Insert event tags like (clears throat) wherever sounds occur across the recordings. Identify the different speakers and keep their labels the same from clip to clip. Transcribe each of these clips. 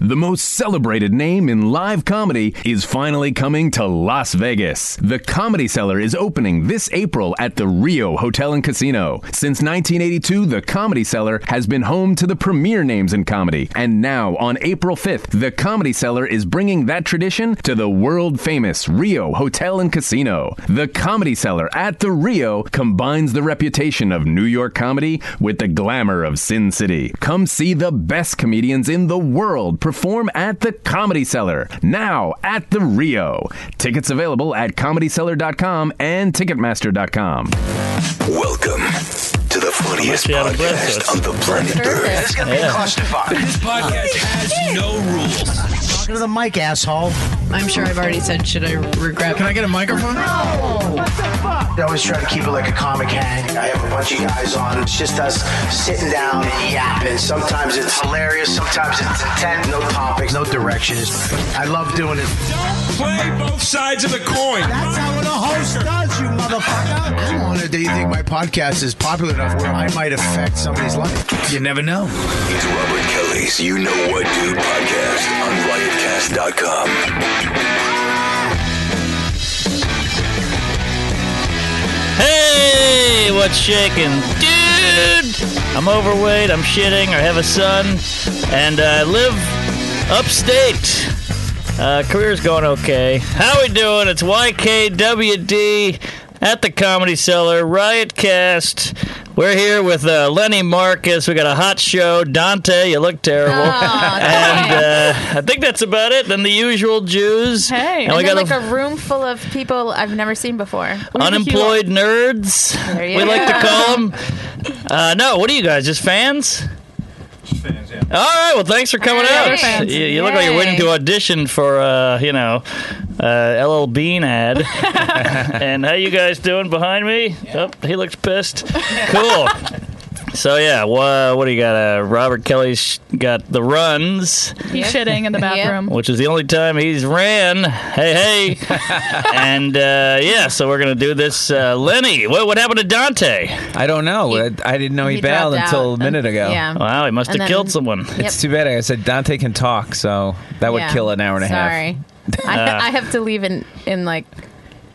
Speaker 1: The most celebrated name in live comedy is finally coming to Las Vegas. The Comedy Cellar is opening this April at the Rio Hotel and Casino. Since 1982, the Comedy Cellar has been home to the premier names in comedy. And now, on April 5th, the Comedy Cellar is bringing that tradition to the world famous Rio Hotel and Casino. The Comedy Cellar at the Rio combines the reputation of New York comedy with the glamour of Sin City. Come see the best comedians in the world perform at the Comedy Cellar, now at the Rio. Tickets available at comedycellar.com and ticketmaster.com.
Speaker 2: Welcome to the funniest
Speaker 3: be out of breath,
Speaker 2: podcast
Speaker 3: so it's-
Speaker 2: on the planet Earth. It's gonna be a clusterfuck. This podcast has no rules.
Speaker 4: Talking to the mic, asshole.
Speaker 5: I'm sure I've already said, should I regret?
Speaker 6: Can I get a microphone?
Speaker 2: I always try to keep it like a comic hang. I have a bunch of guys on. It's just us sitting down and yapping. Sometimes it's hilarious. Sometimes it's intent. No topics. No directions. I love doing it.
Speaker 6: Play both sides of the coin.
Speaker 4: That's how a host does, you motherfucker.
Speaker 2: I'm honored that you think my podcast is popular enough where I might affect somebody's life.
Speaker 6: You never know.
Speaker 5: (laughs)
Speaker 2: It's Robert Kelly's You Know What Dude podcast on riotcast.com.
Speaker 3: Hey, what's shaking, dude? I'm overweight, I'm shitting, I have a son, and I live upstate. Uh, career's going okay. How we doing? It's YKWD at the Comedy Cellar, Riotcast. We're here with uh, Lenny Marcus. We got a hot show. Dante, you look terrible. and uh, I think that's about it. Then the usual Jews.
Speaker 7: Hey,
Speaker 3: and
Speaker 7: and,
Speaker 3: we
Speaker 7: then
Speaker 3: got
Speaker 7: like a, room full of people I've never seen before.
Speaker 3: unemployed nerds.
Speaker 7: There you
Speaker 3: We like to
Speaker 7: go.
Speaker 3: call them. Uh, no, what are you guys? Just fans? All right. Well, thanks for coming
Speaker 7: Hey,
Speaker 3: out.
Speaker 7: we're fans.
Speaker 3: You, you look like you're waiting
Speaker 7: Yay.
Speaker 3: to audition for, uh, you know, uh, LL
Speaker 7: (laughs)
Speaker 3: Bean ad. and how you guys doing behind me? Oh, he looks pissed. Cool. So yeah, wha- what do you got? Uh, Robert Kelly's got the runs
Speaker 7: He's shitting
Speaker 8: (laughs)
Speaker 7: in the bathroom.
Speaker 3: which is the only time he's ran. Hey, hey.
Speaker 6: (laughs)
Speaker 3: and uh, yeah, so we're going to do this. Uh, Lenny, what, what happened to Dante?
Speaker 6: I don't know. I, I didn't know he, bailed
Speaker 7: dropped
Speaker 6: until a
Speaker 7: out.
Speaker 6: minute ago.
Speaker 7: Yeah.
Speaker 3: Wow, he must
Speaker 7: And
Speaker 3: have
Speaker 7: then-
Speaker 3: killed someone.
Speaker 7: Yep.
Speaker 6: It's too bad. I said Dante can talk, so that would
Speaker 7: Yeah.
Speaker 6: kill an hour and a half.
Speaker 7: Sorry. I, I have to leave in, in like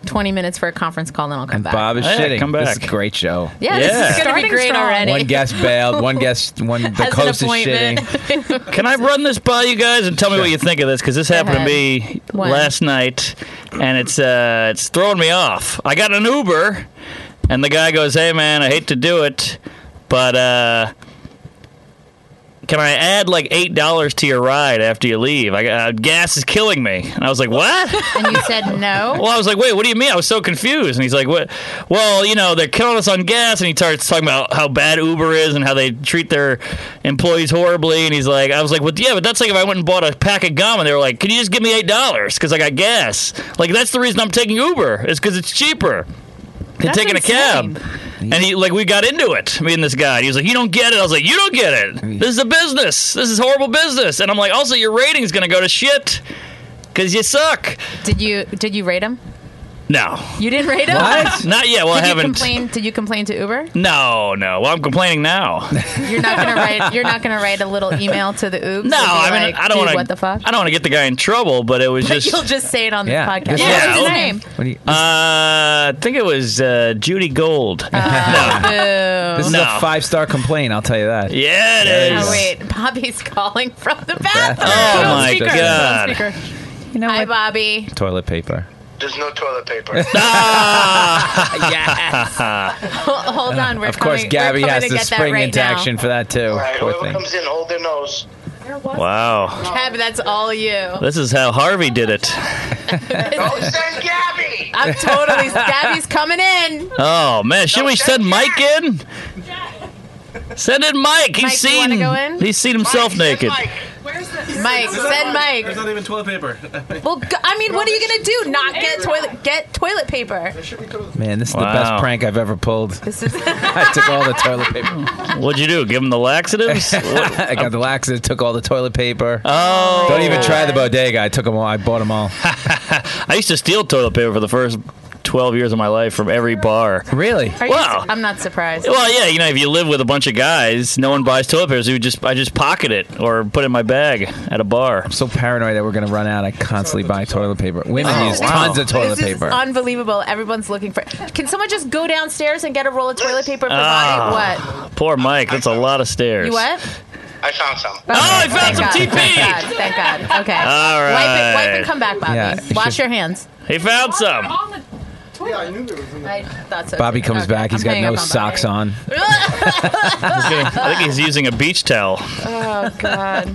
Speaker 7: 20 minutes for a conference call, then I'll come
Speaker 6: And
Speaker 7: back.
Speaker 6: Bob is
Speaker 3: Hey,
Speaker 6: shitting.
Speaker 3: come
Speaker 6: This is (laughs)
Speaker 3: back.
Speaker 6: a great show.
Speaker 7: yeah,
Speaker 3: Yeah.
Speaker 7: this is going to
Speaker 5: Starting
Speaker 7: be great
Speaker 5: strong.
Speaker 7: already.
Speaker 6: One guest bailed. One guest.
Speaker 5: (laughs)
Speaker 6: One. The
Speaker 5: an
Speaker 6: coast is
Speaker 5: appointment. (laughs)
Speaker 6: shitting.
Speaker 3: Can I run this by you guys and tell me what you think of this? Because this happened to me
Speaker 7: ahead. When?
Speaker 3: last night, and it's uh, it's throwing me off. I got an Uber, and the guy goes, "Hey man, I hate to do it, but uh, can I add like eight dollars to your ride after you leave? I got, uh, gas is killing me." And I was like, "What?"
Speaker 7: and you said no.
Speaker 3: Well, I was like, wait, what do you mean? I was so confused. And he's like, what? Well, you know, they're killing us on gas. And he starts talking about how bad Uber is and how they treat their employees horribly. And he's like, I was like, well, yeah, but that's like if I went and bought a pack of gum and they were like, can you just give me $8 because I got gas? Like, that's the reason I'm taking Uber, is because it's cheaper than
Speaker 7: That's
Speaker 3: taking a
Speaker 7: insane.
Speaker 3: cab. And he like we got into it, me and this guy. And he was like, "You don't get it." I was like, "You don't get it. This is a business. This is horrible business." And I'm like, "Also, your rating's gonna go to shit because you suck."
Speaker 7: Did you did you rate him?
Speaker 3: No,
Speaker 7: You didn't rate him? (laughs)
Speaker 6: What?
Speaker 3: Not yet. Well, I
Speaker 7: Did you
Speaker 3: haven't.
Speaker 7: complain? Did you complain to Uber?
Speaker 3: No, no. Well, I'm
Speaker 6: (laughs)
Speaker 3: complaining now. no,
Speaker 7: You're not gonna write. You're not gonna write a little email to the Ubs. and be
Speaker 3: I mean,
Speaker 7: like,
Speaker 3: I
Speaker 7: "Dude,
Speaker 3: don't want to.
Speaker 7: What the fuck?
Speaker 3: I don't want to get the guy in trouble, but it was
Speaker 7: But
Speaker 3: (laughs) just.
Speaker 7: (laughs) you'll just say it on
Speaker 6: Yeah.
Speaker 7: the podcast.
Speaker 6: Yeah.
Speaker 7: What's his
Speaker 3: Yeah.
Speaker 7: name?
Speaker 6: What do you,
Speaker 3: Uh, I think it was uh, Judy Gold.
Speaker 7: Oh,
Speaker 3: (laughs) no.
Speaker 6: this is
Speaker 3: no.
Speaker 6: a five star complaint. I'll tell you that.
Speaker 3: (laughs) Yeah, it is.
Speaker 7: Oh wait, Bobby's calling from the bathroom. (laughs)
Speaker 3: Oh,
Speaker 6: Don't
Speaker 3: my
Speaker 6: speak her.
Speaker 3: God.
Speaker 6: You know
Speaker 7: Hi,
Speaker 6: what?
Speaker 7: Bobby.
Speaker 6: Toilet paper.
Speaker 2: There's no toilet
Speaker 3: (laughs)
Speaker 2: paper.
Speaker 3: Ah!
Speaker 7: (laughs) Hold, hold on, we're
Speaker 6: Of course,
Speaker 7: coming-
Speaker 6: Gabby
Speaker 7: we're coming
Speaker 6: has
Speaker 7: to,
Speaker 6: to
Speaker 7: get that
Speaker 6: spring
Speaker 7: right
Speaker 6: into
Speaker 7: now.
Speaker 6: action for that too.
Speaker 2: All right,
Speaker 6: Poor
Speaker 2: whoever
Speaker 6: thing.
Speaker 2: comes in, hold their nose.
Speaker 3: Wow.
Speaker 6: Oh.
Speaker 7: Gabby, that's all you.
Speaker 3: This is how Harvey did it.
Speaker 6: (laughs)
Speaker 2: Don't send Gabby!
Speaker 7: I'm totally. Gabby's coming in.
Speaker 3: Oh man, should we send Mike in? Send in Mike. He's
Speaker 7: Mike, you
Speaker 3: seen.
Speaker 7: wanna go in?
Speaker 3: He's seen himself naked.
Speaker 7: Mike, send Mike. There's not even
Speaker 9: (laughs)
Speaker 7: toilet paper. well, g- I mean, what are you gonna do? Not get toilet? Get toilet paper.
Speaker 6: Man, this is the
Speaker 3: Wow.
Speaker 6: best prank I've ever pulled.
Speaker 7: This is.
Speaker 6: (laughs)
Speaker 7: (laughs)
Speaker 6: I took all the toilet paper.
Speaker 3: What'd you do? Give him the laxatives? What-
Speaker 6: (laughs) I got the laxative, took all the toilet paper.
Speaker 3: Oh, (laughs)
Speaker 6: Don't even try the bodega. I took them all. I bought them all.
Speaker 3: I used to steal toilet paper for the first 12 years of my life from every bar.
Speaker 6: Really?
Speaker 7: Are
Speaker 3: Wow.
Speaker 7: You, I'm not surprised.
Speaker 3: Well, yeah, you know, if you live with a bunch of guys, no one buys toilet paper. So you just I just pocket it or put it in my bag at a bar.
Speaker 6: So paranoid that we're gonna run out. I constantly buy toilet paper. Women
Speaker 3: Oh,
Speaker 6: use
Speaker 3: wow.
Speaker 6: tons of toilet
Speaker 7: this is
Speaker 6: paper.
Speaker 7: unbelievable. Everyone's looking for. Can someone just go downstairs and get a roll of toilet paper for
Speaker 6: Ah.
Speaker 7: Bonnie? What?
Speaker 3: Ah, Poor Mike. That's a lot of stairs.
Speaker 7: You what?
Speaker 4: I found some.
Speaker 7: Oh, (laughs)
Speaker 3: I found
Speaker 7: thank
Speaker 3: some
Speaker 7: God.
Speaker 3: TP.
Speaker 7: Thank God. Thank God. Okay.
Speaker 3: All right.
Speaker 7: Wipe, it, wipe and come back, Bobby.
Speaker 6: Yeah, you
Speaker 7: Wash
Speaker 6: should-
Speaker 7: your hands.
Speaker 3: He found some.
Speaker 7: I thought so.
Speaker 6: Bobby
Speaker 7: too.
Speaker 6: comes
Speaker 7: Okay,
Speaker 6: back. He's
Speaker 7: I'm
Speaker 6: got
Speaker 7: hanging
Speaker 6: no
Speaker 7: up on
Speaker 6: socks
Speaker 7: Bobby. (laughs)
Speaker 6: on.
Speaker 3: I think he's using a beach towel.
Speaker 7: Oh God.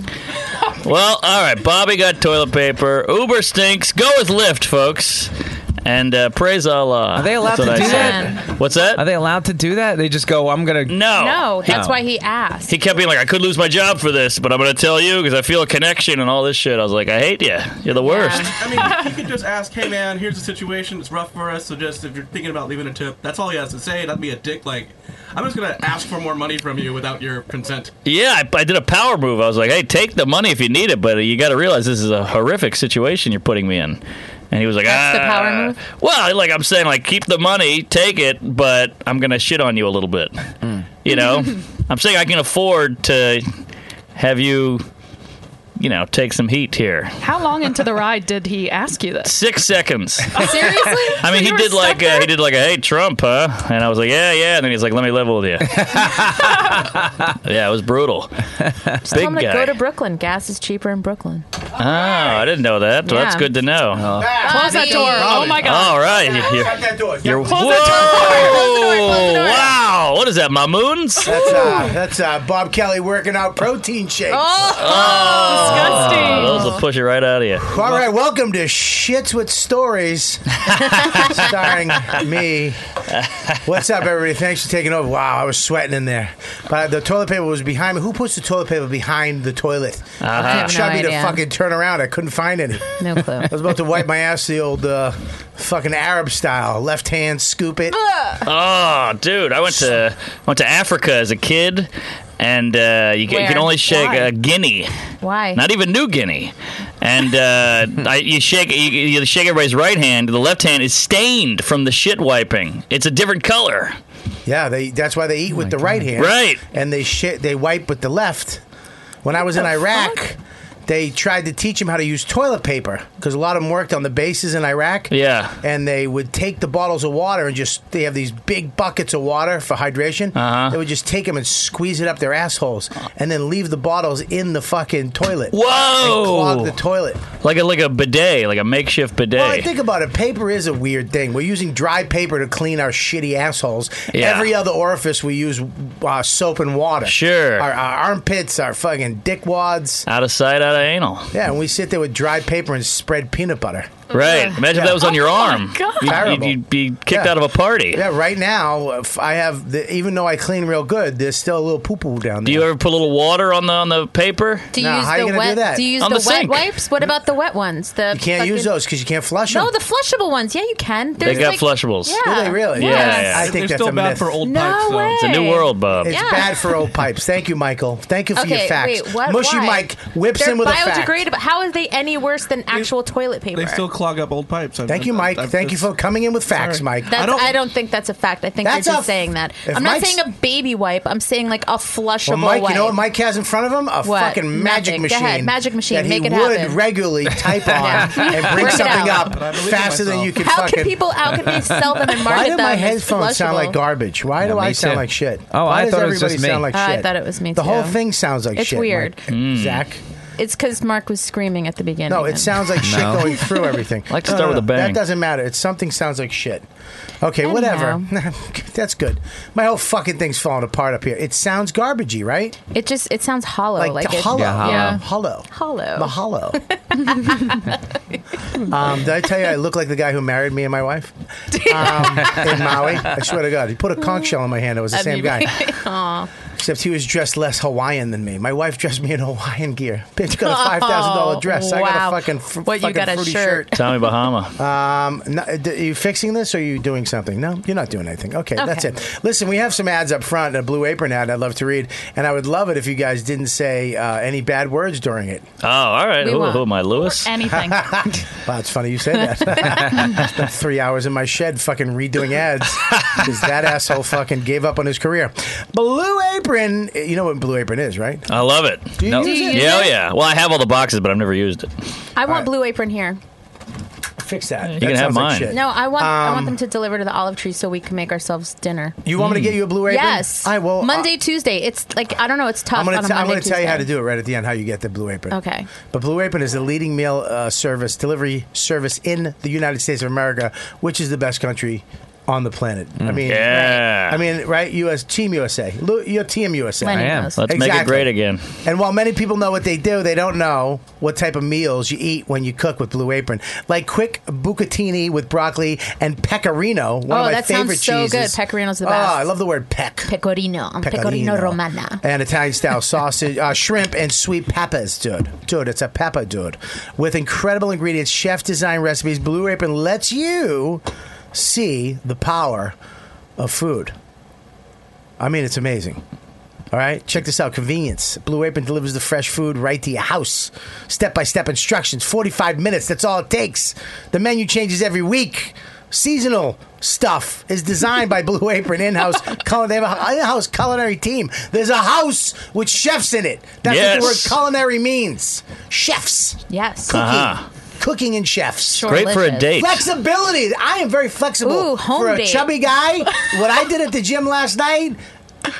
Speaker 3: Well, all right. Bobby got toilet paper. Uber stinks. Go with Lyft, folks. And uh, praise Allah. Are
Speaker 6: they allowed to do
Speaker 3: that? What's that?
Speaker 6: Are they allowed to do that? They just go. I'm gonna.
Speaker 3: no.
Speaker 7: No,
Speaker 3: He,
Speaker 7: that's why he asked.
Speaker 3: he kept being like, I could lose my job for this, but I'm going to tell you because I feel a connection and all this shit. I was like, I hate you. You're the worst.
Speaker 7: Yeah.
Speaker 9: I mean, you could just ask, "Hey man, here's the situation. It's rough for us. So just if you're thinking about leaving a tip, that's all he has to say. Not be a dick. Like, I'm just gonna ask for more money from you without your consent.
Speaker 3: Yeah, I, I did a power move. I was like, "Hey, take the money if you need it, but you got to realize this is a horrific situation you're putting me in." And he was like,
Speaker 7: That's the
Speaker 3: "Ah."
Speaker 7: power move?
Speaker 3: Well, like I'm saying, like keep the money, take it, but I'm gonna shit on you a little bit.
Speaker 7: (laughs)
Speaker 3: You know, I'm saying I can afford to have you, you know, take some heat here.
Speaker 8: How long into the ride did he ask you this?
Speaker 7: (laughs)
Speaker 3: Six seconds.
Speaker 7: Oh, Seriously?
Speaker 3: (laughs) I mean, he
Speaker 8: You were
Speaker 3: did
Speaker 8: stuck
Speaker 3: like a,
Speaker 8: there?
Speaker 3: he did like a hey Trump, huh? And I was like, yeah, yeah. And then he's like, let me level with you.
Speaker 7: (laughs)
Speaker 3: yeah, it was brutal. Big
Speaker 7: I'm gonna
Speaker 3: guy.
Speaker 7: go to Brooklyn. Gas is cheaper in Brooklyn.
Speaker 3: Oh, I didn't know that. Well, That's
Speaker 7: Yeah.
Speaker 3: good to know.
Speaker 2: Ah.
Speaker 8: Close that door. Oh my god.
Speaker 3: All right. You're,
Speaker 2: Shut that door.
Speaker 3: you're-
Speaker 8: Close
Speaker 3: whoa!
Speaker 8: that
Speaker 3: Wow. What is that, Mamoons?
Speaker 2: That's uh, that's uh, Bob Kelly working out protein shakes.
Speaker 7: Oh, (laughs)
Speaker 8: Disgusting.
Speaker 3: Oh,
Speaker 6: Oh,
Speaker 3: Those will push it right out of you.
Speaker 2: All right, welcome to Shits with Stories, starring me. What's up, everybody? Thanks for taking over. Wow, I was sweating in there, but the toilet paper was behind me. Who puts the toilet paper behind the toilet?
Speaker 7: I have no
Speaker 2: Shut me to
Speaker 7: idea.
Speaker 2: fucking turn around. I couldn't find any. I
Speaker 7: No clue.
Speaker 2: was about to wipe my ass the old uh, fucking Arab style. Left hand, scoop it.
Speaker 3: Oh, dude, I went to went to Africa as a kid, and uh, you, can, you can
Speaker 7: Where?
Speaker 3: only shake
Speaker 7: Why?
Speaker 3: a guinea,
Speaker 7: Why?
Speaker 3: not e- even New Guinea, and uh, I, you shake you, you shake everybody's right hand. The left hand is stained from the shit wiping. It's a different color.
Speaker 2: Yeah, they. That's why they eat with the right hand.
Speaker 3: Right.
Speaker 2: And they shit. They wipe with the left. When I was in Iraq, they tried to teach them how to use toilet paper because a lot of them worked on the bases in Iraq.
Speaker 3: Yeah.
Speaker 2: And they would take the bottles of water and just they have these big buckets of water for hydration.
Speaker 3: Uh-huh.
Speaker 2: They would just take them and squeeze it up their assholes and then leave the bottles in the fucking toilet.
Speaker 3: Whoa!
Speaker 2: And clog the toilet.
Speaker 3: Like a like a bidet, like a makeshift bidet.
Speaker 2: Well, I think about it. Paper is a weird thing. We're using dry paper to clean our shitty assholes.
Speaker 3: Yeah.
Speaker 2: Every other orifice, we use uh, soap and water.
Speaker 3: Sure.
Speaker 2: Our, our armpits, our fucking dick wads.
Speaker 3: out of sight, out of anal.
Speaker 2: Yeah, and we sit there with dry paper and spread peanut butter.
Speaker 3: Right. Imagine if that was on your arm.
Speaker 8: God.
Speaker 3: You'd- You'd,
Speaker 2: Terrible.
Speaker 3: you'd be kicked
Speaker 2: Yeah.
Speaker 3: out of a party.
Speaker 2: Yeah, right now, if I have, the, even though I clean real good, there's still a little poo poo down there.
Speaker 3: Do you ever put a little water on the on the paper?
Speaker 7: Do you
Speaker 2: No,
Speaker 7: use
Speaker 2: how you
Speaker 7: the
Speaker 2: gonna do
Speaker 7: wet?
Speaker 2: that?
Speaker 7: you use
Speaker 3: On
Speaker 7: the,
Speaker 3: the
Speaker 7: wet
Speaker 3: sink.
Speaker 7: wipes? What about the wet ones? The
Speaker 2: You can't use
Speaker 7: fucking-
Speaker 2: those because you can't flush them.
Speaker 7: No, the flushables ones. Yeah, you can.
Speaker 3: They
Speaker 7: There's
Speaker 3: got
Speaker 7: like,
Speaker 3: flushables.
Speaker 7: Yeah.
Speaker 2: Do they really?
Speaker 3: Yeah,
Speaker 7: Yes.
Speaker 3: yeah.
Speaker 2: I
Speaker 9: They're
Speaker 2: think that's
Speaker 9: still
Speaker 2: a
Speaker 9: bad
Speaker 2: myth.
Speaker 9: for old
Speaker 7: No
Speaker 9: pipes. though.
Speaker 7: way.
Speaker 3: It's a new world, Bob.
Speaker 2: It's
Speaker 7: Yeah.
Speaker 2: bad for old pipes. Thank you, Michael. Thank you for
Speaker 7: Okay,
Speaker 2: your facts.
Speaker 7: wait. What?
Speaker 2: Mushy
Speaker 7: why?
Speaker 2: Mike whips
Speaker 7: They're
Speaker 2: in with a fact.
Speaker 7: biodegradable. How is they any worse than actual toilet paper?
Speaker 9: They still clog up old pipes. I've-
Speaker 2: Thank you,
Speaker 9: I've-
Speaker 2: Mike.
Speaker 9: I've-
Speaker 2: Thank you for coming in with facts,
Speaker 9: Sorry.
Speaker 2: Mike.
Speaker 7: That's, I,
Speaker 9: I
Speaker 7: don't,
Speaker 9: don't-
Speaker 7: think that's a fact. I think
Speaker 2: That's
Speaker 7: they're
Speaker 2: a-
Speaker 7: just saying that.
Speaker 2: if
Speaker 7: I'm
Speaker 2: Mike's-
Speaker 7: not saying a baby wipe. I'm saying like a flushable
Speaker 2: Well, Mike,
Speaker 7: wipe.
Speaker 2: you know what Mike has in front of him? A
Speaker 7: What?
Speaker 2: fucking magic
Speaker 7: Nothing. Go
Speaker 2: machine.
Speaker 7: ahead. Magic machine.
Speaker 2: That
Speaker 7: Make
Speaker 2: he
Speaker 7: it
Speaker 2: would
Speaker 7: happen. (laughs)
Speaker 2: regularly type on and bring
Speaker 7: Work it
Speaker 2: something
Speaker 7: out.
Speaker 2: up
Speaker 9: But I believe in
Speaker 2: faster than
Speaker 9: myself.
Speaker 2: you can
Speaker 7: How
Speaker 2: fucking.
Speaker 7: can people? How can they sell them and market
Speaker 2: (laughs) why do
Speaker 7: them?
Speaker 2: my
Speaker 7: as
Speaker 2: headphones sound like
Speaker 7: flushable?
Speaker 2: garbage? Why do
Speaker 6: Yeah,
Speaker 2: I
Speaker 6: me
Speaker 2: sound
Speaker 6: too.
Speaker 2: like shit?
Speaker 6: Oh,
Speaker 2: why
Speaker 6: I
Speaker 2: does
Speaker 6: thought it was
Speaker 2: everybody
Speaker 6: just me. Hmm.
Speaker 2: sound like
Speaker 7: Uh, I
Speaker 2: shit?
Speaker 7: thought it was me,
Speaker 2: The whole
Speaker 7: too.
Speaker 2: thing sounds like
Speaker 7: It's
Speaker 2: shit.
Speaker 7: weird.
Speaker 2: Mike. Zach.
Speaker 7: It's because Mark was screaming at the beginning.
Speaker 2: No, it sounds like shit going
Speaker 6: (laughs)
Speaker 2: through everything. Uh,
Speaker 3: like to start with a bang.
Speaker 2: That doesn't matter. It's something sounds like shit. Okay,
Speaker 7: Anyhow.
Speaker 2: whatever. (laughs) That's good. My whole fucking thing's falling apart up here. It sounds garbagey, right?
Speaker 7: It just it sounds hollow. Like,
Speaker 2: like,
Speaker 7: it,
Speaker 2: hollow.
Speaker 6: Yeah, hollow.
Speaker 8: Yeah.
Speaker 2: Hollow.
Speaker 7: Hollow. (laughs)
Speaker 2: Mahalo. um, did I tell you I look like the guy who married me and
Speaker 7: (laughs)
Speaker 2: my wife um, in Maui? I swear to God, he put a conch shell in my hand. It was the
Speaker 7: I
Speaker 2: same
Speaker 7: mean,
Speaker 2: (laughs) guy.
Speaker 7: Aw.
Speaker 2: Except he was dressed less Hawaiian than me. My wife dressed me in Hawaiian gear. (laughs) Bitch got a five
Speaker 10: (laughs)
Speaker 2: thousand dollar dress. I got
Speaker 10: Oh, wow.
Speaker 2: a fucking fr-
Speaker 10: What, you
Speaker 2: fucking
Speaker 10: got a
Speaker 2: fruity
Speaker 10: shirt?
Speaker 3: Tommy Bahama.
Speaker 2: (laughs) Um, no, d- are you fixing this or are you doing something? No, you're not doing anything. Okay,
Speaker 10: Okay.
Speaker 2: that's it. Listen, we have some ads up front, a blue apron ad I'd love to read, and I would love it if you guys didn't say uh, any bad words during it.
Speaker 3: Oh, all right.
Speaker 2: We
Speaker 3: Who,
Speaker 2: won't.
Speaker 3: who am I, Lewis? (laughs)
Speaker 8: Anything.
Speaker 2: Wow, it's funny you say that. (laughs) Spent three hours in my shed fucking redoing ads because that asshole fucking gave up on his career. Blue Apron, you know what Blue Apron is, right?
Speaker 3: I love it.
Speaker 2: Do you use it?
Speaker 3: Yeah, oh, yeah. Well, I have all the boxes, but I've never used it.
Speaker 10: I want Blue Apron here.
Speaker 2: Fix that.
Speaker 3: You can have mine.
Speaker 10: No, I want I
Speaker 2: Um,
Speaker 10: want them to deliver to the olive tree so we can make ourselves dinner.
Speaker 2: You want me to get you a Blue Apron?
Speaker 10: Yes.
Speaker 2: I will.
Speaker 10: Monday, Tuesday. It's like I don't know. It's tough.
Speaker 2: I'm gonna,
Speaker 10: on a
Speaker 2: t- I'm
Speaker 10: Monday,
Speaker 2: gonna tell you how to
Speaker 10: Tuesday.
Speaker 2: do it right at the end. How you get the Blue Apron?
Speaker 10: Okay.
Speaker 2: But Blue Apron is the leading meal uh, service delivery service in the United States of America, which is the best country on the planet. I mean,
Speaker 3: Mm. Yeah.
Speaker 2: I mean, right? U.S. Team USA. Lu- You're Team USA.
Speaker 3: I am. Let's make it great again.
Speaker 2: And while many people know what they do, they don't know what type of meals you eat when you cook with Blue Apron. Like quick bucatini with broccoli and pecorino, one
Speaker 10: oh,
Speaker 2: of my
Speaker 10: that
Speaker 2: favorite
Speaker 10: sounds so
Speaker 2: cheeses.
Speaker 10: good. Pecorino's the
Speaker 2: Oh,
Speaker 10: best.
Speaker 2: I love the word peck.
Speaker 10: Pecorino. Pecorino, romana.
Speaker 2: And Italian style sausage, uh, shrimp, and sweet peppers, dude. Dude, it's a pepper, dude. With incredible ingredients, chef design recipes, Blue Apron lets you see the power of food. I mean, it's amazing. All right, check this out. Convenience. Blue Apron delivers the fresh food right to your house. Step by step instructions, 45 minutes. That's all it takes. The menu changes every week. Seasonal stuff is designed by Blue Apron in
Speaker 3: (laughs)
Speaker 2: house. They have an in house culinary team. There's a house with chefs in it. That's what
Speaker 3: Yes.
Speaker 2: the word culinary means. Chefs.
Speaker 10: Yes.
Speaker 2: Cooking.
Speaker 3: Uh-huh.
Speaker 2: Cooking and chefs.
Speaker 3: Sure, Great for a delicious. date.
Speaker 2: Flexibility. I am very flexible.
Speaker 10: Ooh, home
Speaker 2: for a
Speaker 10: date. (laughs)
Speaker 2: chubby guy, what I did at the gym last night,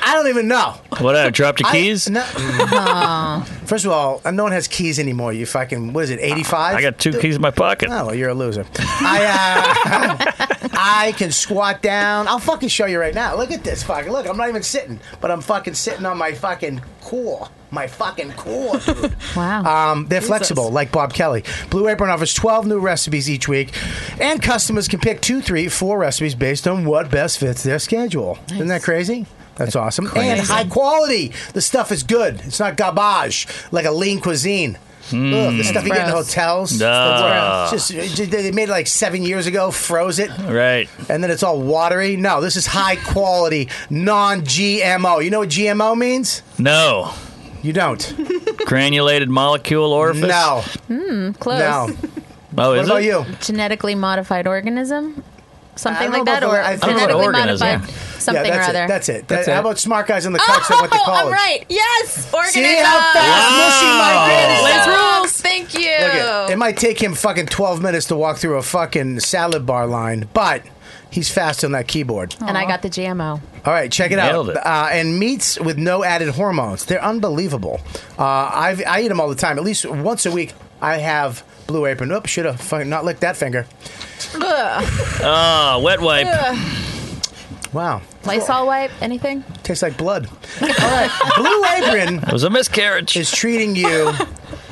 Speaker 2: I don't even know.
Speaker 3: What, I dropped your
Speaker 2: I-
Speaker 3: keys?
Speaker 2: no.
Speaker 10: Oh.
Speaker 2: First of all, no one has keys anymore. You fucking what is it? Eighty five.
Speaker 3: I got two keys in my pocket.
Speaker 2: Oh, well, you're a loser. I uh, I can squat down. I'll fucking show you right now. Look at this fucking look. I'm not even sitting, but I'm fucking sitting on my fucking core. My fucking core, dude.
Speaker 10: wow.
Speaker 2: Um, they're
Speaker 10: Jesus.
Speaker 2: flexible, like Bob Kelly. Blue Apron offers 12 new recipes each week, and customers can pick two, three, four recipes based on what best fits their schedule. Isn't that crazy? That's awesome. And
Speaker 11: crazy.
Speaker 2: high quality. The stuff is good. It's not garbage, like a lean cuisine. Ugh, the
Speaker 11: Mm.
Speaker 2: stuff you get in
Speaker 11: Gross.
Speaker 2: hotels. it's the
Speaker 3: Nah.
Speaker 2: worst. It's just- it's just- they made it like seven years ago, froze it.
Speaker 3: Right.
Speaker 2: And then it's all watery. No, this is high quality, non GMO. You know what GMO means?
Speaker 3: No.
Speaker 2: You don't.
Speaker 3: (laughs) Granulated molecule orifice?
Speaker 2: No.
Speaker 10: Hmm. Close.
Speaker 2: No.
Speaker 3: Oh, is it?
Speaker 10: Genetically modified organism, something like
Speaker 2: know
Speaker 10: that,
Speaker 2: about
Speaker 10: or
Speaker 2: the- I think-
Speaker 10: genetically
Speaker 2: I don't know about
Speaker 10: modified
Speaker 2: organism.
Speaker 10: something
Speaker 2: yeah, that's
Speaker 10: or other.
Speaker 2: It, that's it.
Speaker 3: That's
Speaker 2: That- How
Speaker 3: it.
Speaker 2: about smart guys on the couch that went to
Speaker 10: (laughs) Oh,
Speaker 2: college?
Speaker 10: I'm right. Yes. Organism.
Speaker 2: See how fast Mushy migrated?
Speaker 10: rules. Thank you.
Speaker 2: Look at- it might take him fucking 12 minutes to walk through a fucking salad bar line, but he's fast on that keyboard.
Speaker 10: and I got the GMO.
Speaker 2: All right, check it out.
Speaker 3: Nailed it.
Speaker 2: Uh, and meats with no added hormones. They're unbelievable. Uh, I've, I eat them all the time. At least once a week, I have Blue Apron. Oops, should have fucking not licked that finger.
Speaker 3: Oh, wet wipe.
Speaker 2: Wow.
Speaker 10: Lysol wipe. Anything?
Speaker 2: Tastes like blood. All right,
Speaker 10: (laughs)
Speaker 2: Blue Apron.
Speaker 3: It was a miscarriage.
Speaker 2: Is treating
Speaker 3: (laughs)
Speaker 2: you.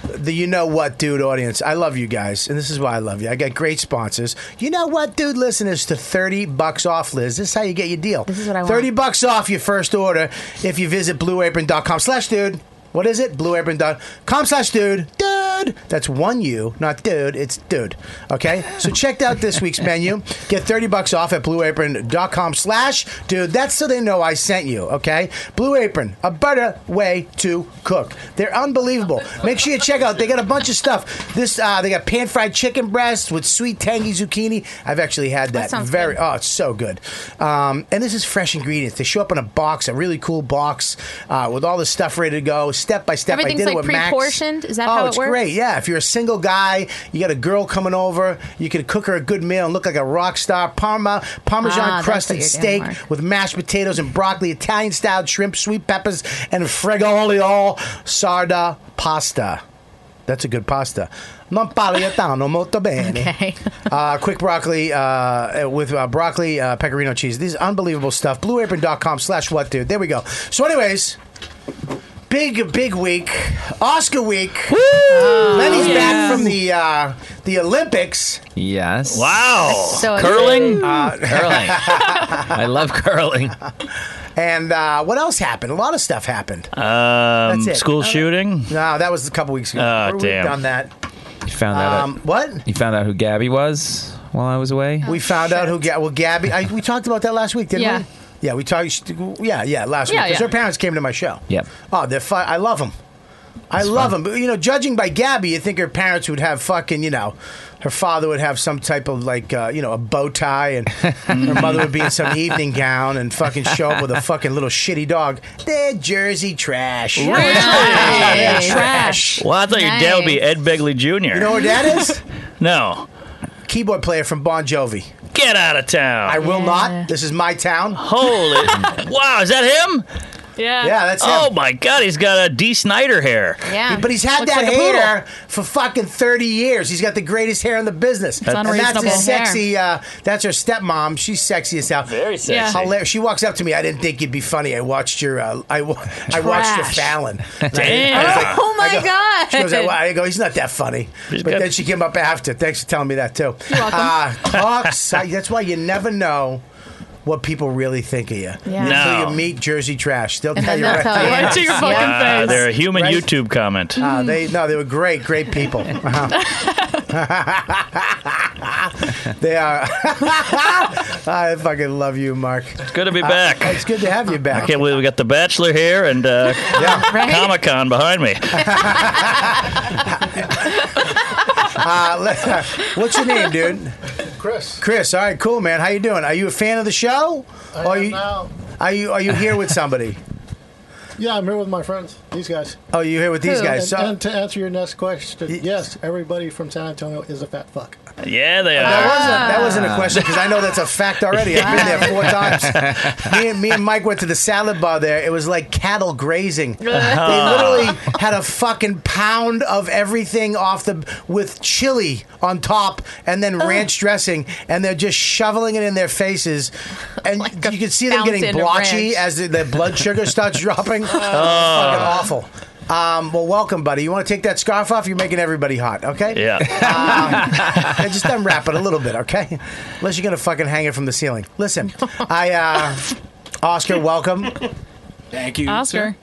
Speaker 2: The you know what, dude, audience. I love you guys, and this is why I love you. I got great sponsors. You know what, dude, listeners to 30 bucks off, Liz. This is how you get your deal. This is what I 30 bucks off your first order if you visit blueapron.com slash dude. What is it? Blueapron.com slash dude. Dude. That's one you, not dude. It's dude. Okay? So check out this week's menu. Get 30 bucks off at blueapron.com slash dude. That's so they know I sent you. Okay? Blue Apron, a better way to cook. They're unbelievable. Make sure you check out. They got a bunch of stuff. This uh, They got pan fried chicken breast with sweet tangy zucchini. I've actually had that.
Speaker 11: sounds
Speaker 2: Very, oh, it's so good. Um, and this is fresh ingredients. They show up in a box, a really cool box uh, with all the stuff ready to go, step by step. I
Speaker 10: Everything's
Speaker 2: did it
Speaker 10: like
Speaker 2: with Max.
Speaker 10: pre-portioned? Is that
Speaker 2: oh,
Speaker 10: how it
Speaker 2: it's
Speaker 10: works?
Speaker 2: great. Yeah, if you're a single guy, you got a girl coming over, you can cook her a good meal and look like a rock star. Parma, Parmesan
Speaker 11: Ah, that's
Speaker 2: crusted
Speaker 11: what you're doing,
Speaker 2: steak
Speaker 11: Mark.
Speaker 2: with mashed potatoes and broccoli, Italian style shrimp, sweet peppers, and fregoli all sarda pasta. That's a good pasta. Non paliatano
Speaker 11: (laughs)
Speaker 2: molto bene. Okay. uh, quick broccoli uh, with uh, broccoli uh, pecorino cheese. These unbelievable stuff. BlueApron.com slash what dude. There we go. So, anyways, big big week, Oscar week. Woo! Lenny's back from the uh, the Olympics.
Speaker 5: Yes.
Speaker 3: Wow.
Speaker 2: So
Speaker 5: curling.
Speaker 2: exciting. Uh,
Speaker 5: curling. I love curling.
Speaker 2: And uh, what else happened? A lot of stuff happened.
Speaker 3: Um,
Speaker 2: That's it.
Speaker 3: School shooting.
Speaker 2: No, that was a couple weeks ago.
Speaker 3: Oh,
Speaker 2: We've
Speaker 3: damn.
Speaker 2: done that.
Speaker 5: You found
Speaker 6: uh,
Speaker 5: out.
Speaker 2: Um, what?
Speaker 5: You found out who Gabby was while I was away.
Speaker 2: we found out who. Ga- well, Gabby. I, we talked about that last week, didn't
Speaker 5: Yeah.
Speaker 2: we? Yeah, we talked. she- Yeah, yeah, last
Speaker 5: Yeah,
Speaker 2: week. 'Cause
Speaker 5: yeah.
Speaker 2: her parents came to my show.
Speaker 5: Yep.
Speaker 2: Oh, they're fun. I love them. I love them. But, you know, judging by Gabby, you think her parents would have fucking, you know, her father would have some type of like, uh, you know, a bow tie, and
Speaker 3: (laughs)
Speaker 2: her mother would be in some evening gown and fucking show up with a fucking little shitty dog. They're Jersey trash. (laughs)
Speaker 3: Really?
Speaker 2: They're trash.
Speaker 3: Well, I thought your dad would be Ed Begley Jr.
Speaker 2: You know who that is?
Speaker 3: (laughs) no.
Speaker 2: Keyboard player from Bon Jovi.
Speaker 3: Get out of town.
Speaker 2: I will not. This is my town.
Speaker 3: Holy. (laughs) wow, is that him?
Speaker 8: Yeah.
Speaker 2: Yeah, that's him.
Speaker 3: Oh my God, he's got a D. Snyder hair.
Speaker 2: He- But he's had
Speaker 8: Looks
Speaker 2: that
Speaker 8: like a
Speaker 2: hair for fucking 30 years. He's got the greatest hair in the business.
Speaker 3: That's
Speaker 2: and that's
Speaker 3: unreasonable.
Speaker 2: his sexy, uh, that's her stepmom. She's sexy as hell. Very
Speaker 3: sexy. Yeah.
Speaker 2: Hilarious. She walks up to me. I didn't think you'd be funny. I watched your, uh, I, wa- I watched your
Speaker 3: Trash. (laughs)
Speaker 2: Fallon. And I-
Speaker 3: Damn.
Speaker 2: I was like-
Speaker 10: Oh, my
Speaker 2: I go-
Speaker 10: God.
Speaker 2: She goes, like, well, I go, he's not that funny. but
Speaker 3: got-
Speaker 2: then she came up after. Thanks for telling me that, too.
Speaker 10: You're welcome.
Speaker 2: Uh, talk, si- that's why you never know. What people really think of you
Speaker 10: Yeah.
Speaker 2: until
Speaker 3: No.
Speaker 2: you meet Jersey Trash, they'll
Speaker 10: And then
Speaker 2: tell you
Speaker 10: they'll
Speaker 2: right
Speaker 10: tell you. Right to your fucking
Speaker 3: Ah, they're a human
Speaker 2: Right?
Speaker 3: YouTube comment.
Speaker 2: Uh, they no, they were great, great people. Uh-huh. (laughs) they are. (laughs) I fucking love you, Mark. It's
Speaker 3: good to be back.
Speaker 2: uh, it's good to have you
Speaker 3: I
Speaker 2: back.
Speaker 3: can't believe we got The Bachelor here and
Speaker 2: (laughs)
Speaker 3: uh,
Speaker 2: Right?
Speaker 3: Comic Con behind me.
Speaker 2: Uh, let- (laughs) what's your name, dude?
Speaker 12: Chris.
Speaker 2: Chris. All right, cool, man. How you doing? Are you a fan of the show?
Speaker 12: I
Speaker 2: Or
Speaker 12: am
Speaker 2: you,
Speaker 12: now.
Speaker 2: Are you Are you here with somebody?
Speaker 12: uh, Yeah, I'm here with my friends, these guys.
Speaker 2: Oh, you here with these guys?
Speaker 12: And,
Speaker 2: So,
Speaker 12: and to answer your next question, yes, everybody from San Antonio is a fat fuck.
Speaker 3: Yeah, they are. Ah.
Speaker 2: that wasn't that wasn't a question because I know that's a fact already. I've been there four
Speaker 3: (laughs)
Speaker 2: times. me, and, me and Mike went to the salad bar there. It was like cattle grazing.
Speaker 10: (laughs) Uh-huh.
Speaker 2: they literally had a fucking pound of everything off the with chili on top and then
Speaker 10: Uh-huh.
Speaker 2: ranch dressing, and they're just shoveling it in their faces, and you can see them getting
Speaker 10: fountain of
Speaker 2: blotchy
Speaker 10: ranch.
Speaker 2: as the, their blood sugar
Speaker 10: (laughs)
Speaker 2: starts dropping. It's Uh,
Speaker 3: Oh.
Speaker 2: fucking awful. Um, well, welcome, buddy. You want to take that scarf off? You're making everybody hot. Okay.
Speaker 3: Yeah.
Speaker 2: Um, (laughs) and just unwrap it a little bit, okay? Unless you're gonna fucking hang it from the ceiling. Listen, I, uh, Oscar, welcome.
Speaker 9: Thank you,
Speaker 8: Oscar.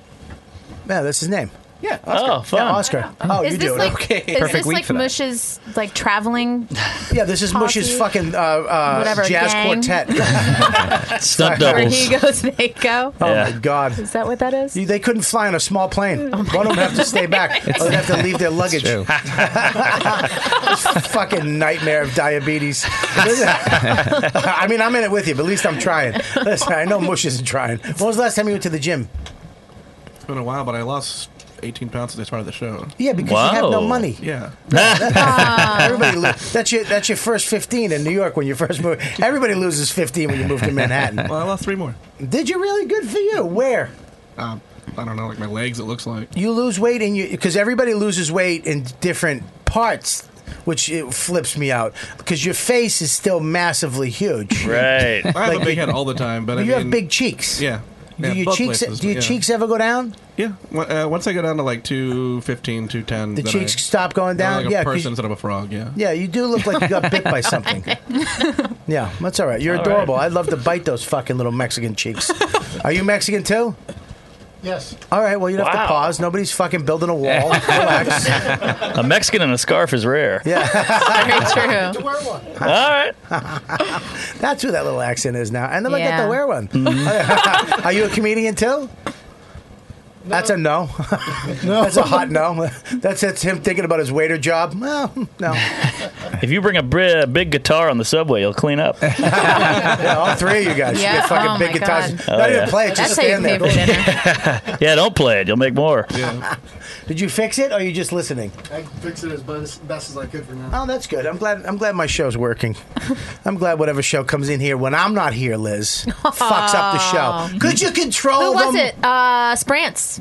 Speaker 2: Yeah, that's his name.
Speaker 9: Yeah.
Speaker 2: Oscar.
Speaker 3: Oh, fun.
Speaker 2: Yeah, Oscar. Oh,
Speaker 10: is
Speaker 2: you
Speaker 10: this
Speaker 2: do it.
Speaker 10: like
Speaker 2: okay.
Speaker 10: is this like Mush's like traveling?
Speaker 2: Yeah, this is Mush's
Speaker 10: Posse?
Speaker 2: fucking uh, uh,
Speaker 10: Whatever,
Speaker 2: jazz
Speaker 10: gang. (laughs)
Speaker 2: quartet.
Speaker 3: Stunt
Speaker 10: Where
Speaker 3: doubles.
Speaker 10: he goes, they go.
Speaker 2: Oh
Speaker 3: Yeah.
Speaker 2: my god.
Speaker 10: Is that what that is? Oh
Speaker 2: You- They couldn't fly on a small plane. One of them have to stay back. Or they have to leave their luggage.
Speaker 5: true.
Speaker 2: (laughs) fucking nightmare of diabetes. Listen, (laughs) I mean, I'm in it with you, but at least I'm trying. Listen, I know Mush isn't trying. When was the last time you went to the gym?
Speaker 9: It's been a while, but I lost 18 pounds since I started the show.
Speaker 2: Yeah, because you have no
Speaker 3: Wow.
Speaker 2: money.
Speaker 9: Yeah.
Speaker 2: Everybody, lo- that's your that's your first fifteen in New York when you first move. Everybody loses fifteen when you move to Manhattan.
Speaker 9: Well, I lost three more.
Speaker 2: Did you really? Good for you. Where
Speaker 9: Um, I don't know, like my legs. It looks like.
Speaker 2: you lose weight in you because everybody loses weight in different parts, which it flips me out because your face is still massively huge.
Speaker 3: Right.
Speaker 9: I have
Speaker 2: Like
Speaker 9: a big
Speaker 2: you-
Speaker 9: head all the time, but I
Speaker 2: you have
Speaker 9: mean-
Speaker 2: big cheeks.
Speaker 9: Yeah.
Speaker 2: Do
Speaker 9: Yeah,
Speaker 2: your
Speaker 9: both
Speaker 2: cheeks?
Speaker 9: places,
Speaker 2: do your
Speaker 9: yeah.
Speaker 2: cheeks ever go down?
Speaker 9: Yeah. Well, Uh, once I go down to like 215, 210,
Speaker 2: The
Speaker 9: then
Speaker 2: cheeks
Speaker 9: I,
Speaker 2: stop going
Speaker 9: I'm
Speaker 2: down.
Speaker 9: Like a
Speaker 2: yeah, 'cause-
Speaker 9: person instead of a frog. Yeah.
Speaker 2: yeah. You do look like you got bit by something. Yeah, that's all right. You're
Speaker 9: All right.
Speaker 2: adorable. I'd love to bite those fucking little Mexican cheeks. Are you Mexican too? (laughs)
Speaker 12: Yes.
Speaker 2: All right. Well, you don't have
Speaker 3: Wow.
Speaker 2: to pause. Nobody's fucking building a wall. Relax.
Speaker 3: a Mexican in a scarf is (laughs) rare.
Speaker 4: (laughs)
Speaker 2: Yeah,
Speaker 10: Very true.
Speaker 12: Wear one.
Speaker 3: All right.
Speaker 2: (laughs) that's who that little accent is now. And then I got
Speaker 10: Yeah.
Speaker 2: to wear one. (laughs) Are you a comedian too? That's a no. that's a hot no. That's that's him thinking about his waiter job. Well, no.
Speaker 3: If you bring a br- big guitar on the subway, you'll clean up.
Speaker 2: (laughs) Yeah, all three of you guys should
Speaker 10: Yeah.
Speaker 2: get fucking
Speaker 10: Oh,
Speaker 2: big
Speaker 10: my
Speaker 2: guitars.
Speaker 10: God.
Speaker 2: Not
Speaker 3: Oh,
Speaker 2: even
Speaker 3: yeah.
Speaker 2: play it. Just
Speaker 10: That's how you
Speaker 2: stand
Speaker 10: pay for
Speaker 2: there.
Speaker 10: dinner.
Speaker 3: yeah, don't play it. You'll make more.
Speaker 9: Yeah.
Speaker 2: (laughs) Did you fix it, or are you just listening?
Speaker 12: I fix it as best, best as I could for now.
Speaker 2: Oh, that's good. I'm glad. I'm glad my
Speaker 10: (laughs)
Speaker 2: show's working. I'm glad whatever show comes in here when I'm not here, Liz, fucks up the
Speaker 10: Oh.
Speaker 2: show. Could you control
Speaker 10: Who was
Speaker 2: them?
Speaker 10: it? Uh, Sprance.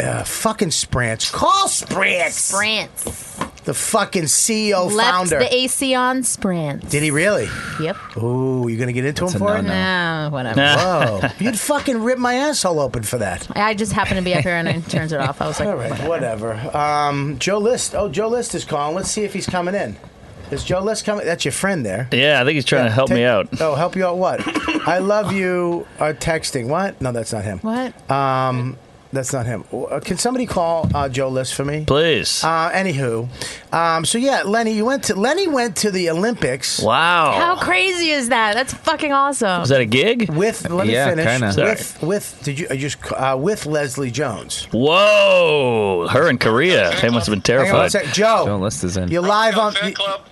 Speaker 2: Uh, fucking Sprance. Call Sprance.
Speaker 10: Sprance.
Speaker 2: The fucking CEO
Speaker 10: Left
Speaker 2: founder.
Speaker 10: the AC on Sprance.
Speaker 2: Did he really?
Speaker 10: Yep.
Speaker 2: Ooh, you gonna get into him
Speaker 5: a
Speaker 2: for it?
Speaker 5: no-no.
Speaker 10: Nah, whatever.
Speaker 3: Nah.
Speaker 5: (laughs)
Speaker 2: Oh, you'd fucking rip my asshole open for that.
Speaker 10: I just happened to be up here and I turns it off. I was like,
Speaker 2: All right, whatever. Um, Joe List. Oh, Joe List is calling. Let's see if he's coming in. Is Joe List coming? That's your friend there.
Speaker 3: Yeah, I think he's trying to help me out.
Speaker 2: Oh, help you out what? I love you are texting. What? No, that's not him. What? Um, that's not him. Uh, Can somebody call uh, Joe List for me?
Speaker 3: Please.
Speaker 2: Uh, anywho, um, so yeah, Lenny, you went to Lenny went to the Olympics.
Speaker 3: Wow.
Speaker 10: How crazy is that? That's fucking awesome.
Speaker 3: Was that a gig?
Speaker 2: With let me
Speaker 3: Yeah,
Speaker 2: finish.
Speaker 3: kinda. Sorry.
Speaker 2: With with did you I just uh, with Leslie Jones?
Speaker 3: Whoa! Her in Korea. They must have been
Speaker 2: Hang on one
Speaker 3: terrified.
Speaker 2: sec. Joe. Joe
Speaker 3: List is in.
Speaker 2: You're live on.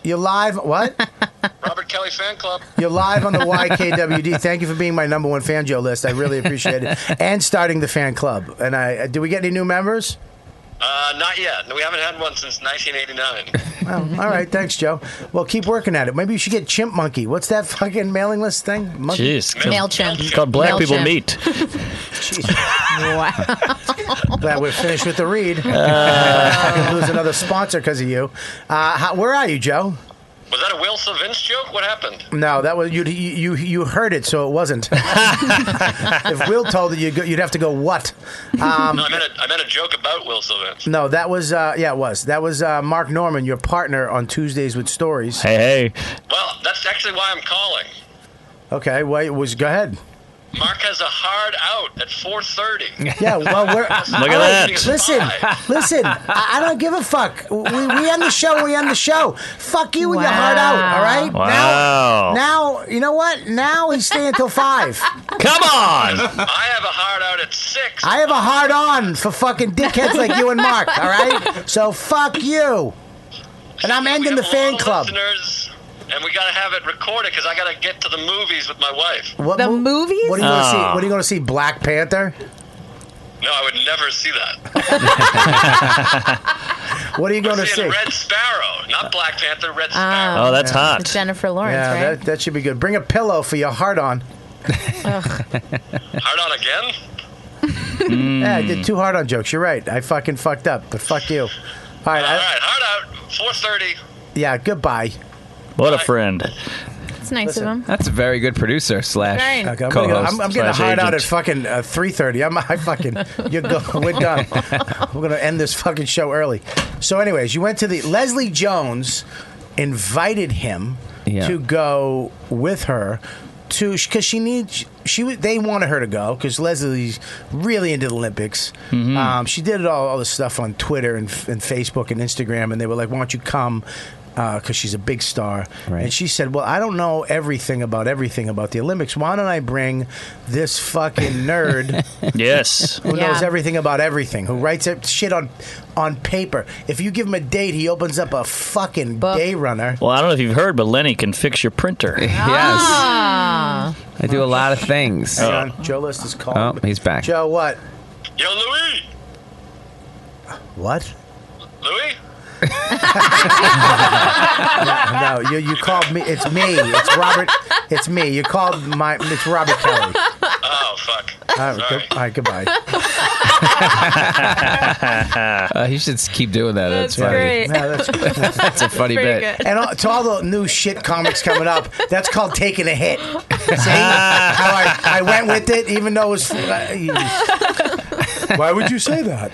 Speaker 2: You, are live. What? (laughs) Robert Kelly fan club. You're live on the YKWd. Thank you for being my number one fan, Joe List. I really appreciate (laughs) it, and starting the fan club. And I, uh, do we get any new members?
Speaker 4: Uh, not yet. No, we haven't had one since 1989.
Speaker 2: Well, all right, thanks, Joe. Well, keep working at it. Maybe you should get Chimp Monkey. What's that fucking mailing list thing? Monkey?
Speaker 3: Jeez. It's called Black
Speaker 2: (laughs)
Speaker 3: People Meet.
Speaker 2: Glad we're finished with the read.
Speaker 3: Uh,
Speaker 2: I could lose another sponsor because of you. Uh, how, where are you, Joe?
Speaker 4: Was that a Will Vince joke? What happened?
Speaker 2: No, that was you. You you heard it, so it
Speaker 3: (laughs)
Speaker 2: wasn't. if Will told it, you'd, go, you'd have to go what? Um,
Speaker 4: no, I meant, a, I meant a joke about Will Vince.
Speaker 2: no, that was uh, yeah, it was that was uh, Mark Norman, your partner on Tuesdays with Stories.
Speaker 3: Hey, hey.
Speaker 4: Well, that's actually why I'm calling.
Speaker 2: Okay, wait, was go ahead.
Speaker 4: Mark has a hard out at
Speaker 2: (laughs)
Speaker 4: 4:30.
Speaker 2: Yeah, well, we're
Speaker 4: (laughs) Look at
Speaker 2: All
Speaker 4: that.
Speaker 2: Listen,
Speaker 4: Bye.
Speaker 2: listen, I, I don't give a fuck. We, we end the show. We end the show. Fuck you and your heart out. All right.
Speaker 3: Wow.
Speaker 2: Now, now you know what? Now he's staying till five.
Speaker 3: Come on.
Speaker 2: I have a hard on for fucking dickheads like you and Mark. All right. So fuck you. And I'm ending the fan club.
Speaker 4: Listeners, and we gotta have it recorded because I gotta get to the movies with my wife.
Speaker 2: What the movies? What are you going to see? What are you going to see? Black Panther.
Speaker 4: No, I would never see that.
Speaker 2: (laughs) What are you going to see?
Speaker 4: Red Sparrow, not Black Panther. Red Sparrow.
Speaker 2: Oh, that's hot.
Speaker 10: With Um, Jennifer Lawrence,
Speaker 2: yeah,
Speaker 10: right?
Speaker 2: that, that should be good. Bring a pillow for your hard on.
Speaker 4: (laughs) Hard on again.
Speaker 2: (laughs) Yeah, I
Speaker 3: Hmm.
Speaker 2: did two hard on jokes. You're right. I fucking fucked up, but fuck you. All right. I-
Speaker 4: All right, hard out. 4:30.
Speaker 2: yeah. Goodbye.
Speaker 3: What a friend.
Speaker 10: It's nice of him.
Speaker 5: That's a very good producer slash
Speaker 10: Very nice.
Speaker 5: co-host.
Speaker 2: Okay, I'm, gonna go- I'm- I'm getting a
Speaker 5: slash
Speaker 2: hard out at
Speaker 5: agent.
Speaker 2: fucking uh, three thirty. I'm I fucking
Speaker 5: (laughs)
Speaker 2: you're go, we're done. we're gonna end this fucking show early. So, anyways, you went to the Leslie Jones invited him
Speaker 5: Yeah.
Speaker 2: to go with her to because she needs she was- they wanted her to go because Leslie's really into the Olympics.
Speaker 5: Mm-hmm.
Speaker 2: Um, she did all all this stuff on Twitter and, and Facebook and Instagram, and they were like, "Why don't you come?" Because she's a big star, and she said, "Well, I don't know everything about everything about the Olympics. Why don't I bring this fucking nerd
Speaker 3: Yes.
Speaker 2: who knows everything about everything, who writes it- shit on on paper? If you give him a date, he opens up a fucking day runner.
Speaker 3: Well, I don't know if you've heard, but Lenny can fix your printer.
Speaker 5: (laughs) yes. I do a lot of
Speaker 3: Oh.
Speaker 5: things.
Speaker 2: Hang on, Joe List is
Speaker 5: Oh,
Speaker 2: calling.
Speaker 5: he's back.
Speaker 2: Joe, what?
Speaker 4: Yo, Louis.
Speaker 2: What? (laughs)
Speaker 4: Louis.
Speaker 2: no, no, you you called me. It's me. It's Robert. It's me. You called my. It's Robert Kelly.
Speaker 4: (laughs) Oh fuck.
Speaker 2: All right, good, all right
Speaker 3: (laughs)
Speaker 2: goodbye.
Speaker 5: Uh, he should s- keep doing that. That's,
Speaker 2: That's
Speaker 5: funny.
Speaker 2: great. Yeah,
Speaker 5: (laughs)
Speaker 2: that's-
Speaker 5: That's a funny
Speaker 2: Pretty
Speaker 5: bit.
Speaker 2: And all, to all the new shit comics coming up, that's called taking
Speaker 5: (laughs)
Speaker 2: a hit. See how I, I went with it, even though it was. uh, Why would you say that?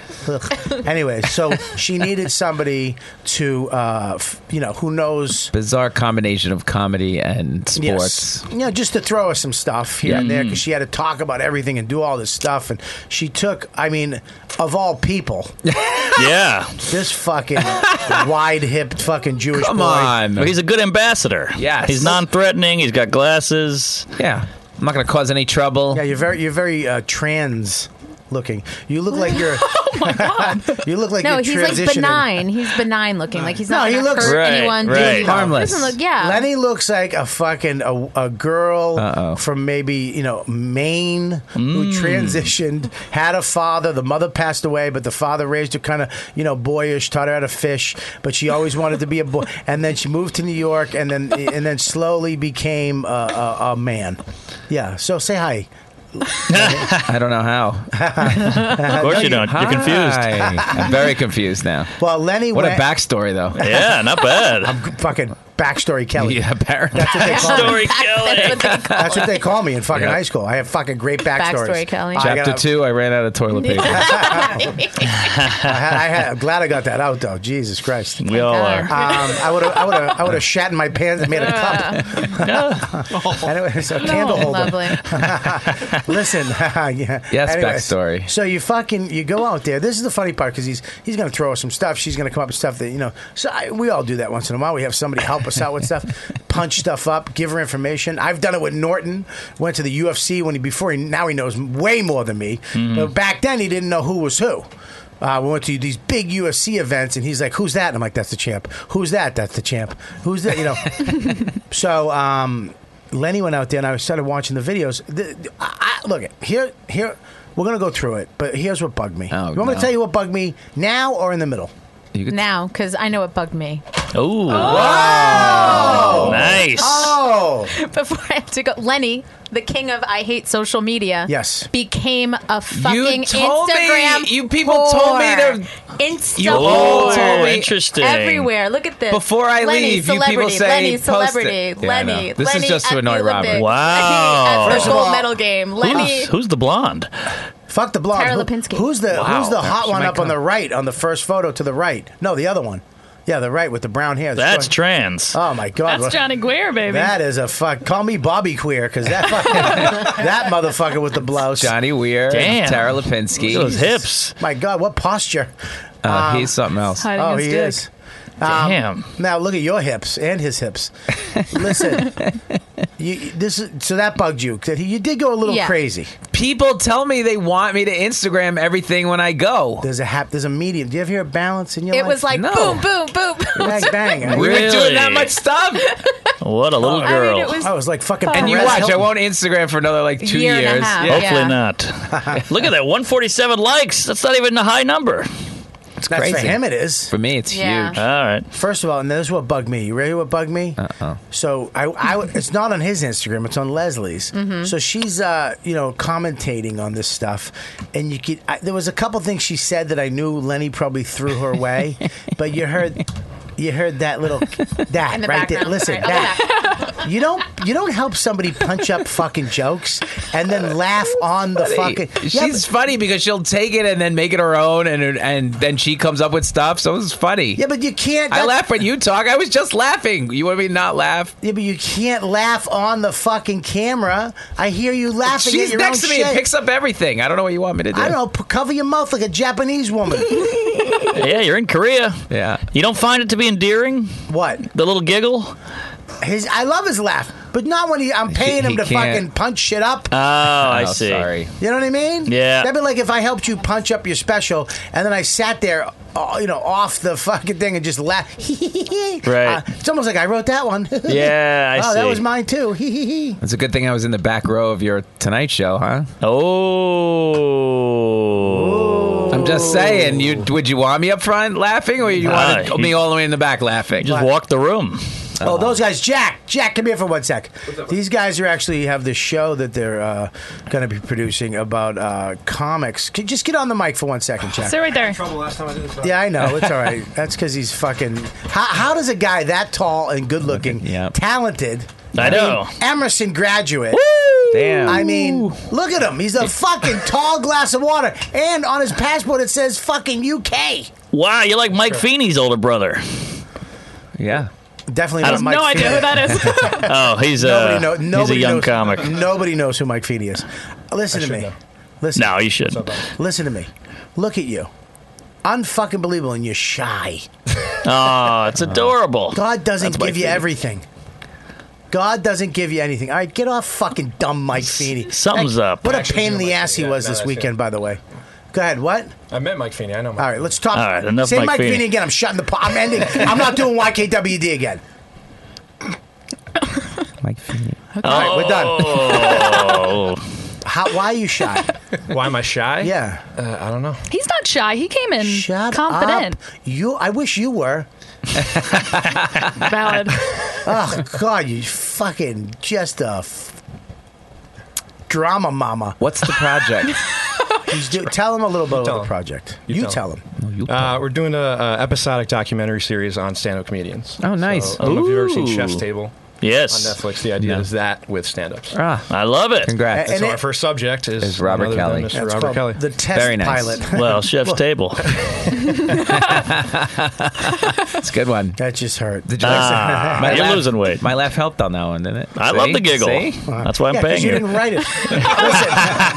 Speaker 2: anyway, so she needed somebody to, uh, f- you know, who knows.
Speaker 5: Bizarre combination of comedy and sports.
Speaker 2: Yes. You know, just to throw us some stuff here and
Speaker 5: Mm.
Speaker 2: there because she had to talk about everything and do all this stuff. And she took, I mean, of all
Speaker 5: (laughs)
Speaker 2: people,
Speaker 3: yeah.
Speaker 2: this fucking (laughs) wide hipped fucking Jewish
Speaker 5: Come
Speaker 2: boy.
Speaker 5: on.
Speaker 3: But he's a good ambassador.
Speaker 5: Yes.
Speaker 3: He's non threatening. He's got glasses.
Speaker 5: Yeah. I'm not going to cause any trouble.
Speaker 2: Yeah, you're very you're very uh, trans looking. You look like you're. oh my god! (laughs) you look like
Speaker 10: no,
Speaker 2: you're
Speaker 10: he's like
Speaker 2: transitioning.
Speaker 10: benign. He's benign looking. Like he's
Speaker 2: No,
Speaker 10: not
Speaker 2: he
Speaker 10: gonna
Speaker 2: looks-
Speaker 10: hurt
Speaker 3: Right,
Speaker 10: anyone. do
Speaker 3: right.
Speaker 10: anything.
Speaker 5: Harmless.
Speaker 10: Doesn't look. Yeah.
Speaker 2: Lenny looks like a fucking a, a girl
Speaker 5: Uh-oh.
Speaker 2: from maybe you know Maine who
Speaker 3: Mm.
Speaker 2: transitioned, had a father. The mother passed away, but the father raised her kind of you know boyish, taught her how to fish, but she always wanted to be a boy. (laughs) And then she moved to New York, and then and then slowly became a, a, a man. Yeah. So say hi.
Speaker 5: (laughs)
Speaker 2: (laughs)
Speaker 5: I don't know how.
Speaker 3: Of course you don't. You're confused.
Speaker 5: Hi. I'm very confused now.
Speaker 2: Well, Lenny.
Speaker 5: What a
Speaker 2: went,
Speaker 3: (laughs)
Speaker 6: (laughs)
Speaker 5: backstory, though. (laughs)
Speaker 3: Yeah, not bad.
Speaker 2: fucking Backstory Kelly. Yeah,
Speaker 6: apparently.
Speaker 2: That's what they call me.
Speaker 3: Backstory Kelly. That's what they call
Speaker 2: That's what they call me in fucking
Speaker 6: Yeah.
Speaker 2: high school. I have fucking great backstories.
Speaker 6: Backstory
Speaker 2: Kelly.
Speaker 6: Chapter two, I ran out of
Speaker 4: (laughs)
Speaker 6: toilet
Speaker 2: (laughs)
Speaker 6: paper.
Speaker 2: I had, I had, I'm glad I got that out though. Jesus Christ.
Speaker 3: We all are.
Speaker 2: Um, I would have, I would have, I would have shat in my pants and made a cup.
Speaker 6: (laughs)
Speaker 2: (laughs) anyway, so
Speaker 4: No.
Speaker 2: candle holder.
Speaker 4: Lovely.
Speaker 2: (laughs) Listen. (laughs) yeah.
Speaker 6: Yes, backstory.
Speaker 2: So you fucking you go out there. This is the funny part because he's he's gonna throw us some stuff. She's gonna come up with stuff that you know. So I, we all do that once in a while. We have somebody help us out with stuff, (laughs) punch stuff up, give her information. I've done it with Norton. Went to the UFC when he before he now he knows way more than me.
Speaker 6: Mm-hmm.
Speaker 2: But back then he didn't know who was who. Uh, we went to these big UFC events, and he's like, "Who's that?" And I'm like, "That's the champ." Who's that? That's the champ. Who's that? You know.
Speaker 6: (laughs)
Speaker 2: so um, Lenny went out there, and I started watching the videos. The, the- I, I- look, here, here, we're gonna go through it, but here's what bugged me. you want me
Speaker 3: Oh, no.
Speaker 2: to tell you what bugged me now or in the middle?
Speaker 7: now, because I know it bugged me.
Speaker 3: Ooh.
Speaker 7: Oh,
Speaker 3: Nice.
Speaker 2: Oh.
Speaker 7: (laughs) Before I have to go, Lenny, the king of I hate social media,
Speaker 2: Yes.
Speaker 7: became a fucking
Speaker 6: told me-
Speaker 7: Instagram.
Speaker 6: you people told me
Speaker 7: whore. Insta
Speaker 6: You all
Speaker 7: whore.
Speaker 6: told me-
Speaker 3: Interesting.
Speaker 7: everywhere. Look at this.
Speaker 6: Before I
Speaker 7: Lenny,
Speaker 6: leave, you
Speaker 7: celebrity.
Speaker 6: people say
Speaker 7: Lenny
Speaker 6: post it.
Speaker 7: celebrity.
Speaker 6: Yeah, I know.
Speaker 7: Lenny.
Speaker 6: This is
Speaker 7: Lenny
Speaker 6: just to
Speaker 7: at
Speaker 6: annoy
Speaker 7: the
Speaker 6: Robert.
Speaker 7: Olympics.
Speaker 3: Wow.
Speaker 7: Lenny at
Speaker 3: First
Speaker 7: the
Speaker 3: of
Speaker 7: gold
Speaker 3: all-
Speaker 7: medal game. Lenny.
Speaker 3: Who's, who's the blonde?
Speaker 2: Fuck the blonde.
Speaker 7: Tara
Speaker 2: Who-
Speaker 7: Lipinski.
Speaker 2: Who's the
Speaker 3: Wow.
Speaker 2: Who's the hot
Speaker 3: She
Speaker 2: one
Speaker 3: might
Speaker 2: up on the right on the first photo to the right? No, the other one. Yeah, the right with the brown hair. the
Speaker 3: That's
Speaker 2: short-
Speaker 3: trans.
Speaker 2: Oh my god!
Speaker 8: That's Johnny Guare, baby.
Speaker 2: That is a fuck. Call me Bobby Queer because that fucking, that motherfucker with the blouse.
Speaker 6: Johnny Weir,
Speaker 2: Damn.
Speaker 6: Tara Lipinski.
Speaker 2: Those
Speaker 3: hips.
Speaker 2: My God, what posture?
Speaker 6: Uh, he's something else. Hiding
Speaker 2: oh,
Speaker 6: his
Speaker 2: he
Speaker 6: dick.
Speaker 2: is. Um,
Speaker 6: Damn.
Speaker 2: Now look at your hips and his hips.
Speaker 6: (laughs)
Speaker 2: Listen, you, this is, so that bugged you. 'cause You did go a little
Speaker 6: Yeah.
Speaker 2: crazy.
Speaker 6: People tell me they want me to Instagram everything when I go.
Speaker 2: There's a hap. There's a medium. Do you ever hear balance in your
Speaker 7: It
Speaker 2: life?
Speaker 7: was like
Speaker 6: No.
Speaker 7: boom, boom, boom.
Speaker 2: Bang,
Speaker 7: (laughs)
Speaker 2: bang.
Speaker 6: We were doing that
Speaker 3: Really?
Speaker 6: much stuff.
Speaker 3: What a little
Speaker 5: Oh,
Speaker 6: I mean,
Speaker 3: girl.
Speaker 6: it was-
Speaker 2: I was like fucking.
Speaker 6: And you
Speaker 2: Perez
Speaker 6: watch, I
Speaker 2: Hilton.
Speaker 6: won't Instagram for another like two
Speaker 3: Year and a
Speaker 6: years.
Speaker 3: half, Hopefully yeah.
Speaker 2: (laughs)
Speaker 3: not. Look at that 147 likes. That's not even a high number.
Speaker 2: It's That's
Speaker 3: crazy.
Speaker 2: for him. It is
Speaker 6: For me, it's
Speaker 3: Yeah. huge. All right.
Speaker 2: First of all, and this is what bugged me. You ready? What bugged me? Uh oh. So I, I, it's not on his Instagram. It's on Leslie's.
Speaker 7: Mm-hmm.
Speaker 2: So she's, uh, you know, commentating on this stuff, and you could. I, there was a couple things she said that I knew Lenny probably threw
Speaker 6: (laughs)
Speaker 2: her way, but you heard. You heard that little that
Speaker 7: In the
Speaker 2: right there.
Speaker 7: background.
Speaker 2: Listen,
Speaker 7: Right, up
Speaker 2: that you don't you don't help somebody punch up fucking jokes and then laugh on the fucking.
Speaker 6: She's
Speaker 2: Yeah,
Speaker 6: funny because she'll take it and then make it her own, and and then she comes up with stuff. So it's funny.
Speaker 2: Yeah, but you can't.
Speaker 6: I
Speaker 2: that's-
Speaker 6: laugh when you talk. I was just laughing. You want me to not laugh?
Speaker 2: Yeah, but you can't laugh on the fucking camera. I hear you laughing.
Speaker 6: She's
Speaker 2: at your
Speaker 6: next to
Speaker 2: own
Speaker 6: me
Speaker 2: shit.
Speaker 6: and picks up everything. I don't know what you want me to do.
Speaker 2: I don't know. p- Cover your mouth like a
Speaker 6: (laughs)
Speaker 2: Japanese woman.
Speaker 3: yeah, you're in Korea.
Speaker 6: Yeah.
Speaker 3: You don't find it to be endearing?
Speaker 2: What?
Speaker 3: The little giggle?
Speaker 2: His, I love his laugh, but not when he, I'm paying him
Speaker 3: he
Speaker 2: to
Speaker 3: can't.
Speaker 2: fucking punch shit up.
Speaker 3: Oh, I
Speaker 6: Oh,
Speaker 3: see.
Speaker 6: sorry.
Speaker 2: You know what I mean?
Speaker 3: Yeah.
Speaker 2: That'd be like if I helped you punch up your special, and then I sat there, uh, you know, off the fucking thing and just (laughs) laughed.
Speaker 6: Right.
Speaker 2: it's almost like I wrote that one. (laughs)
Speaker 6: Yeah, I
Speaker 2: oh, that
Speaker 6: see.
Speaker 2: was mine too. (laughs) Hee hee hee.
Speaker 6: It's a good thing I was in the back row of your Tonight Show, huh?
Speaker 3: Oh.
Speaker 6: I'm just saying. You would you want me up front laughing, or you want
Speaker 3: Nah,
Speaker 6: me
Speaker 3: you-
Speaker 6: all the way in the back laughing?
Speaker 3: Just walk the room. Uh-huh.
Speaker 2: Oh, those guys, Jack, Jack, come here for one sec. These guys are actually have this show that they're uh, going to be producing about uh, comics. Could just get on the mic for one second, Jack.
Speaker 8: Sit right there.
Speaker 2: Yeah, I know. It's all
Speaker 3: (laughs)
Speaker 2: right. That's because he's fucking. How, how does a guy that tall and good looking, talented,
Speaker 3: I know.
Speaker 2: mean, Emerson graduate.
Speaker 6: Damn.
Speaker 2: I mean, look at him. He's a
Speaker 3: (laughs)
Speaker 2: fucking tall glass of water. And on his passport, it says fucking UK.
Speaker 3: Wow, you're like Mike Feeney's older brother.
Speaker 6: Yeah.
Speaker 2: Definitely
Speaker 3: I
Speaker 2: not
Speaker 3: have
Speaker 2: Mike
Speaker 3: no idea
Speaker 2: Feeney.
Speaker 3: who
Speaker 2: (laughs)
Speaker 3: that is. oh, he's, uh,
Speaker 2: Nobody, know,
Speaker 3: he's a
Speaker 2: nobody
Speaker 3: young (laughs)
Speaker 2: knows,
Speaker 3: comic.
Speaker 2: Nobody knows who Mike Feeney is. Listen to me. Listen.
Speaker 3: No, you shouldn't.
Speaker 2: Listen to me. Look at you. Unfucking believable, and you're shy.
Speaker 3: Oh, it's adorable.
Speaker 2: God doesn't
Speaker 3: That's Mike
Speaker 2: give you
Speaker 3: Feeney.
Speaker 2: everything. God doesn't give you anything. All right, get off fucking dumb Mike Feeney.
Speaker 3: something's
Speaker 2: Heck,
Speaker 3: up.
Speaker 2: What a
Speaker 13: Actually,
Speaker 2: pain in
Speaker 13: no,
Speaker 2: the
Speaker 13: Mike
Speaker 2: ass he
Speaker 13: Feeney.
Speaker 2: was
Speaker 13: Yeah, no,
Speaker 2: this
Speaker 13: that's
Speaker 2: weekend, by the way. Go ahead. What?
Speaker 13: I met Mike Feeney. I know. Mike
Speaker 2: All right, let's talk.
Speaker 13: All right,
Speaker 3: enough
Speaker 2: Say
Speaker 3: Mike
Speaker 2: Mike, Feeney.
Speaker 3: Feeney.
Speaker 2: again. I'm shutting the. Po- I'm ending. I'm not doing YKWd again.
Speaker 3: Oh.
Speaker 2: All right, we're
Speaker 3: done.
Speaker 2: (laughs) How, why are you shy?
Speaker 13: (laughs) Why am I shy?
Speaker 2: Yeah.
Speaker 13: Uh, I don't know.
Speaker 8: He's not shy. He came in confident.
Speaker 2: Up. You. I wish you
Speaker 3: (laughs)
Speaker 2: were.
Speaker 8: Valid.
Speaker 2: Oh God, you fucking just a f- drama mama.
Speaker 6: What's the project?
Speaker 2: (laughs) He's do, tell him a little bit
Speaker 13: tell
Speaker 2: about the
Speaker 13: him.
Speaker 2: project. You, tell him.
Speaker 13: Uh, we're doing a, uh episodic documentary series on stand-up comedians.
Speaker 3: Oh, nice.
Speaker 13: So, I don't know if you've ever seen
Speaker 3: Ooh.
Speaker 13: Chef's Table.
Speaker 3: Yes.
Speaker 13: On Netflix, the idea
Speaker 3: No.
Speaker 13: is that with stand-ups.
Speaker 3: Ah, I love it.
Speaker 13: Congrats. And so our first subject is,
Speaker 3: is Robert
Speaker 13: none other than
Speaker 3: Kelly.
Speaker 13: Mr.
Speaker 3: That's
Speaker 13: Robert
Speaker 3: called
Speaker 13: Kelly.
Speaker 3: The Test Very nice. Pilot. (laughs) Well, Chef's
Speaker 2: (laughs)
Speaker 3: Well- Table.
Speaker 6: it's a good one.
Speaker 2: That just hurt.
Speaker 6: Did
Speaker 3: Ah, you're losing weight.
Speaker 6: (laughs) My laugh helped on that one, didn't it?
Speaker 3: I love the giggle.
Speaker 6: See?
Speaker 3: That's why I'm
Speaker 2: Yeah, 'cause
Speaker 3: paying
Speaker 2: you
Speaker 3: you.
Speaker 2: didn't write it.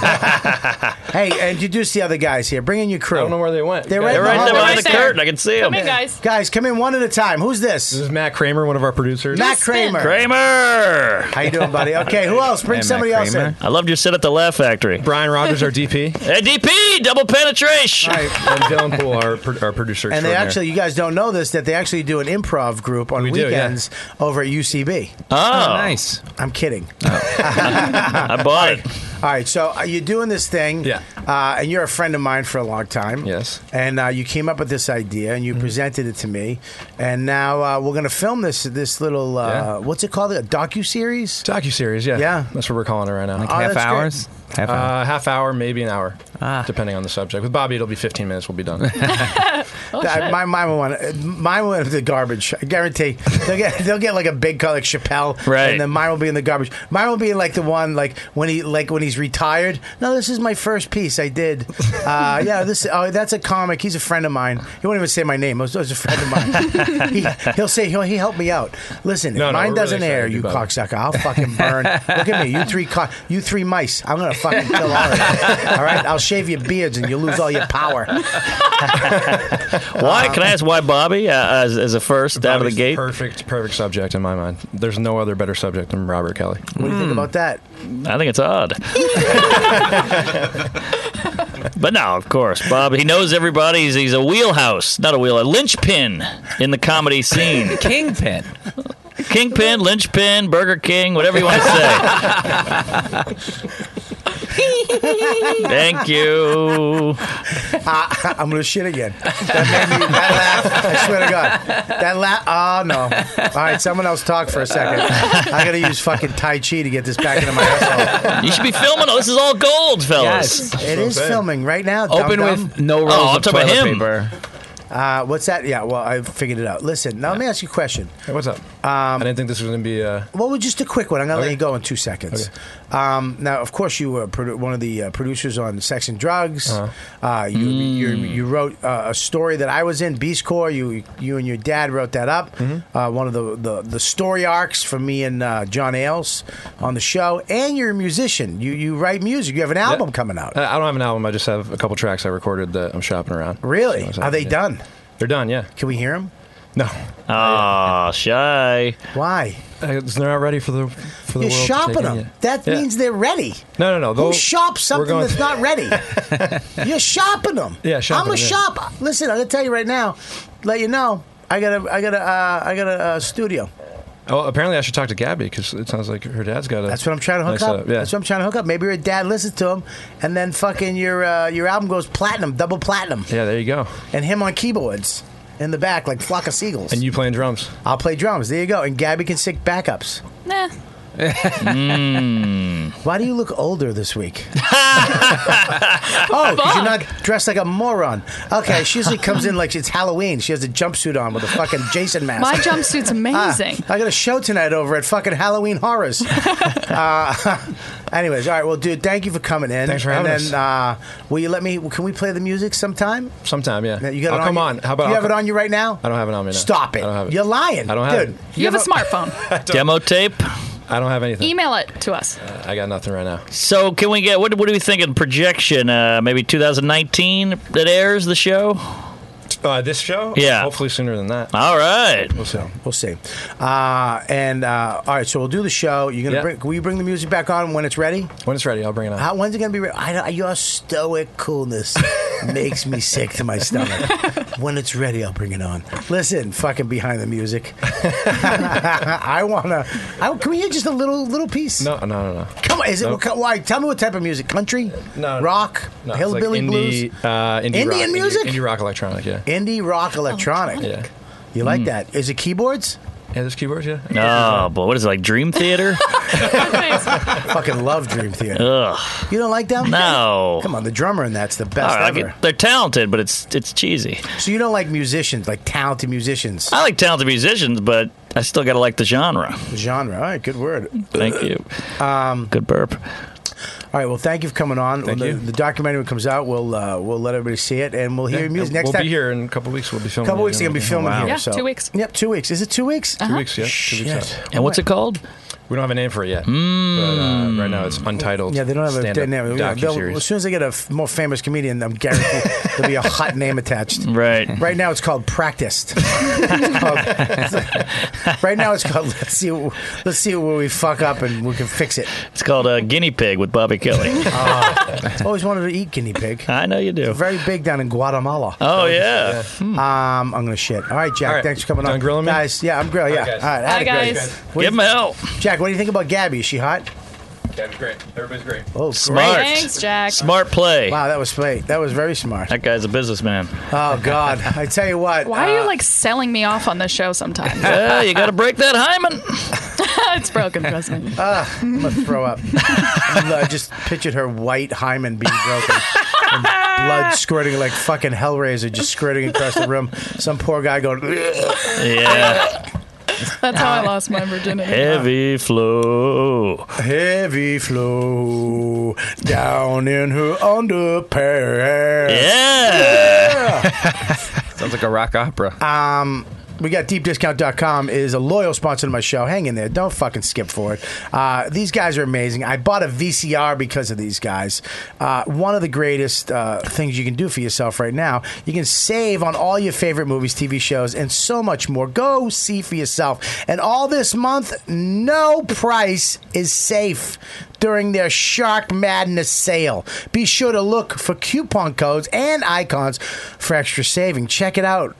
Speaker 2: Listen. hey, introduce the other guys here. Bring in your crew. I don't know
Speaker 13: where they went.
Speaker 2: They're
Speaker 3: They're right
Speaker 2: in
Speaker 3: there
Speaker 2: hallway.
Speaker 3: behind the They're right curtain. there. I can see 'em. Come in,
Speaker 2: guys. Guys, come in one at a time. Who's this? This
Speaker 13: is Matt Kramer, one of our producers.
Speaker 2: Matt Kramer.
Speaker 3: Kramer.
Speaker 2: How you doing, buddy? Okay, who else? Bring somebody else in.
Speaker 3: I loved your set at the Laugh Factory.
Speaker 13: Brian Rogers, our (laughs) DP.
Speaker 3: Hey, DP, double penetration.
Speaker 13: and Dylan Poole, our, pro- our producer.
Speaker 2: And they
Speaker 13: extraordinaire.
Speaker 2: actually, you guys don't know this, that they actually do an improv group on
Speaker 13: do, yeah.
Speaker 2: weekends over at UCB.
Speaker 3: Oh.
Speaker 13: nice.
Speaker 2: I'm kidding.
Speaker 13: Oh. (laughs)
Speaker 3: I bought it.
Speaker 2: All right, so uh, you're doing this thing, yeah. uh, and you're a friend of mine for a long time.
Speaker 13: Yes. Mm-hmm.
Speaker 2: And uh, you came up with this idea, and you presented it to me, and now uh, we're going to film this this little uh,
Speaker 13: Yeah.
Speaker 2: what's it called? A docu series?
Speaker 13: Docu series, yeah.
Speaker 2: Yeah.
Speaker 13: That's what we're calling it right now.
Speaker 2: Like Oh, half that's hours?
Speaker 6: great. Half hour?
Speaker 13: Uh, half hour, maybe an hour,
Speaker 3: Ah.
Speaker 13: depending on the subject. With Bobby, it'll be 15 minutes. We'll be
Speaker 3: (laughs)
Speaker 13: done.
Speaker 2: That- my mine went mine went to the garbage. I guarantee they'll get they'll get like a big car like Chappelle,
Speaker 13: Right.
Speaker 2: And then mine will be in the garbage. Mine will be like the one like when he like when he's retired. No, this is my first piece
Speaker 13: (laughs)
Speaker 2: I did. Uh, yeah, this oh that's a comic. He's a friend of mine. He won't even say my name. It was, it was a friend of
Speaker 13: (laughs)
Speaker 2: mine. he, will say he'll, he helped me out. Listen,
Speaker 13: No, no,
Speaker 2: if mine
Speaker 13: we're really
Speaker 2: doesn't air.
Speaker 13: excited
Speaker 2: You
Speaker 13: about it.
Speaker 2: cocksucker! I'll fucking burn. Look at me, you three co- you three mice. I'm gonna fucking kill all
Speaker 13: (laughs)
Speaker 2: of you. All right, I'll shave your beards and you'll lose all your power. Um,
Speaker 3: Why? Can I ask why Bobby uh, as, as a first out of the gate?
Speaker 13: Perfect, perfect subject in my mind. There's no other better subject than Robert Kelly.
Speaker 2: What do you think about that?
Speaker 3: Hmm. I think it's odd. but no, of course, Bob. He knows everybody. He's, he's a wheelhouse, not a wheel, a linchpin in the comedy scene.
Speaker 6: Kingpin.
Speaker 3: Kingpin, linchpin, Burger King, whatever you want to say.
Speaker 2: (laughs)
Speaker 7: (laughs)
Speaker 3: Thank you.
Speaker 2: Uh, I'm gonna shit again. That made me that laugh. I swear to God, that laugh. Oh no! All right, someone else talk for a second. I gotta use fucking tai chi to get this back into my asshole.
Speaker 3: You should be filming. This is all gold, fellas.
Speaker 2: it is filming right now.
Speaker 6: Open
Speaker 2: dum-dum.
Speaker 6: with no rolls
Speaker 3: Oh, I'm
Speaker 6: of
Speaker 3: talking
Speaker 6: toilet
Speaker 3: about him.
Speaker 6: paper.
Speaker 2: Uh, what's that? Yeah, well, I figured it out. Listen, now let me ask you a question. Um,
Speaker 13: Hey, what's up? I didn't think this was going to be uh, a.
Speaker 2: Well, well, just a quick one. I'm gonna let you go in two seconds. Um, now, of course, you were produ- one of the uh, producers on Sex and Drugs. uh
Speaker 13: Uh-huh.
Speaker 2: you, you
Speaker 3: Mm.
Speaker 2: you wrote uh, a story that I was in Beast Corps. You you and your dad wrote that up.
Speaker 13: Mm-hmm.
Speaker 2: Uh, one of the, the the story arcs for me and uh, John Ailes on the show. And you're a musician. You you write music. You have an album coming
Speaker 13: (laughs)
Speaker 2: out.
Speaker 13: I I don't have an album. I just have a couple tracks I recorded that I'm shopping around.
Speaker 2: Really?
Speaker 13: So-
Speaker 2: Are they
Speaker 13: yeah.
Speaker 2: done?
Speaker 13: They're done. Yeah.
Speaker 2: Can we hear them?
Speaker 13: No.
Speaker 3: Ah, shy.
Speaker 2: Why?
Speaker 13: Uh, they're not ready for the for the
Speaker 2: You're
Speaker 13: world. to
Speaker 2: shopping
Speaker 13: take in
Speaker 2: them.
Speaker 13: yet.
Speaker 2: That
Speaker 13: Yeah.
Speaker 2: means they're ready.
Speaker 13: No, no, no.
Speaker 2: Who
Speaker 13: they'll-
Speaker 2: shops
Speaker 13: we're
Speaker 2: something
Speaker 13: going-
Speaker 2: that's not
Speaker 13: (laughs)
Speaker 2: ready? You're shopping them.
Speaker 13: Yeah, shopping,
Speaker 2: I'm a
Speaker 13: yeah.
Speaker 2: shop. Listen, I'm gonna tell you right now. Let you know. I got a. I got a. Uh, I got a uh, studio.
Speaker 13: Oh, apparently I should talk to Gabby because it sounds like her dad's got a.
Speaker 2: That's what I'm trying to hook
Speaker 13: nice
Speaker 2: up.
Speaker 13: setup. Yeah.
Speaker 2: That's what I'm trying to hook up. Maybe your dad listens to him, and then fucking your uh, your album goes platinum, double platinum,
Speaker 13: yeah. There you go.
Speaker 2: and him on keyboards in the back like flock of seagulls.
Speaker 13: And you playing drums?
Speaker 2: I'll play drums. There you go. And Gabby can sing backups.
Speaker 8: Nah.
Speaker 3: (laughs)
Speaker 6: Mm.
Speaker 13: Hmm.
Speaker 2: Why do you look older this
Speaker 13: (laughs)
Speaker 2: week? oh, 'cause you're not dressed like a moron. Okay, she usually comes in like it's Halloween. She has a jumpsuit on with a fucking Jason mask.
Speaker 8: My jumpsuit's amazing.
Speaker 2: (laughs) Ah, I got a show tonight over at fucking
Speaker 8: (laughs)
Speaker 2: Halloween Horrors. uh, (laughs) anyways, all right. Well, dude, thank you for coming in.
Speaker 13: Thanks for having
Speaker 2: and
Speaker 13: us.
Speaker 2: then, Uh, will you let me? Can we play the music sometime?
Speaker 13: Sometime, yeah.
Speaker 2: You got
Speaker 13: I'll
Speaker 2: it on
Speaker 13: Oh, come
Speaker 2: you?
Speaker 13: on. How about
Speaker 2: you
Speaker 13: I'll
Speaker 2: have it
Speaker 13: co-
Speaker 2: on you right now?
Speaker 13: I don't have it on me now.
Speaker 2: Stop it.
Speaker 13: I don't have it.
Speaker 2: You're lying.
Speaker 13: I don't have
Speaker 2: dude.
Speaker 13: it.
Speaker 8: You have
Speaker 13: (laughs)
Speaker 8: a smartphone.
Speaker 3: Demo tape.
Speaker 13: I don't have
Speaker 2: Ah.
Speaker 13: anything.
Speaker 8: Email it to us.
Speaker 13: I got nothing right now.
Speaker 3: So can we get what? What are we thinking? Projection? Uh, maybe 2019 that airs the show.
Speaker 13: Uh, this show?
Speaker 3: Yeah.
Speaker 13: Hopefully sooner than that.
Speaker 3: All right.
Speaker 13: We'll see.
Speaker 2: We'll see. Uh, and uh, all right, so we'll do the show. You're gonna
Speaker 13: Yeah.
Speaker 2: bring, will you bring the music back on when it's ready?
Speaker 13: When it's ready, I'll bring it on.
Speaker 2: How, when's it gonna be ready? I don't, your stoic
Speaker 13: (laughs)
Speaker 2: coolness makes me sick to my stomach. when it's ready, I'll bring it on. Listen, fucking behind the music. (laughs) I wanna. I, can we hear just a little little piece?
Speaker 13: No, no, no, no.
Speaker 2: Come on, is it
Speaker 13: No.
Speaker 2: what, why? Tell me what type of music? Country,
Speaker 13: No, no.
Speaker 2: rock,
Speaker 13: No, it's
Speaker 2: hillbilly
Speaker 13: like indie,
Speaker 2: blues,
Speaker 13: Uh, indie
Speaker 2: Indian
Speaker 13: rock, indie-
Speaker 2: music?
Speaker 13: Indie, rock electronic, yeah.
Speaker 3: Oh,
Speaker 2: indie rock, electronic.
Speaker 13: Yeah.
Speaker 3: Hmm.
Speaker 2: You like that? Is it keyboards?
Speaker 13: Yeah, there's keyboards, yeah.
Speaker 3: Oh, boy. What is it, like
Speaker 2: (laughs)
Speaker 3: Dream Theater?
Speaker 2: Fucking love Dream Theater.
Speaker 3: Ugh.
Speaker 2: You don't like them?
Speaker 3: No.
Speaker 2: Oh. Come on, the drummer in that's the
Speaker 3: All
Speaker 2: best
Speaker 3: right, I
Speaker 2: ever.
Speaker 3: get- they're talented, but it's it's cheesy.
Speaker 2: So you don't like musicians, like talented musicians?
Speaker 3: I like talented musicians, but I still got to like the genre.
Speaker 2: Genre. All right, good word.
Speaker 3: Thank you.
Speaker 2: Um,
Speaker 3: good burp.
Speaker 2: All right. Well, thank you for coming on.
Speaker 13: Thank
Speaker 2: when the,
Speaker 13: you.
Speaker 2: the documentary comes out, we'll uh, we'll let everybody see it, and we'll hear your
Speaker 13: Yeah,
Speaker 2: music
Speaker 13: and
Speaker 2: next
Speaker 13: we'll
Speaker 2: time.
Speaker 13: be here in a couple weeks. We'll be filming.
Speaker 2: couple
Speaker 13: it
Speaker 2: weeks, you're gonna be
Speaker 13: and
Speaker 2: filming
Speaker 13: everything.
Speaker 2: here. so.
Speaker 8: weeks. Uh-huh.
Speaker 2: Yep, two weeks. Is it two weeks?
Speaker 13: Two weeks, yeah. Two weeks out.
Speaker 2: Shit.
Speaker 3: And what's it called? Hmm.
Speaker 13: We don't have a name for it yet. But, uh, right now, it's untitled.
Speaker 2: Yeah, they don't have a
Speaker 13: stand-up
Speaker 2: dead name. Yeah, they'll-
Speaker 13: docuseries.
Speaker 2: as soon as they get a f- more famous comedian, I'm guaranteed there'll be a
Speaker 3: (laughs)
Speaker 2: hot name attached.
Speaker 3: Right.
Speaker 2: Right now, it's called practiced. It's
Speaker 3: (laughs)
Speaker 2: called- right now, it's called let's see let's see where we fuck up and we can fix it.
Speaker 3: It's called uh, Guinea Pig with
Speaker 2: (laughs)
Speaker 3: Bobby Kelly.
Speaker 2: Oh. Ah. Always wanted to eat guinea pig.
Speaker 3: I know you do.
Speaker 2: very big down in Guatemala.
Speaker 3: Oh, yeah.
Speaker 2: Um, I'm gonna shit. All right, Jack.
Speaker 3: All right.
Speaker 2: Thanks for coming
Speaker 3: Done
Speaker 2: on.
Speaker 3: grilling me?
Speaker 2: guys. Yeah, I'm grilling. Yeah.
Speaker 3: All right, guys.
Speaker 2: All right. have
Speaker 3: Hi,
Speaker 2: a great-
Speaker 3: guys.
Speaker 2: What
Speaker 3: Give
Speaker 2: do
Speaker 3: 'em
Speaker 2: you-
Speaker 3: hell.
Speaker 2: Jack, what do you think about Gabby? Is she hot?
Speaker 13: Gabby's great. Everybody's great.
Speaker 2: Oh,
Speaker 3: Smart.
Speaker 2: great.
Speaker 8: Thanks, Jack.
Speaker 3: Smart play.
Speaker 2: Wow, that was great. That was very smart.
Speaker 3: That guy's a businessman.
Speaker 2: Oh
Speaker 3: (laughs)
Speaker 2: God, I tell you what.
Speaker 8: Why are
Speaker 2: uh,
Speaker 8: you like selling me off on this show
Speaker 2: (laughs)
Speaker 8: sometimes?
Speaker 3: Well, you got to break that hymen.
Speaker 8: (laughs) it's broken, trust me.
Speaker 2: (laughs) Ah, I'm gonna throw up. I just pictured her white hymen being broken. and Blood squirting like fucking Hellraiser, just squirting across the room. Some poor guy going.
Speaker 3: Yeah.
Speaker 8: That's
Speaker 2: Ah.
Speaker 8: how I lost my virginity.
Speaker 3: Heavy flow.
Speaker 2: Heavy flow down in her underpants.
Speaker 3: Yeah.
Speaker 13: Sounds like a rock opera.
Speaker 2: Um, we got deepdiscount.com is a loyal sponsor to my show. Hang in there. Don't fucking skip forward. Uh, these guys are amazing. I bought a VCR because of these guys. Uh, one of the greatest uh, things you can do for yourself right now, you can save on all your favorite movies, TV shows, and so much more. Go see for yourself. And all this month, no price is safe during their Shark Madness sale. Be sure to look for coupon codes and icons for extra saving. Check it out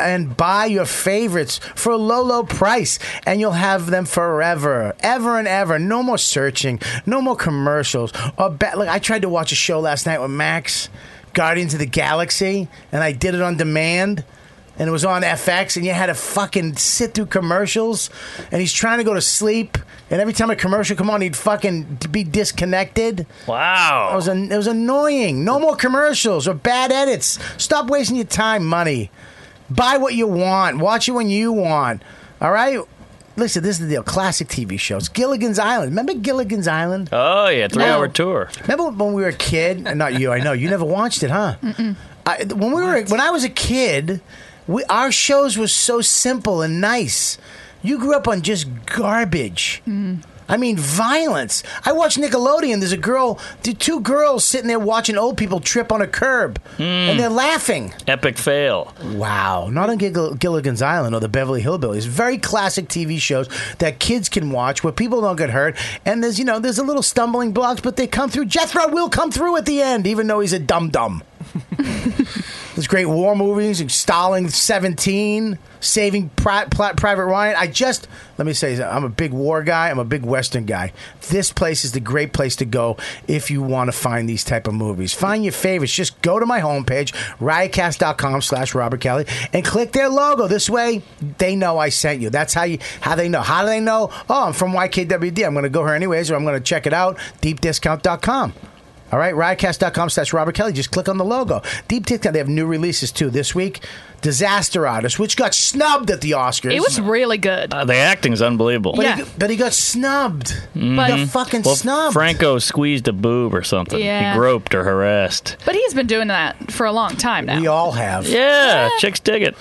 Speaker 2: and buy your favorites for a low, low price, and you'll have them forever, ever and ever. No more searching, no more commercials. Or ba- like I tried to watch a show last night with Max, Guardians of the Galaxy, and I did it on demand. And it was on FX, and you had to fucking sit through commercials. And he's trying to go to sleep, and every time a commercial come on, he'd fucking be disconnected.
Speaker 3: Wow.
Speaker 2: It was, an, it was annoying. No more commercials or bad edits. Stop wasting your time, money. Buy what you want. Watch it when you want. All right? Listen, this is the deal. Classic TV shows. Gilligan's Island. Remember Gilligan's Island?
Speaker 3: Oh, yeah. Three hour tour.
Speaker 2: Remember when we were a kid? (laughs) Not you, I know. You never watched it, huh? I, when we were when I was a kid, we, our shows were so simple and nice. You grew up on just garbage. I mean, violence. I watched Nickelodeon. There's a girl, the two girls sitting there watching old people trip on a curb,
Speaker 3: Mm.
Speaker 2: and they're laughing.
Speaker 3: Epic fail.
Speaker 2: Wow. Not on Gill- Gilligan's Island or the Beverly Hillbillies. Very classic TV shows that kids can watch where people don't get hurt. And there's, you know, there's a little stumbling blocks, but they come through. Jethro will come through at the end, even though he's a dum dum. There's great war movies, like Stalin 17, Saving Pri- Pri- Private Ryan. I just, let me say, I'm a big war guy. I'm a big Western guy. This place is the great place to go if you want to find these type of movies. Find your favorites. Just go to my homepage, riotcast.com slash Robert Kelly, and click their logo. This way, they know I sent you. That's how you, how they know. How do they know? Oh, I'm from YKWD. I'm going to go here anyways, or I'm going to check it out, deepdiscount.com. All right, riotcast.com slash Robert Kelly. Just click on the logo. Deep Discount, they have new releases too this week. Disaster Artist, which got snubbed at the Oscars.
Speaker 8: It was really good.
Speaker 3: Uh, the acting's unbelievable. Mm-hmm.
Speaker 2: but, he, but he got snubbed.
Speaker 8: Mm.
Speaker 2: He got fucking
Speaker 3: well,
Speaker 2: snubbed.
Speaker 3: Franco squeezed a boob or something.
Speaker 8: Yeah.
Speaker 3: He groped or harassed.
Speaker 8: But he's been doing that for a long time now.
Speaker 2: we all have.
Speaker 3: Yeah, chicks dig it.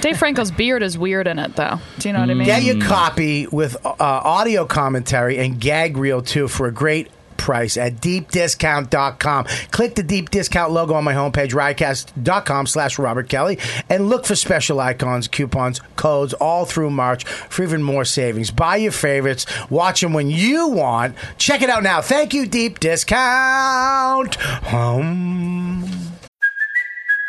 Speaker 8: Dave Franco's beard is weird in it, though. Do you know what I mean?
Speaker 2: Mm. Get your copy with uh, audio commentary and gag reel too for a great price at deepdiscount.com. Click the deep discount logo on my homepage, riotcast.com slash Robert Kelly, and look for special icons, coupons, codes all through March for even more savings. Buy your favorites, watch them when you want. Check it out now. Thank you, Deep Discount. Um,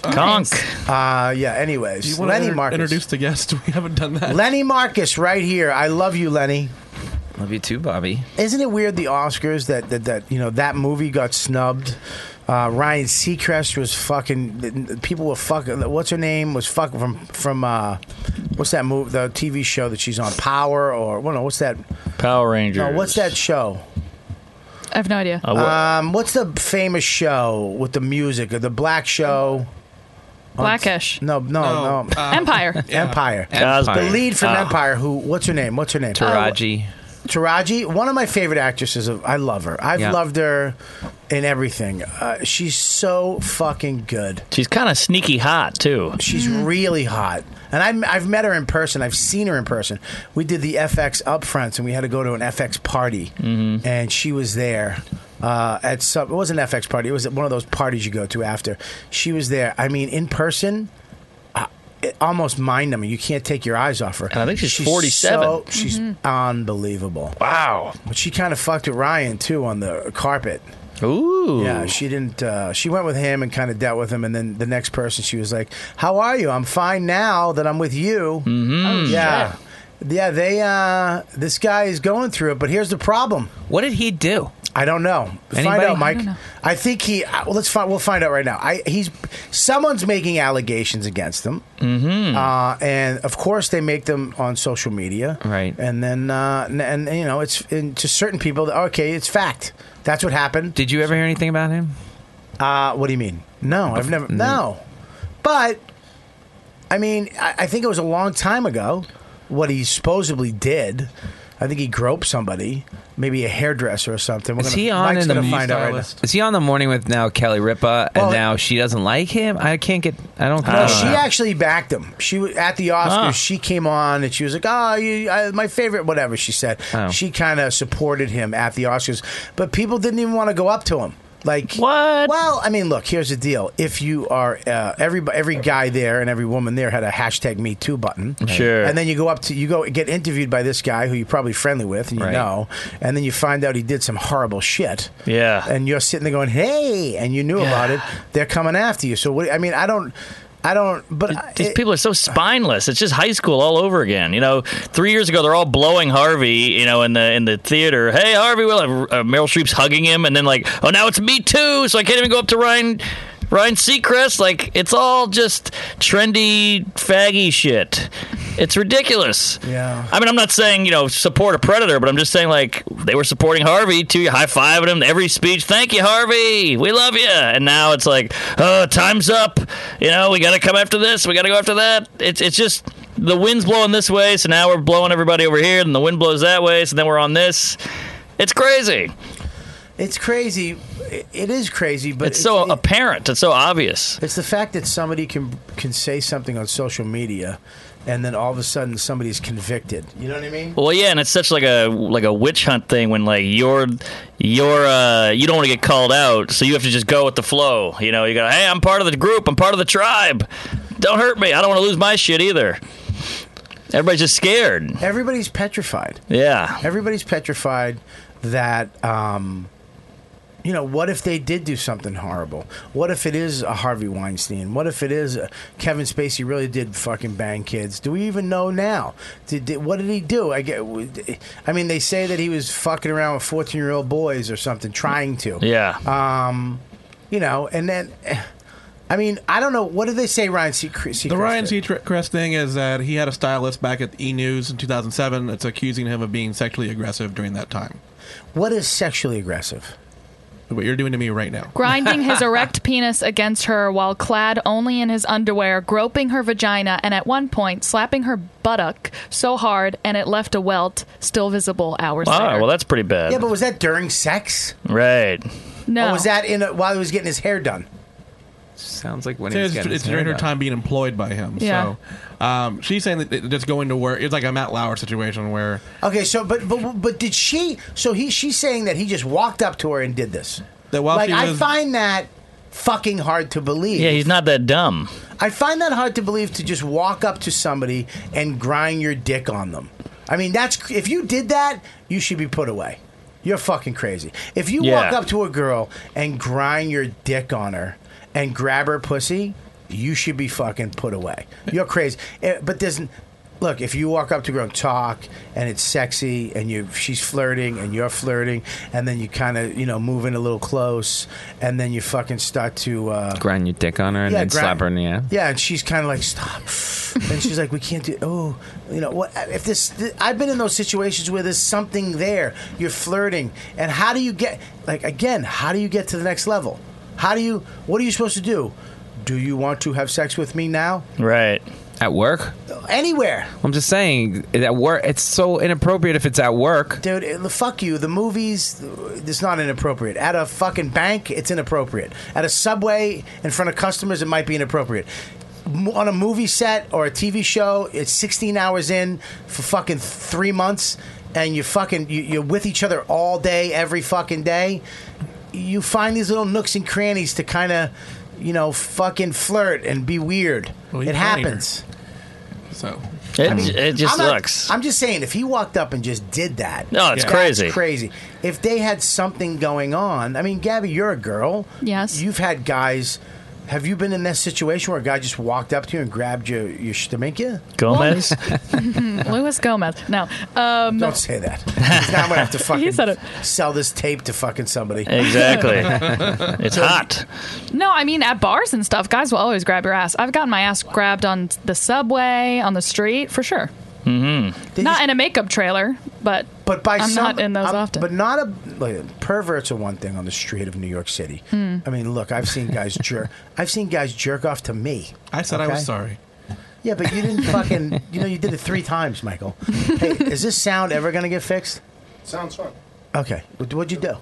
Speaker 2: (laughs)
Speaker 3: Conk.
Speaker 2: Oh, Uh, yeah, anyways.
Speaker 9: wanna
Speaker 2: Lenny
Speaker 9: inter-
Speaker 2: Marcus.
Speaker 9: introduce
Speaker 2: the guest. (laughs) We haven't done that. Lenny Marcus right here. I love you, Lenny.
Speaker 6: Love you too, Bobby.
Speaker 2: Isn't it weird the Oscars that that, that you know that movie got snubbed? Uh, Ryan Seacrest was fucking. People were fucking. What's her name? Was fucking from from. Uh, what's that movie? The TV show that she's on, Power or well, no, what's that?
Speaker 3: Power Rangers.
Speaker 2: No, what's that show?
Speaker 8: I have no idea.
Speaker 2: um, what's the famous show with the music? The black show. Um,
Speaker 8: Blackish.
Speaker 2: No, no, no. um,
Speaker 8: No, uh, Empire.
Speaker 2: Yeah. (laughs) Empire. Uh,
Speaker 6: Cosby.
Speaker 2: The lead from
Speaker 6: Ah.
Speaker 2: Empire. Who? What's her name? What's her name? Oh,
Speaker 6: Taraji.
Speaker 2: Taraji, one of my favorite actresses. Of, I love her. I've
Speaker 6: Yeah.
Speaker 2: loved her in everything. Uh, she's so fucking good.
Speaker 3: She's kind of sneaky hot too.
Speaker 2: She's really hot. And i I've met her in person. I've seen her in person. We did the FX upfronts, and we had to go to an FX party, and she was there. Uh, at some, it wasn't an FX party. It was at one of those parties you go to after. She was there. I mean, in person, uh, it, almost mind numbing. You can't take your eyes off her. And I think
Speaker 3: she's 47.
Speaker 2: So, she's unbelievable.
Speaker 6: Wow.
Speaker 2: But she kind of fucked with Ryan too on the carpet.
Speaker 6: Ooh.
Speaker 2: Yeah, she didn't. Uh, she went with him and kind of dealt with him, and then the next person, she was like, "How are you? I'm fine now that I'm with you." Mm-hmm.
Speaker 6: Oh,
Speaker 2: yeah, yeah. They uh, this guy is going through it, but here's the problem.
Speaker 6: What did he do?
Speaker 2: I don't know. Find
Speaker 6: Anybody?
Speaker 2: out,
Speaker 6: I
Speaker 2: Mike.
Speaker 6: don't know.
Speaker 2: I think he. uh, Well, let's find. We'll find out right now. I he's someone's making allegations against him,
Speaker 5: (laughs)
Speaker 2: mm-hmm. uh, and of course they make them on social media, right? And then uh, and, and you know it's and to certain people. Okay, it's fact. That's what happened.
Speaker 6: Did you ever hear anything about him?
Speaker 2: Uh, what do you mean? No, I've never. No, but I mean, I, I think it was a long time ago. What he supposedly did, I think he groped somebody, maybe a hairdresser or something. We're
Speaker 6: Is
Speaker 2: gonna-
Speaker 6: he on
Speaker 2: Mike's
Speaker 6: in the
Speaker 2: gonna find out right now.
Speaker 6: Is he on the morning with now Kelly Ripa and now she doesn't like him? I can't get. I don't. I
Speaker 2: No,
Speaker 6: don't
Speaker 2: she
Speaker 6: know.
Speaker 2: actually backed him. She wa- at the Oscars.
Speaker 6: Huh.
Speaker 2: She came on and she was like, "Oh, you, I, my favorite, whatever." She said she kind of supported him at the Oscars, but people didn't even want to go up to him. Like what? Well, I mean, look. Here's the deal: if you are uh, every every guy there and every woman there had a hashtag Me Too button,
Speaker 3: Sure.
Speaker 2: and then you go up to you go get interviewed by this guy who you're probably friendly with, and you
Speaker 3: Right.
Speaker 2: know, and then you find out he did some horrible shit.
Speaker 3: Yeah.
Speaker 2: And you're sitting there going, "Hey," and you knew about it. They're coming after you. So what? I mean, I don't, I don't. But I-
Speaker 3: These people are so spineless. It's just high school all over again. You know, three years ago they're all blowing Harvey. You know, in the in the theater. Hey, Harvey, well, uh, Meryl Streep's hugging him, and then like, oh, now it's me too. So I can't even go up to Ryan Ryan Seacrest. Like, it's all just trendy faggy shit. It's ridiculous.
Speaker 2: Yeah.
Speaker 3: I mean, I'm not saying you know support a predator, but I'm just saying like they were supporting Harvey too, high fiving him every speech. Thank you, Harvey. We love you. And now it's like, oh, time's up. You know, we got to come after this. We got to go after that. It's it's just the wind's blowing this way, so now we're blowing everybody over here, and the wind blows that way, so then we're on this. It's crazy.
Speaker 2: it's crazy. It- It is crazy, but
Speaker 3: it's so apparent. It's so obvious.
Speaker 2: It's the fact that somebody can can say something on social media, and then all of a sudden somebody's convicted. You know what I mean?
Speaker 3: Well, yeah, and it's such like a like a witch hunt thing when like you're you're uh, you don't want to get called out, so you have to just go with the flow. You know, you go, hey, I'm part of the group, I'm part of the tribe. Don't hurt me. I don't want to lose my shit either. Everybody's just scared.
Speaker 2: Everybody's petrified.
Speaker 3: Yeah.
Speaker 2: Everybody's petrified that, um, you know, what if they did do something horrible? What if it is a Harvey Weinstein? What if it is a Kevin Spacey really did fucking bang kids? Do we even know now? Did, did what did he do? I get. I mean, they say that he was fucking around with fourteen-year-old boys or something, trying to.
Speaker 3: Yeah.
Speaker 2: Um, you know, and then, eh, I mean, I don't know. What did they say, Ryan Seacrest?
Speaker 9: The Ryan Seacrest thing is that he had a stylist back at E News in 2007 that's accusing him of being sexually aggressive during that time.
Speaker 2: What is sexually aggressive?
Speaker 9: What you're doing to me right now.
Speaker 8: Grinding
Speaker 9: (laughs)
Speaker 8: his
Speaker 3: (laughs)
Speaker 8: erect penis against her while clad only in his underwear, groping her vagina, and at one point slapping her buttock so hard and it left a welt still visible hours
Speaker 3: Wow.
Speaker 8: later.
Speaker 3: Well, that's pretty bad.
Speaker 2: Yeah, but was that during sex?
Speaker 3: right.
Speaker 8: No.
Speaker 2: Or was that in a, while he was getting his hair done?
Speaker 6: Sounds like
Speaker 9: So it's it's during her time being employed by him.
Speaker 2: Yeah.
Speaker 9: So um, she's saying that it- just going to work, it's like a Matt Lauer situation where
Speaker 2: Okay, so but but but did she? So he she's saying that he just walked up to her and did this.
Speaker 9: That while
Speaker 2: like
Speaker 9: she
Speaker 2: I
Speaker 9: was-
Speaker 2: find that fucking hard to believe.
Speaker 3: Yeah, he's not that dumb.
Speaker 2: I find that hard to believe to just walk up to somebody and grind your dick on them. I mean, that's if you did that, you should be put away. You're fucking crazy. If you walk
Speaker 3: Yeah.
Speaker 2: up to a girl and grind your dick on her and grab her pussy, you should be fucking put away. You're crazy. Eh, But there's look, if you walk up to a girl and talk and it's sexy and you she's flirting and you're flirting and then you kind of, you know, move in a little close and then you fucking start to uh,
Speaker 6: Grind your dick on her and
Speaker 2: Yeah,
Speaker 6: then
Speaker 2: grind-
Speaker 6: slap her in the ass.
Speaker 2: yeah, and she's kind of like, stop. and she's like, we can't do. Oh, you know what? If this, th- I've been in those situations where there's something there. You're flirting, and how do you get? Like again, how do you get to the next level? How do you? What are you supposed to do? Do you want to have sex with me now?
Speaker 3: Right.
Speaker 6: At work?
Speaker 2: Anywhere,
Speaker 6: I'm just saying at work. It's so inappropriate if it's at work.
Speaker 2: dude. it- fuck you. The movies, it's not inappropriate. At a fucking bank, it's inappropriate. At a subway in front of customers, it might be inappropriate. M- On a movie set or a TV show, it's 16 hours in for fucking three months, and you fucking you, you're with each other all day, every fucking day. You find these little nooks and crannies to kind of, you know, fucking flirt and be weird.
Speaker 9: you
Speaker 2: it
Speaker 9: can't either.
Speaker 2: happens.
Speaker 9: So
Speaker 3: It, it just
Speaker 2: I'm not-
Speaker 3: looks.
Speaker 2: I'm just saying, if he walked up and just did that,
Speaker 3: No, it's
Speaker 2: that's
Speaker 3: crazy.
Speaker 2: Crazy. If they had something going on, I mean, Gabby, you're a girl. Yes. You've had guys. Have you been in that situation where a guy just walked up to you and grabbed your your stomach?
Speaker 3: Gomez?
Speaker 8: Mm-hmm. Luis Gomez. No. Um,
Speaker 2: Don't say that. 'Cause (laughs) Now I'm gonna
Speaker 8: (laughs)
Speaker 2: have to fucking
Speaker 8: said it.
Speaker 2: sell this tape to fucking somebody. (laughs)
Speaker 3: Exactly. It's hot.
Speaker 8: No, I mean at bars and stuff, guys will always grab your ass. I've gotten my ass grabbed on the subway, on the street, for sure.
Speaker 3: Mm-hmm.
Speaker 8: not in a makeup trailer, but
Speaker 2: but by
Speaker 8: I'm
Speaker 2: some,
Speaker 8: not in those
Speaker 2: I'm-
Speaker 8: often.
Speaker 2: But not a like, perverts are one thing on the street of New York City.
Speaker 8: Hmm.
Speaker 2: I mean, look, I've
Speaker 8: (laughs)
Speaker 2: seen guys jerk. I've seen guys jerk off to me.
Speaker 9: I said I
Speaker 2: okay?
Speaker 9: was sorry.
Speaker 2: Yeah, but you
Speaker 9: (laughs)
Speaker 2: didn't fucking. You know, you did it three times, Michael. Hey, is this sound ever gonna get fixed?
Speaker 12: Sounds fun.
Speaker 2: Okay, what, what'd you do?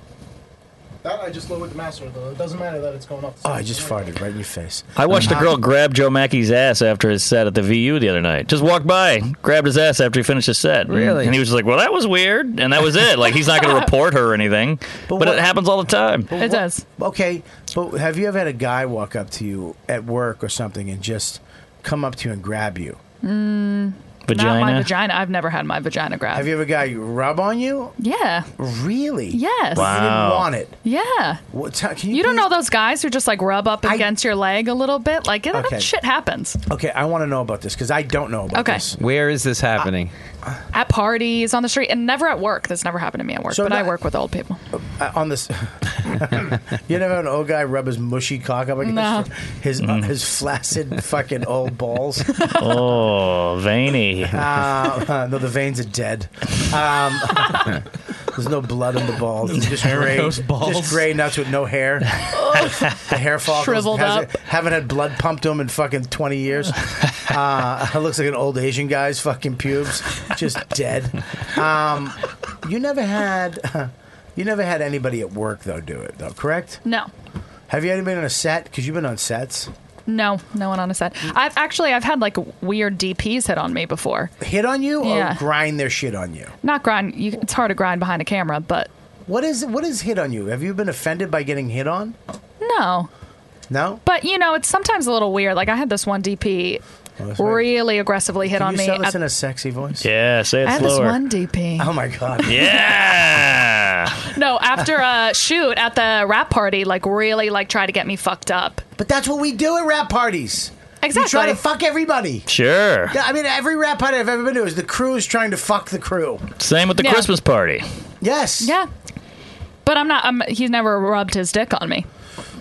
Speaker 12: That I just lowered the master though. It doesn't matter that it's going off. The
Speaker 2: Oh, I just farted right in your face.
Speaker 3: I watched
Speaker 2: Uh-huh.
Speaker 3: a girl grab Joe Mackey's ass after his set at the VU the other night. Just walked by, grabbed his ass after he finished his set.
Speaker 6: Really?
Speaker 3: And he was just like, "Well, that was weird," and that was it. Like he's not going to report her or anything. But, it happens all the time.
Speaker 2: But what- Okay, but have you ever had a guy walk up to you at work or something and just come up to you and grab you?
Speaker 8: Mm, Not my
Speaker 2: Vagina?
Speaker 8: vagina. I've never had my vagina grabbed.
Speaker 2: Have you ever a guy rub on you?
Speaker 8: Yeah.
Speaker 2: Really?
Speaker 8: Yes.
Speaker 2: You didn't want it.
Speaker 8: Yeah.
Speaker 2: What, ti- can
Speaker 8: You,
Speaker 2: you,
Speaker 8: don't know those guys who just like rub up against your leg a little bit? Like, that
Speaker 2: Okay.
Speaker 8: shit happens.
Speaker 2: Okay, I want to know about this because I don't know about
Speaker 8: Okay.
Speaker 2: this.
Speaker 6: Where is this happening?
Speaker 8: At parties, on the street, and never at work. That's never happened to me at work,
Speaker 2: So
Speaker 8: but I
Speaker 2: not-
Speaker 8: work with old people.
Speaker 2: Uh, on this, (laughs) you never had an old guy rub his mushy cock up against
Speaker 8: No.
Speaker 2: his uh, his flaccid fucking old
Speaker 6: (laughs)
Speaker 2: balls.
Speaker 3: oh, veiny.
Speaker 2: Uh, (laughs) no, the veins are dead. Um, (laughs) there's no blood in the balls. It's just gray,
Speaker 9: Varicose balls.
Speaker 2: just gray nuts with no hair. the hair follicles
Speaker 8: Shriveled
Speaker 2: hasn't-
Speaker 8: up.
Speaker 2: Haven't had blood pumped to them in fucking 20 years. Uh, (laughs) it looks like an old Asian guy's fucking pubes, just dead. Um, you never had, (laughs) you never had anybody at work though do it though, correct?
Speaker 8: No.
Speaker 2: Have you ever been on a set? Because you've been on sets.
Speaker 8: No, no one on a set. I've actually I've had like weird DPs hit on me before.
Speaker 2: Hit on you
Speaker 8: Yeah.
Speaker 2: or grind their shit on you?
Speaker 8: Not grind. You, it's hard to grind behind a camera, but
Speaker 2: What is what is hit on you? Have you been offended by getting hit on?
Speaker 8: no.
Speaker 2: No.
Speaker 8: But you know, it's sometimes a little weird. Like I had this one DP
Speaker 2: Oh, that's right.
Speaker 8: really aggressively hit
Speaker 2: Can
Speaker 8: on
Speaker 2: you
Speaker 8: me.
Speaker 2: sell this
Speaker 8: at-
Speaker 2: in a sexy voice?
Speaker 3: Yeah, say it
Speaker 8: I had this
Speaker 3: slower.
Speaker 8: one DP.
Speaker 2: Oh my god.
Speaker 3: (laughs) Yeah.
Speaker 8: no, after a shoot at the rap party, like really like try to get me fucked up.
Speaker 2: But that's what we do at rap parties.
Speaker 8: Exactly.
Speaker 2: You try to fuck everybody.
Speaker 3: Sure.
Speaker 2: Yeah, I mean, every rap party I've ever been to is the crew is trying to fuck the crew.
Speaker 3: Same with the
Speaker 8: Yeah.
Speaker 3: Christmas party.
Speaker 2: Yes.
Speaker 8: Yeah. But I'm not. I'm, he's never rubbed his dick on me.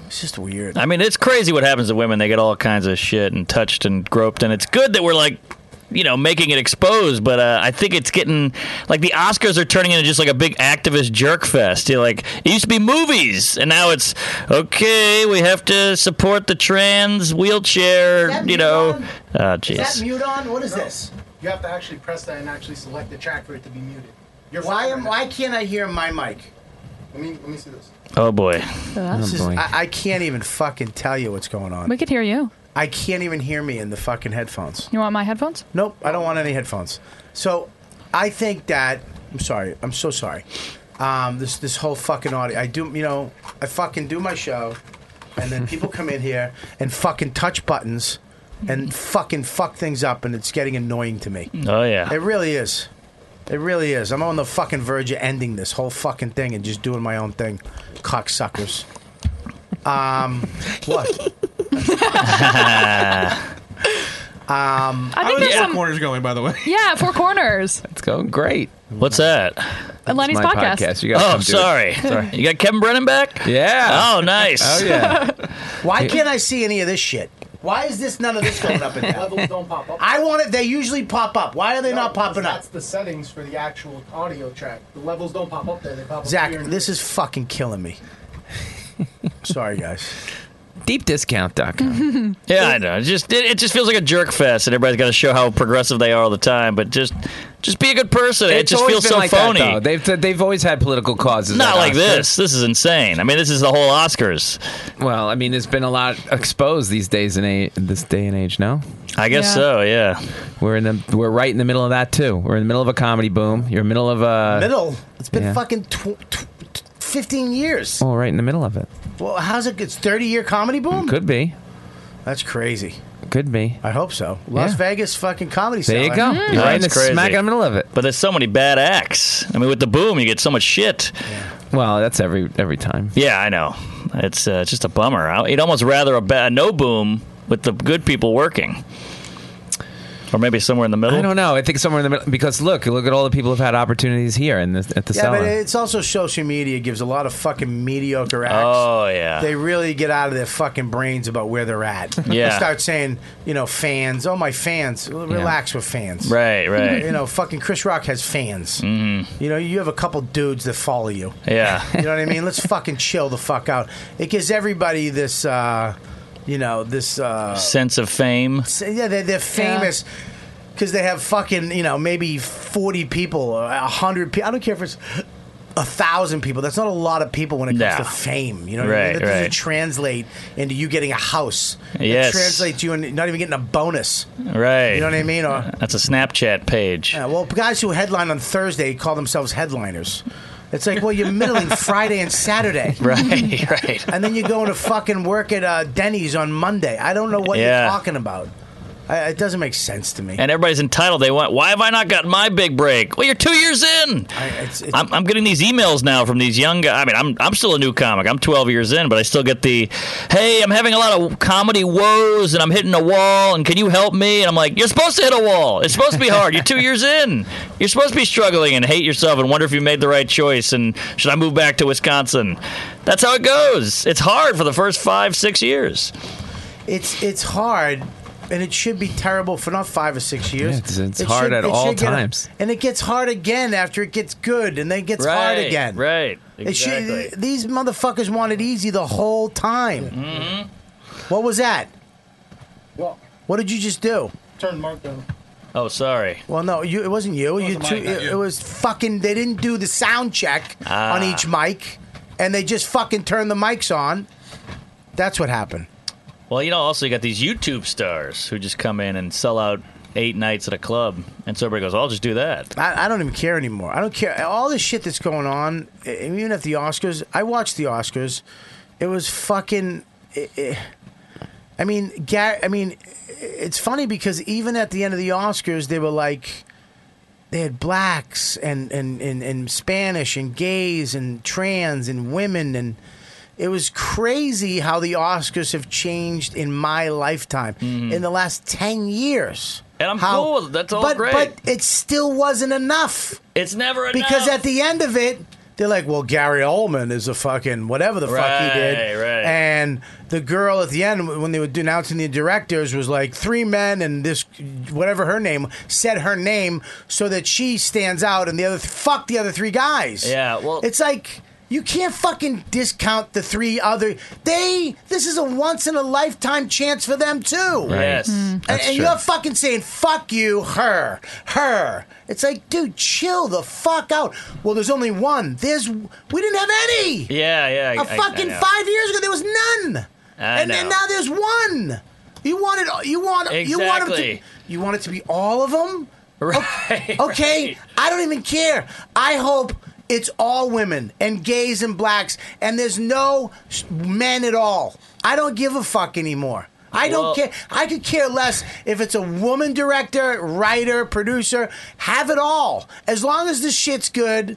Speaker 2: It's just weird.
Speaker 3: I mean, it's crazy what happens to women. They get all kinds of shit and touched and groped, and it's good that we're like, you know, making it exposed. But uh, I think it's getting like the Oscars are turning into just like a big activist jerk fest. You're like, it used to be movies, and now it's okay. We have to support the trans wheelchair. You know, oh
Speaker 12: Is that
Speaker 3: jeez.
Speaker 12: mute
Speaker 2: on? What is this?
Speaker 12: You have to actually press that and actually select the track for it to be muted. You're
Speaker 2: Why
Speaker 12: fine
Speaker 2: am
Speaker 12: right
Speaker 2: why can't I hear my mic?
Speaker 12: now. Let me let me see this.
Speaker 3: Oh boy.
Speaker 2: This is- I, I can't even fucking tell you what's going on.
Speaker 8: We could hear you.
Speaker 2: I can't even hear me in the fucking headphones.
Speaker 8: You want my headphones?
Speaker 2: Nope, I don't want any headphones. So I think that I'm sorry. I'm so sorry. Um, this this whole fucking audio. I do you know I fucking do my show. and then people come in here and fucking touch buttons and fucking fuck things up, and it's getting annoying to me.
Speaker 3: Oh, yeah.
Speaker 2: It really is. It really is. I'm on the fucking verge of ending this whole fucking thing and just doing my own thing. Cocksuckers. Um,
Speaker 3: (laughs)
Speaker 2: what? um,
Speaker 8: I think there's some.
Speaker 9: corners going, by the way.
Speaker 8: Yeah, Four Corners.
Speaker 6: It's going great.
Speaker 3: What's that?
Speaker 8: Lenny's
Speaker 6: my
Speaker 8: podcast.
Speaker 6: podcast. You gotta
Speaker 3: oh,
Speaker 6: come do it.
Speaker 3: sorry.
Speaker 6: (laughs) Sorry.
Speaker 3: You got Kevin Brennan back?
Speaker 6: Yeah.
Speaker 3: Oh, nice.
Speaker 6: Oh, yeah. (laughs)
Speaker 2: (laughs) Why can't I see any of this shit? Why is this none of this going up and down?
Speaker 12: Levels don't pop up.
Speaker 2: I want it. They usually pop up. Why are they
Speaker 12: No,
Speaker 2: not popping up?
Speaker 12: That's the settings for the actual audio track. The levels don't pop up there. They pop up
Speaker 2: Zach,
Speaker 12: here.
Speaker 2: this is fucking
Speaker 12: (laughs)
Speaker 2: killing me. Sorry, guys.
Speaker 6: Deepdiscount.com.
Speaker 3: (laughs) Yeah, I know. It just it, it just feels like a jerk fest, and everybody's got to show how progressive they are all the time. But just just be a good person. it just
Speaker 6: always
Speaker 3: feels
Speaker 6: been
Speaker 3: so
Speaker 6: like that,
Speaker 3: phony.
Speaker 6: though. they've they've always had political causes.
Speaker 3: Not
Speaker 6: at
Speaker 3: like
Speaker 6: Oscars.
Speaker 3: this. This is insane. I mean, this is the whole Oscars.
Speaker 6: Well, I mean, there's been a lot exposed these days in a, this day and age. No,
Speaker 3: I guess Yeah. so. Yeah,
Speaker 6: we're in the we're right in the middle of that too. We're in the middle of a comedy boom. You're in the middle of a
Speaker 2: Middle. It's been
Speaker 6: Uh, yeah.
Speaker 2: fucking tw- tw- tw- 15 years.
Speaker 6: Well, Oh, right in the middle of it.
Speaker 2: Well, how's it? It's 30 year comedy boom?
Speaker 6: Could be.
Speaker 2: That's crazy.
Speaker 6: Could be.
Speaker 2: I hope so. Las
Speaker 6: Yeah.
Speaker 2: Vegas fucking comedy Mm.
Speaker 6: There you
Speaker 8: Mm.
Speaker 2: cellar.
Speaker 6: go. You're right in the
Speaker 3: That's crazy.
Speaker 6: smack in the middle of it.
Speaker 3: But there's so many bad acts. I mean, with the boom, you get so much shit.
Speaker 6: Well, that's every every time.
Speaker 3: Yeah, I know. It's uh, just a bummer. I- I'd almost rather a, ba- a no boom with the good people working, or maybe somewhere in the middle.
Speaker 6: I don't know. I think somewhere in the middle because look, look at all the people who've had opportunities here in this at the
Speaker 2: Yeah,
Speaker 6: cellar.
Speaker 2: but it's also social media gives a lot of fucking mediocre acts.
Speaker 3: Oh, yeah.
Speaker 2: They really get out of their fucking brains about where they're
Speaker 3: (laughs)
Speaker 2: at.
Speaker 3: Yeah.
Speaker 2: They start saying, you know, fans. Oh, my fans. Well, Relax with fans.
Speaker 3: Right, right.
Speaker 2: You know, fucking Chris Rock has fans.
Speaker 3: Mhm.
Speaker 2: You know, you have a couple dudes that follow you.
Speaker 3: Yeah.
Speaker 2: You know what I mean?
Speaker 3: (laughs)
Speaker 2: Let's fucking chill the fuck out. It gives everybody this, uh, you know, this. Uh,
Speaker 3: Sense of fame.
Speaker 2: so, Yeah, they're, they're famous because they have fucking, you know, maybe 40 people or 100 people. I don't care if it's a thousand people. That's not a lot of people when it comes
Speaker 3: No.
Speaker 2: to fame. You know what I mean?
Speaker 3: Right,
Speaker 2: That doesn't
Speaker 3: right.
Speaker 2: translate into you getting a house.
Speaker 3: Yes.
Speaker 2: It translates you and not even getting a bonus.
Speaker 3: Right.
Speaker 2: You know what I mean? Or,
Speaker 3: That's a Snapchat page.
Speaker 2: yeah, well, guys who headline on Thursday call themselves headliners. It's like, well, you're
Speaker 3: (laughs)
Speaker 2: middling Friday and Saturday.
Speaker 3: Right, right.
Speaker 2: And then you're going to fucking work at uh, Denny's on Monday. I don't know what
Speaker 3: Yeah.
Speaker 2: you're talking about. I, it doesn't make sense to me.
Speaker 3: And everybody's entitled. They want. Why have I not gotten my big break? Well, you're two years in. I'm, I'm getting these emails now from these young guys. I mean, I'm I'm still a new comic. I'm 12 years in, but I still get the, hey, I'm having a lot of comedy woes, and I'm hitting a wall, and can you help me? And I'm like, you're supposed to hit a wall. It's supposed to be hard. You're two years in. You're supposed to be struggling and hate yourself and wonder if you made the right choice and should I move back to Wisconsin? That's how it goes. It's hard for the first five, six years.
Speaker 2: It's it's hard, and it should be terrible for not five or six years.
Speaker 6: Yeah, it's- it's hard at all
Speaker 2: get-
Speaker 6: times.
Speaker 2: and it gets hard again after it gets good, and then it gets hard
Speaker 3: Right,
Speaker 2: again.
Speaker 3: Right.
Speaker 2: It should-
Speaker 3: Exactly.
Speaker 2: these motherfuckers want it easy the whole time.
Speaker 3: Mm-hmm.
Speaker 2: What was that?
Speaker 12: Well,
Speaker 2: What did you just do?
Speaker 12: turn Mark down.
Speaker 3: oh, sorry.
Speaker 2: Well, no, you, it wasn't you. you,
Speaker 12: wasn't
Speaker 2: two,
Speaker 12: mine, not
Speaker 2: it,
Speaker 12: you.
Speaker 2: it was fucking. They didn't do the sound check
Speaker 3: Ah.
Speaker 2: on each mic, and they just fucking turned the mics on. That's what happened.
Speaker 3: Well, you know, also you got these YouTube stars who just come in and sell out eight nights at a club, and so everybody goes, "I'll just do that."
Speaker 2: I, I don't even care anymore. I don't care. All this shit that's going on, e- even at the Oscars, I watched the Oscars. It was fucking. i i I mean, Gar- I mean, it's funny because even at the end of the Oscars, they were like, they had blacks and and and, and Spanish and gays and trans and women and. It was crazy how the Oscars have changed in my lifetime in the last 10 years.
Speaker 3: Mm-hmm. And I'm
Speaker 2: How-
Speaker 3: cool with it. That's all
Speaker 2: but,
Speaker 3: great.
Speaker 2: But it still wasn't enough.
Speaker 3: It's never enough.
Speaker 2: Because at the end of it, they're like, well, Gary Oldman is a fucking whatever the fuck he did.
Speaker 3: Right, right.
Speaker 2: And the girl at the end, when they were announcing the directors, was like, three men and this, whatever her name, said her name so that she stands out and the other, fuck the other three guys.
Speaker 3: Yeah, well-
Speaker 2: It's like. You can't fucking discount the three other. They. This is a once in a lifetime chance for them too.
Speaker 3: Right. Yes. Mm.
Speaker 2: And,
Speaker 3: That's
Speaker 2: and
Speaker 3: true.
Speaker 2: you're fucking saying, fuck you, her, her. It's like, dude, chill the fuck out. Well, there's only one. There's, we didn't have any.
Speaker 3: Yeah, yeah.
Speaker 2: A fucking five years ago, there was none.
Speaker 3: I
Speaker 2: and then
Speaker 3: know.
Speaker 2: now there's one. You want it, you want, you want 'em
Speaker 3: Exactly.
Speaker 2: to, you
Speaker 3: (laughs)
Speaker 2: want it to be all of them? Right. Okay, I don't even care. I hope It's all women and gays and blacks, and there's no s- men at all. I don't give a fuck anymore. I don't
Speaker 11: Well-
Speaker 2: care. I could care less if it's a woman director, writer, producer. Have it all. As long as the shit's good.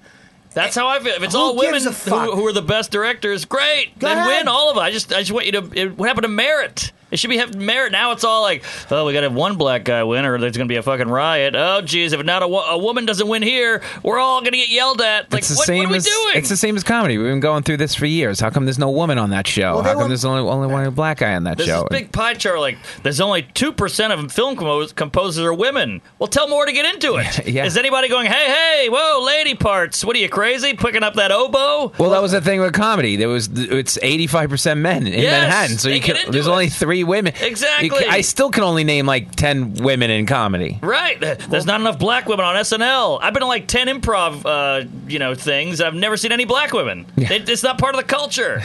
Speaker 3: That's how I feel. If it's
Speaker 2: Who
Speaker 3: all women
Speaker 2: gives a fuck?
Speaker 3: who, who are the best directors, great.
Speaker 2: Go
Speaker 3: then
Speaker 2: ahead.
Speaker 3: win all of it. I just I just want you to. It, what happened to merit? It should be have merit. Now it's all like, oh, we got to have one black guy win, or there's going to be a fucking riot. Oh, geez, if not a, wo- a woman doesn't win here, we're all going to get yelled at. Like,
Speaker 6: It's the
Speaker 3: what,
Speaker 6: same
Speaker 3: what are we
Speaker 6: as
Speaker 3: doing?
Speaker 6: it's the same as comedy. We've been going through this for years. How come there's no woman on that show?
Speaker 3: Well, they
Speaker 6: How come
Speaker 3: were-
Speaker 6: there's only only one black guy on that
Speaker 3: There's
Speaker 6: show?
Speaker 3: this big pie chart. Like, there's only two percent of film compos- composers are women. Well, tell more to get into
Speaker 6: (laughs)
Speaker 3: it.
Speaker 6: Yeah.
Speaker 3: Is anybody going? Hey, hey, whoa, lady parts. What are you crazy? Picking up that oboe?
Speaker 6: well, that was the thing with comedy. There was it's eighty five percent men in
Speaker 3: Yes,
Speaker 6: Manhattan, so
Speaker 3: they
Speaker 6: you
Speaker 3: get
Speaker 6: can.
Speaker 3: into
Speaker 6: There's
Speaker 3: it.
Speaker 6: only three women. You ca-
Speaker 3: Exactly.
Speaker 6: I still can only name like ten women in comedy.
Speaker 3: Right. There's not enough black women on SNL. I've been to like 10 improv, uh, you know, things. I've never seen any black women. It, it's not part of the culture.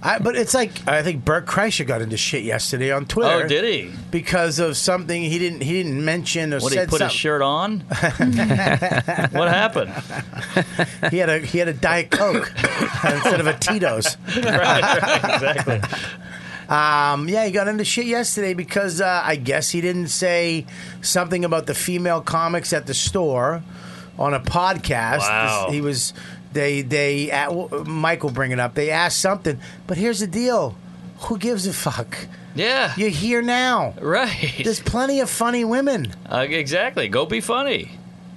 Speaker 2: I, but it's like I think Bert Kreischer got into shit yesterday on Twitter.
Speaker 3: Oh, did he?
Speaker 2: Because of something he didn't he didn't mention or
Speaker 3: What, did
Speaker 2: said
Speaker 3: he put
Speaker 2: (laughs)
Speaker 3: his
Speaker 2: something.
Speaker 3: shirt on? (laughs) what happened?
Speaker 2: he had a he had a diet coke (laughs) instead of a Tito's.
Speaker 3: exactly.
Speaker 6: (laughs)
Speaker 2: Um, yeah, he got into shit yesterday because uh, I guess he didn't say something about the female comics at the store on a podcast.
Speaker 11: Wow.
Speaker 2: This- he was they they at, Michael bring it up. They asked something, but here's the deal: who gives a fuck?
Speaker 3: Yeah.
Speaker 2: You're here now,
Speaker 3: right?
Speaker 2: There's plenty of funny women.
Speaker 3: Uh, exactly. Go be funny.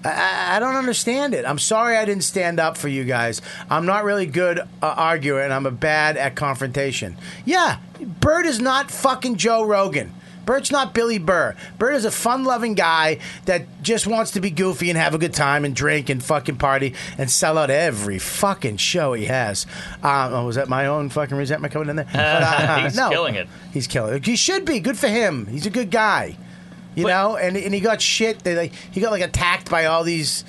Speaker 2: I, I- I don't understand it. I'm sorry I didn't stand up for you guys. I'm not really good uh, arguer, and I'm a bad at confrontation. Yeah, Bert is not fucking Joe Rogan. Bert's not Billy Burr. Bert is a fun-loving guy that just wants to be goofy and have a good time and drink and fucking party and sell out every fucking show he has. Um, oh, was that my own fucking resentment coming in
Speaker 3: (laughs)
Speaker 2: there? uh,
Speaker 3: he's killing it.
Speaker 2: He's killing it. He should be. Good for him. He's a good guy. You know, and and he got shit. They like he got like attacked by all these.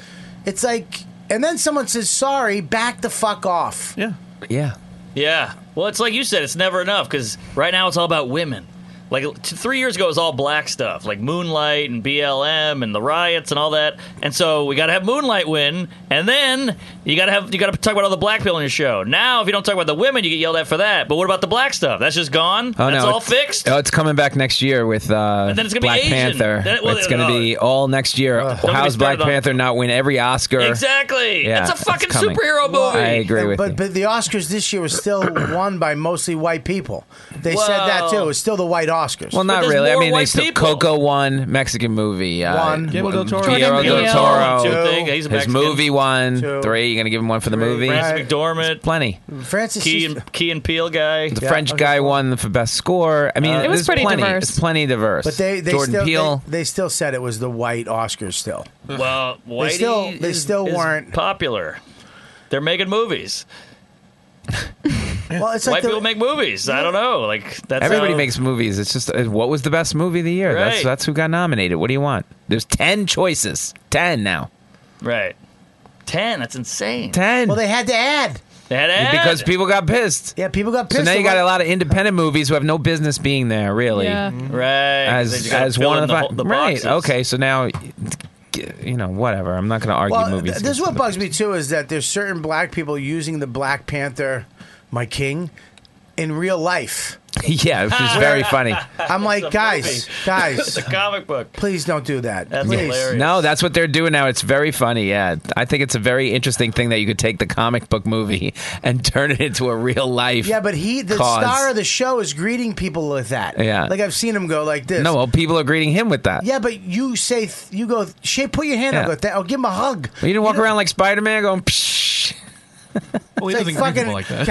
Speaker 2: It's like, and then someone says sorry. Back the fuck off.
Speaker 6: Yeah. Yeah.
Speaker 3: Yeah. Well, it's like you said, it's never enough because right now it's all about women. Like t- three years ago, it was all black stuff, like Moonlight and BLM and the riots and all that. And so we got to have Moonlight win, and then you got to have you got to talk about all the black people in your show. Now, if you don't talk about the women, you get yelled at for that. But what about the black stuff? That's just gone.
Speaker 6: Oh
Speaker 3: That's
Speaker 6: no,
Speaker 3: all
Speaker 6: it's,
Speaker 3: fixed.
Speaker 6: Oh, it's coming back next year with uh,
Speaker 3: And then it's gonna be
Speaker 6: Black
Speaker 3: Asian.
Speaker 6: Panther.
Speaker 3: Then it- well,
Speaker 6: it's going to
Speaker 3: oh.
Speaker 6: be all next year.
Speaker 3: get me
Speaker 6: How's Black
Speaker 3: started on-
Speaker 6: Panther not win every Oscar?
Speaker 3: Exactly.
Speaker 6: Yeah,
Speaker 3: It's a
Speaker 6: it's
Speaker 3: fucking
Speaker 6: coming.
Speaker 3: superhero movie.
Speaker 6: I agree with
Speaker 2: but,
Speaker 6: you.
Speaker 2: But the Oscars this year
Speaker 6: (clears throat)
Speaker 2: was still won by mostly white people. They said that too. It was still the white Oscars.
Speaker 6: Well, not really. I mean, they still Coco won Mexican movie. Uh,
Speaker 2: One.
Speaker 6: Guillermo
Speaker 2: Guillermo
Speaker 6: del Toro.
Speaker 2: del Toro. Jordan Peele. Two.
Speaker 3: Two. He's a
Speaker 6: His
Speaker 3: Mexican.
Speaker 6: movie one,
Speaker 3: Two.
Speaker 6: three. You gonna give him one for the movie?
Speaker 3: Francis McDormant,
Speaker 6: Plenty.
Speaker 2: Francis
Speaker 3: Key and, Key and Peele guy,
Speaker 6: The French guy won for best score. I mean,
Speaker 3: Uh, It was
Speaker 6: there's
Speaker 3: pretty
Speaker 6: plenty.
Speaker 3: diverse.
Speaker 6: It's plenty diverse.
Speaker 2: But they, they
Speaker 6: Jordan
Speaker 2: still
Speaker 6: Peele.
Speaker 2: They, they still said it was the white Oscars still.
Speaker 3: Well, Whitey
Speaker 2: They still- they
Speaker 3: is-
Speaker 2: still
Speaker 3: is
Speaker 2: weren't-
Speaker 3: popular. They're making movies.
Speaker 2: Well, it's
Speaker 3: White
Speaker 2: like
Speaker 3: people
Speaker 2: the,
Speaker 3: make movies. I don't know. Like that's
Speaker 6: Everybody
Speaker 3: how-
Speaker 6: makes movies. It's just uh, what was the best movie of the year? That's
Speaker 3: Right.
Speaker 6: that's who got nominated. What do you want? There's ten choices. Ten now.
Speaker 3: right. Ten. That's insane.
Speaker 6: Ten.
Speaker 2: well, they had to add.
Speaker 3: They had to
Speaker 6: Because
Speaker 3: add.
Speaker 6: people got pissed.
Speaker 2: Yeah, people got
Speaker 6: So
Speaker 2: pissed
Speaker 6: now you
Speaker 2: about-
Speaker 6: got a lot of independent movies who have no business being there, really. Mm-hmm.
Speaker 2: Yeah.
Speaker 3: Right. 'cause
Speaker 6: As
Speaker 3: you gotta
Speaker 6: as
Speaker 3: fill
Speaker 6: one
Speaker 3: in
Speaker 6: of the,
Speaker 3: the
Speaker 6: fi-
Speaker 3: whole- the
Speaker 6: right.
Speaker 3: boxes.
Speaker 6: Okay. So now, you know, whatever. I'm not going to argue
Speaker 2: Well,
Speaker 6: movies. (laughs)
Speaker 2: th- this is what bugs me too is that there's certain black people using the Black Panther, my king, in real
Speaker 3: (laughs)
Speaker 2: life.
Speaker 6: yeah, which is very funny.
Speaker 2: I'm like,
Speaker 3: It's a
Speaker 2: guys,
Speaker 3: movie.
Speaker 2: (laughs) guys,
Speaker 3: It's a comic book.
Speaker 2: please don't do that.
Speaker 3: That's
Speaker 2: please.
Speaker 3: hilarious.
Speaker 6: No, that's what they're doing now. It's very funny. Yeah, I think it's a very interesting thing that you could take the comic book movie (laughs) and turn it into a real life.
Speaker 2: Yeah, but he, the
Speaker 6: cause.
Speaker 2: star of the show, is greeting people with that.
Speaker 6: Yeah.
Speaker 2: like I've seen him go like this.
Speaker 6: No, well, people are greeting him with that.
Speaker 2: Yeah, but you say th- you go. Shay, put your hand
Speaker 6: Yeah.
Speaker 2: up. Go, th- oh, give him a hug.
Speaker 6: Well, you didn't walk around like Spider Man going. Psh.
Speaker 2: Well,
Speaker 6: he doesn't greet people like that.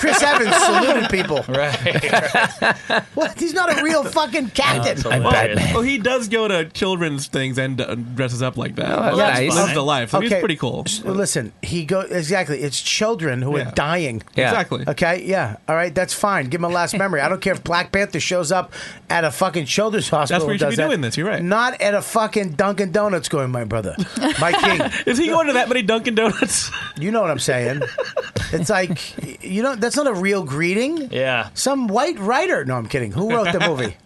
Speaker 2: (laughs) Chris Evans saluted people.
Speaker 3: (laughs) Right.
Speaker 2: (laughs) what? He's not a real fucking captain.
Speaker 9: Well, well, Oh, he does go to children's things and uh, dresses up like that.
Speaker 2: Oh,
Speaker 9: Well,
Speaker 2: that's
Speaker 9: that's
Speaker 2: nice.
Speaker 9: Lives the life. I mean,
Speaker 2: Okay.
Speaker 9: He's pretty cool.
Speaker 2: S- Listen, he go exactly. It's children who
Speaker 9: Yeah.
Speaker 2: are dying.
Speaker 9: Yeah. Exactly.
Speaker 2: Okay. Yeah. All right. That's fine. Give him a last memory. I don't care if Black Panther shows up at a fucking children's hospital.
Speaker 9: where you
Speaker 2: and
Speaker 9: should
Speaker 2: does
Speaker 9: be
Speaker 2: that.
Speaker 9: doing this,
Speaker 2: You're right. Not at a fucking Dunkin' Donuts. Going, my brother,
Speaker 9: (laughs)
Speaker 2: my king.
Speaker 9: Is he going to that many Dunkin' Donuts?
Speaker 2: You know what I'm
Speaker 9: (laughs)
Speaker 2: saying? It's like you know that's not a real greeting.
Speaker 3: Yeah.
Speaker 2: Some white writer. No, I'm kidding. Who wrote the movie?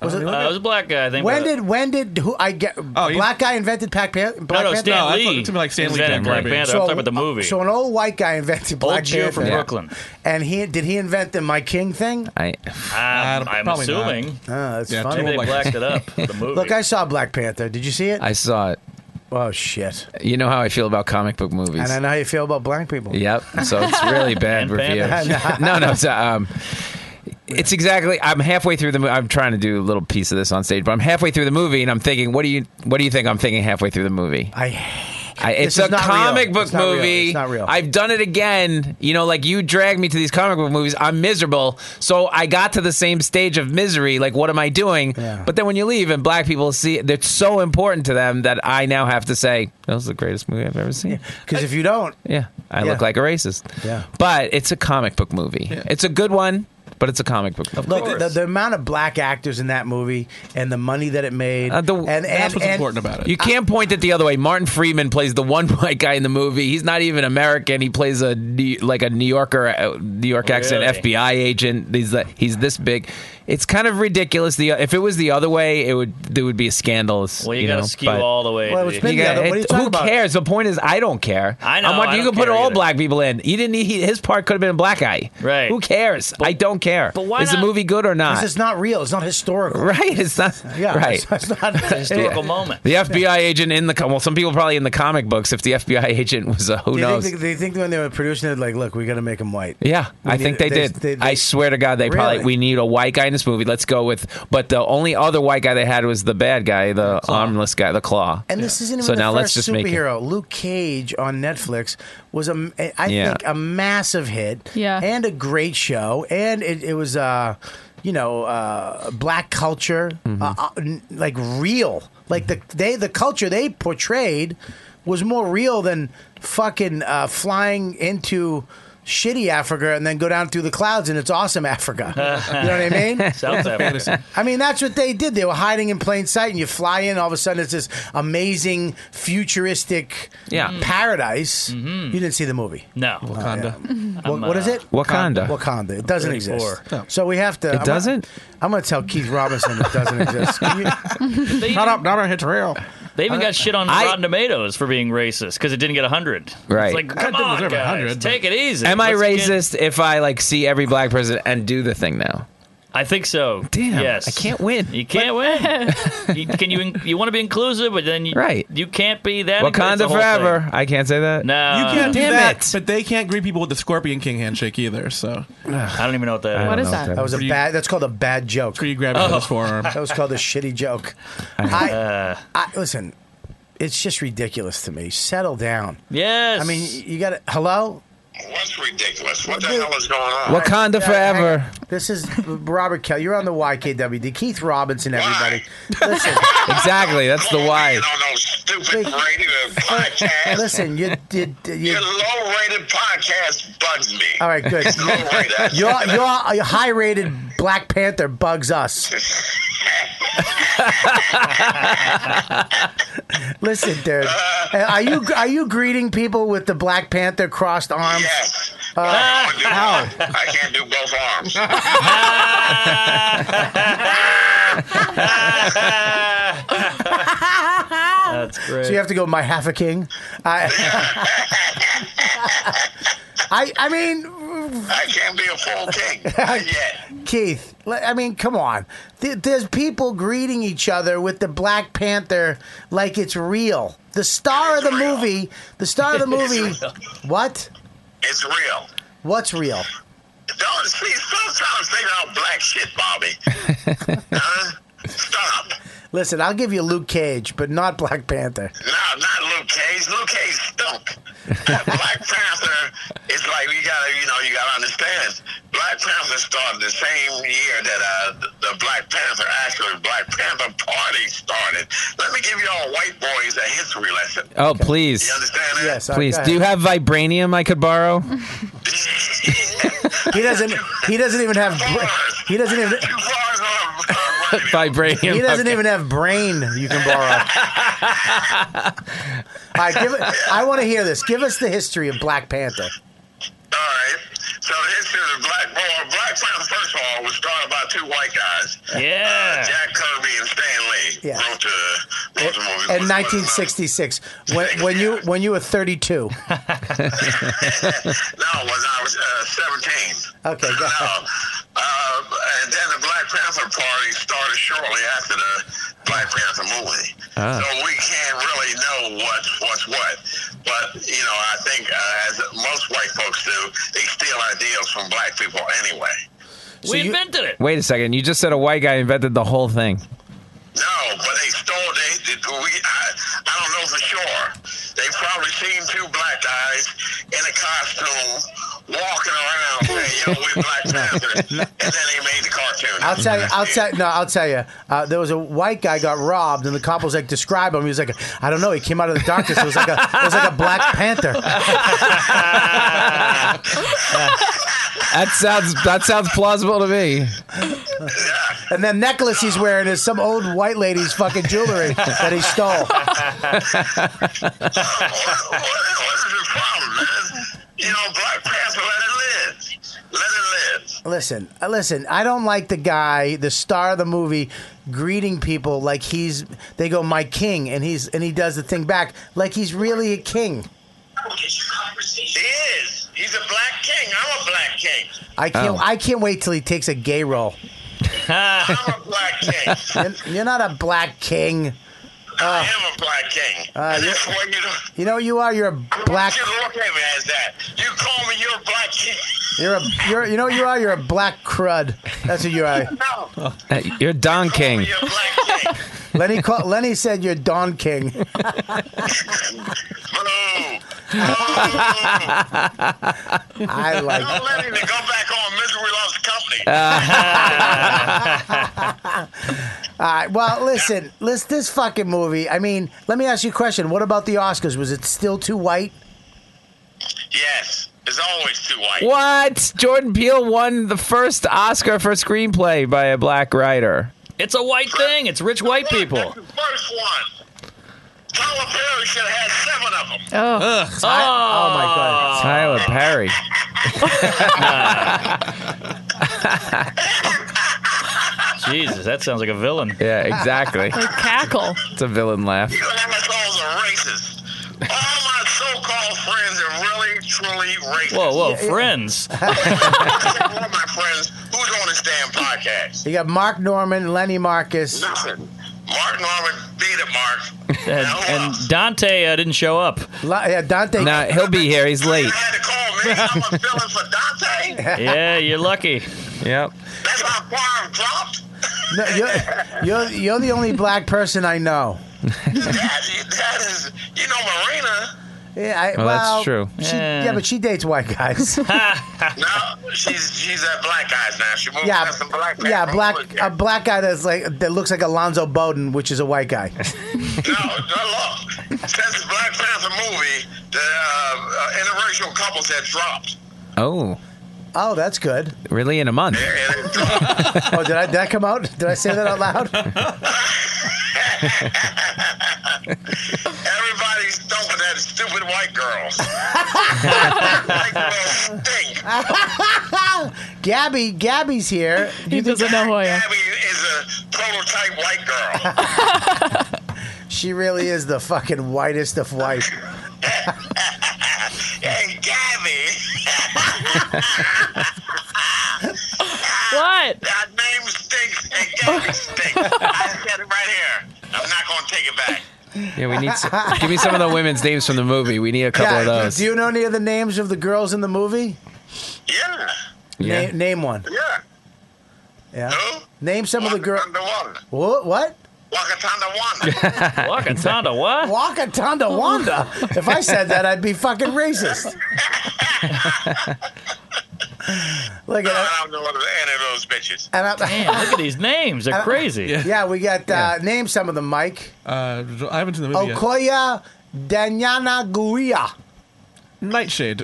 Speaker 2: Was it-
Speaker 3: Uh, it was a black guy, (laughs) I think.
Speaker 2: when
Speaker 3: but-
Speaker 2: did when did who I get a
Speaker 9: Oh,
Speaker 3: you-
Speaker 2: black guy invented Black Panther? Black
Speaker 3: no,
Speaker 2: Panther?
Speaker 3: Stan No, I Lee thought it was gonna be like Stan Lee invented Black Black Panther. Panther. I'm talking about the movie.
Speaker 2: So an old white guy invented
Speaker 3: Old
Speaker 2: Black
Speaker 3: Jew
Speaker 2: Panther
Speaker 3: from Brooklyn.
Speaker 2: and he did he invent the My King thing?
Speaker 6: I,
Speaker 3: I'm, I'm
Speaker 2: Probably not.
Speaker 3: assuming.
Speaker 2: Ah, that's
Speaker 3: Yeah,
Speaker 2: funny.
Speaker 3: Maybe they blacked it up.
Speaker 2: (laughs)
Speaker 3: The movie.
Speaker 2: Look, I saw Black Panther. Did you see it?
Speaker 6: I saw it.
Speaker 2: Oh shit!
Speaker 6: (laughs) You know how I feel about comic book movies.
Speaker 2: and I know how you feel about black people.
Speaker 6: Yep. So
Speaker 2: (laughs)
Speaker 6: it's really bad
Speaker 2: And
Speaker 6: review. (laughs)
Speaker 2: pandas.
Speaker 6: no, no. It's, uh, um, it's exactly. I'm halfway through the. mo- I'm trying to do a little piece of this on stage, but I'm halfway through the movie, and I'm thinking, what do you, what do you think? I'm thinking halfway through the movie.
Speaker 2: I.
Speaker 6: I, it's
Speaker 2: This is
Speaker 6: a
Speaker 2: not real.
Speaker 6: comic book
Speaker 2: It's not real.
Speaker 6: movie.
Speaker 2: It's not real.
Speaker 6: I've done it again. You know, like you drag me to these comic book movies. I'm miserable. So I got to the same stage of misery. Like, what am I doing? But then when you leave and black people see it, it's so important to them that I now have to say, that was the greatest movie I've ever seen.
Speaker 2: Because if you don't,
Speaker 6: yeah, I
Speaker 2: Yeah.
Speaker 6: look like a racist.
Speaker 2: Yeah.
Speaker 6: But it's a comic book movie. It's a good one, but it's a comic book movie.
Speaker 2: Look, the, the amount of black actors in that movie and the money that it made,
Speaker 6: Uh, the-
Speaker 2: and, and and-
Speaker 6: You can't point it the other way. Martin Freeman plays the one (laughs) white guy in the movie. He's not even American. He plays a New- like a New Yorker, uh, New York accent
Speaker 3: Oh, Really?
Speaker 6: FBI agent. He's the, he's this big. It's kind of ridiculous. The if it was the other way, it would there would be a scandal.
Speaker 3: Well, you,
Speaker 6: know,
Speaker 3: gotta skew
Speaker 6: but-
Speaker 3: all the way.
Speaker 6: Well,
Speaker 3: to
Speaker 6: it's
Speaker 3: the-
Speaker 6: been the other- what are you talking about? cares? The point is, I don't care.
Speaker 3: I know,
Speaker 6: I'm
Speaker 3: I
Speaker 6: like, you
Speaker 3: don't
Speaker 6: can put
Speaker 3: care
Speaker 6: all
Speaker 3: either.
Speaker 6: black people in. You didn't need his part. Could have been a black guy.
Speaker 3: Right.
Speaker 6: Who cares? I don't care.
Speaker 2: But why
Speaker 6: is
Speaker 2: not-
Speaker 6: the movie good or not?
Speaker 2: Because it's not real. It's not historical.
Speaker 6: (laughs) Right. It's not.
Speaker 2: Yeah.
Speaker 6: right.
Speaker 2: It's, it's not
Speaker 3: It's a historical moment.
Speaker 6: The FBI agent in the com- well, some people probably in the comic books. If the FBI (laughs) agent was a who
Speaker 2: Do you
Speaker 6: knows,
Speaker 2: Think they, they think when they were producing it, like, look, we got to make him white.
Speaker 6: yeah,
Speaker 2: We
Speaker 6: I
Speaker 2: need-
Speaker 6: think they,
Speaker 2: they-
Speaker 6: did.
Speaker 2: they-
Speaker 6: I swear to God, they probably
Speaker 2: Really?
Speaker 6: we need a white guy in this movie. Let's go with. But the only other white guy they had was the bad guy, the armless guy, the claw.
Speaker 2: And this isn't even
Speaker 6: so
Speaker 2: the
Speaker 6: now
Speaker 2: 1st
Speaker 6: let's just make it.
Speaker 2: superhero. Luke Cage on Netflix was a, I
Speaker 6: Yeah.
Speaker 2: think, a massive hit.
Speaker 8: Yeah.
Speaker 2: and a great show, and it, it was, uh, you know, uh, black culture,
Speaker 6: Mm-hmm.
Speaker 2: uh, uh, n- like real, like the they the culture they portrayed was more real than fucking uh, flying into. Shitty Africa, and then go down through the clouds, and it's awesome Africa. (laughs) You know what I
Speaker 6: (laughs)
Speaker 2: mean?
Speaker 3: Sounds African.
Speaker 2: I mean, that's what they did. They were hiding in plain sight, and you fly in. All of a sudden, it's this amazing, futuristic
Speaker 6: Yeah.
Speaker 2: paradise. You didn't see the movie.
Speaker 3: No.
Speaker 2: Wakanda. What-
Speaker 3: I'm,
Speaker 2: what is
Speaker 3: uh,
Speaker 2: it?
Speaker 6: Wakanda.
Speaker 2: Wakanda. It doesn't
Speaker 3: 34.
Speaker 2: exist.
Speaker 3: No.
Speaker 2: So we have to.
Speaker 6: It
Speaker 2: I'm gonna-
Speaker 6: doesn't?
Speaker 2: I'm going to tell Keith Robinson it doesn't exist. Can you- (laughs)
Speaker 3: They
Speaker 2: not
Speaker 3: even-
Speaker 2: up, not on hit real.
Speaker 3: They even got shit on
Speaker 2: I-
Speaker 3: Rotten Tomatoes for being racist because it didn't get 100.
Speaker 6: Right.
Speaker 3: It's like,
Speaker 6: I
Speaker 3: come
Speaker 6: didn't
Speaker 3: on,
Speaker 6: deserve
Speaker 3: guys,
Speaker 6: 100,
Speaker 3: take it easy.
Speaker 6: Am I
Speaker 3: Let's get-
Speaker 6: racist if I like see every black person and do the thing now?
Speaker 3: I think so.
Speaker 6: Damn,
Speaker 3: Yes.
Speaker 6: I can't win.
Speaker 3: You
Speaker 6: (laughs)
Speaker 3: can't win. you, can you? in- You want to be inclusive, but then you,
Speaker 6: Right.
Speaker 3: You can't be that. inclusive.
Speaker 6: Wakanda
Speaker 3: It's a whole
Speaker 6: forever. I can't say that.
Speaker 3: No.
Speaker 9: You can't do
Speaker 6: Damn
Speaker 9: that,
Speaker 6: it.
Speaker 9: but they can't greet people with the Scorpion King handshake either.
Speaker 2: (sighs)
Speaker 9: So
Speaker 3: thing. I don't even know what that is.
Speaker 9: What is that?
Speaker 2: That was a
Speaker 9: Were you-
Speaker 2: bad. That's called a bad joke.
Speaker 9: you grabbed
Speaker 3: Oh.
Speaker 9: oh. his forearm.
Speaker 2: That was called a shitty joke. I, I listen. It's just ridiculous to me. Settle down.
Speaker 3: Yes.
Speaker 2: I mean, you got to hello.
Speaker 4: What's ridiculous? What the hell is going on?
Speaker 6: Wakanda
Speaker 2: Uh, Yeah,
Speaker 6: forever.
Speaker 2: hang on. This is (laughs) Robert Kelly. You're on the YKWd. Keith Robinson, everybody. Listen,
Speaker 6: exactly. That's the why.
Speaker 4: Stupid radio podcast.
Speaker 2: listen. You, you, you,
Speaker 4: Your low-rated podcast bugs me.
Speaker 2: all right,
Speaker 4: (laughs)
Speaker 2: good.
Speaker 4: It's low-rated.
Speaker 2: Your your your high-rated Black Panther bugs us. Listen, dude. Are you are you greeting people with the Black Panther crossed arms?
Speaker 4: Yes.
Speaker 2: Uh,
Speaker 4: I, don't do
Speaker 2: ow.
Speaker 4: both. I can't do both arms.
Speaker 3: That's great.
Speaker 2: So you have to go my half a king. I I, (laughs) I mean, uh,
Speaker 4: I can't be a full king. (laughs) Yeah.
Speaker 2: Keith, le- I mean, come on. Th- There's people greeting each other with the Black Panther like it's real. The star of the movie, the star of the movie. What?
Speaker 4: It's real.
Speaker 2: What's real?
Speaker 4: Don't see. Sometimes they don't black shit, Bobby. (laughs) huh? Stop.
Speaker 2: Listen, I'll give you Luke Cage, but not Black
Speaker 4: (laughs)
Speaker 2: Panther.
Speaker 4: No, not Luke Cage. Luke Cage stunk. That Black Panther is like you gotta, you know, you gotta understand. Black Panther started the same year that uh, the- the Black Panther actually Black Panther Party started. Let me give y'all white boys a history lesson.
Speaker 6: Oh, please.
Speaker 4: You understand that?
Speaker 2: Yes, I-
Speaker 6: Please.
Speaker 2: go
Speaker 6: Do you
Speaker 2: ahead.
Speaker 6: have vibranium I could
Speaker 2: (laughs)
Speaker 3: (laughs)
Speaker 6: borrow?
Speaker 2: He doesn't. He doesn't even have. bra- He doesn't even.
Speaker 6: vibranium.
Speaker 2: He doesn't
Speaker 6: okay.
Speaker 2: even have brain you can borrow. All right, give it, I want to hear this. Give us the history of Black Panther.
Speaker 4: All right. So the history of the Black Panther, Black Panther, first of all, was started by two white guys.
Speaker 3: Yeah.
Speaker 4: Uh, Jack Kirby and Stan Lee
Speaker 2: Yeah.
Speaker 4: wrote the, wrote the movie.
Speaker 2: In 1966, when, when you when you were 32.
Speaker 4: (laughs) no, when I was uh, 17.
Speaker 2: Okay,
Speaker 4: (laughs)
Speaker 2: go ahead.
Speaker 4: Uh, and then the Black Panther Party started shortly after the Black Panther movie.
Speaker 11: Ah.
Speaker 4: So we can't really know what's what's what. But you know, I think uh, as most white folks do, they steal ideas from black people anyway.
Speaker 3: we invented it.
Speaker 6: Wait a second. You just said a white guy invented the whole thing.
Speaker 4: No, but they stole. They, they we, I, I don't know for sure. They probably seen two black guys in a costume
Speaker 2: (laughs)
Speaker 4: walking around saying, "Yo, we Black Panthers," and then they made the cartoon.
Speaker 2: I'll tell you. I'll tell. No, I'll tell you. Uh, there was a white guy got robbed, and the cop was like, "Describe him." He was like, "I don't know." He came out of the darkness. It was like a. It was like a Black Panther.
Speaker 6: That sounds that sounds plausible to me.
Speaker 2: And the necklace he's wearing is some old white lady's fucking jewelry that he (laughs) stole.
Speaker 4: (laughs) You know, Black Panther, let it live. Let it live.
Speaker 2: Listen, uh, listen. I don't like the guy, the star of the movie, greeting people like he's. They go, "My king," and he's and he does the thing back like he's really a king.
Speaker 4: He is. He's a black king. I'm a black king.
Speaker 2: I can't.
Speaker 4: Oh.
Speaker 2: I can't wait till he takes a gay role. (laughs)
Speaker 4: I'm a black king.
Speaker 2: You're, you're not a black king. Ah.
Speaker 4: I am a black king.
Speaker 2: Uh,
Speaker 4: and
Speaker 2: you-
Speaker 4: that's why you don't.
Speaker 2: You know what you are. You're a black.
Speaker 4: You look at me as that. You call me your black king.
Speaker 2: You're a. You're. You know what you are. You're a black crud. That's what you
Speaker 4: (laughs)
Speaker 2: are.
Speaker 6: Uh, You're Don King.
Speaker 2: Lenny. Call, Lenny said you're Don
Speaker 4: (laughs)
Speaker 2: King. (laughs) I like.
Speaker 4: Don't let him go back on misery loves company.
Speaker 2: (laughs)
Speaker 4: (laughs)
Speaker 2: All right. Well, listen. Listen. This fucking movie. I mean, let me ask you a question. What about the Oscars? Was it still too white?
Speaker 4: yes, it's always too white.
Speaker 6: What? Jordan Peele won the first Oscar for screenplay by a black writer.
Speaker 3: It's a white thing. It's rich white people.
Speaker 4: First one. Tyler Perry should have had seven of them.
Speaker 6: Ugh.
Speaker 4: oh my God.
Speaker 3: Ah.
Speaker 6: Tyler Perry.
Speaker 3: (laughs)
Speaker 2: Oh
Speaker 3: Jesus, that sounds like a villain.
Speaker 6: Yeah, exactly.
Speaker 8: They cackle.
Speaker 6: It's a villain laugh.
Speaker 4: You assholes are racist. All my so-called friends are really, truly racist.
Speaker 3: Whoa, whoa,
Speaker 4: (laughs)
Speaker 3: friends.
Speaker 4: Except one of my friends who's on this damn podcast.
Speaker 2: You got Mark Norman, Lenny Marcus.
Speaker 4: Nothing. Mark Norman beat it, Mark.
Speaker 3: And, and (laughs) Dante uh, didn't show up.
Speaker 2: yeah, Dante.
Speaker 6: No, he'll be here. He's late.
Speaker 2: (laughs)
Speaker 3: Yeah, you're lucky.
Speaker 6: Yep.
Speaker 2: No, you're, you're you're the only black person I
Speaker 4: (laughs)
Speaker 2: know.
Speaker 4: That is, you know, Marina.
Speaker 2: Yeah, I,
Speaker 6: Well, that's true.
Speaker 2: She, yeah.
Speaker 4: Yeah.
Speaker 2: but she dates white
Speaker 6: (laughs)
Speaker 3: (laughs)
Speaker 2: guys.
Speaker 4: no, she's she's at black guys now. She moved
Speaker 2: yeah,
Speaker 4: past some black guys.
Speaker 2: yeah, black a black guy that's like that looks like Alonzo Bowden, which is a
Speaker 6: (laughs)
Speaker 2: white guy.
Speaker 4: No, no, look. Since the Black Panther movie, the uh, uh, interracial couples had dropped.
Speaker 6: Oh,
Speaker 2: Oh, that's good.
Speaker 6: really? In a month?
Speaker 2: (laughs) oh, did I did that come out? Did I say that out
Speaker 4: (laughs)
Speaker 2: loud?
Speaker 4: Everybody's dumping that stupid white girls.
Speaker 2: (laughs) Gabby, Gabby's here. He doesn't know who I am.
Speaker 4: Gabby is a prototype white girl.
Speaker 2: (laughs) She really is the fucking whitest of white.
Speaker 4: hey, Gabby.
Speaker 8: What?
Speaker 4: That name stinks and Gabby stinks. I said it right here. I'm not going to take it back.
Speaker 6: Yeah, we need. Some, give me some of the women's names from the movie. We need a couple
Speaker 2: Yeah,
Speaker 6: of those.
Speaker 2: Do you know any of the names of the girls in the movie?
Speaker 4: Yeah.
Speaker 2: Na- name one.
Speaker 4: Yeah.
Speaker 2: Yeah. Name some of the girls. What? What?
Speaker 4: Wakatanda
Speaker 2: Wanda.
Speaker 3: (laughs) Wakatanda what?
Speaker 2: Wakatanda Wanda. If I said that, I'd be
Speaker 6: (laughs)
Speaker 2: fucking racist. Look at
Speaker 4: I don't know what any of those bitches.
Speaker 2: And I-
Speaker 3: Damn, look at these names.
Speaker 2: (laughs)
Speaker 3: They're
Speaker 2: And I-
Speaker 3: crazy.
Speaker 2: Yeah, we got uh, name some of them, Mike.
Speaker 9: Uh, I haven't seen the movie
Speaker 2: Okoya Danyana Guia.
Speaker 9: yet. Nightshade.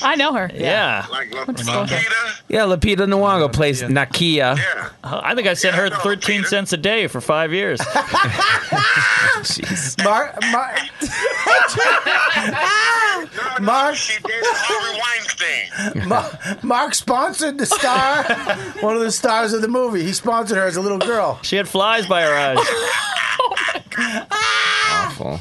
Speaker 8: I know her.
Speaker 3: Yeah.
Speaker 8: Let's go ahead.
Speaker 6: Yeah, Lapita Nyong'o plays Nakia.
Speaker 3: Uh, I think I sent her 13 cents a day for
Speaker 6: (laughs)
Speaker 3: five years. (laughs)
Speaker 2: Mar- Mar- (laughs)
Speaker 4: No,
Speaker 2: Mark,
Speaker 4: Harvey Weinstein.
Speaker 2: (laughs) Ma- Mark sponsored the star, one of the stars of the movie. He sponsored her as a little girl.
Speaker 3: She had flies by
Speaker 2: (laughs)
Speaker 3: her eyes.
Speaker 2: Awful.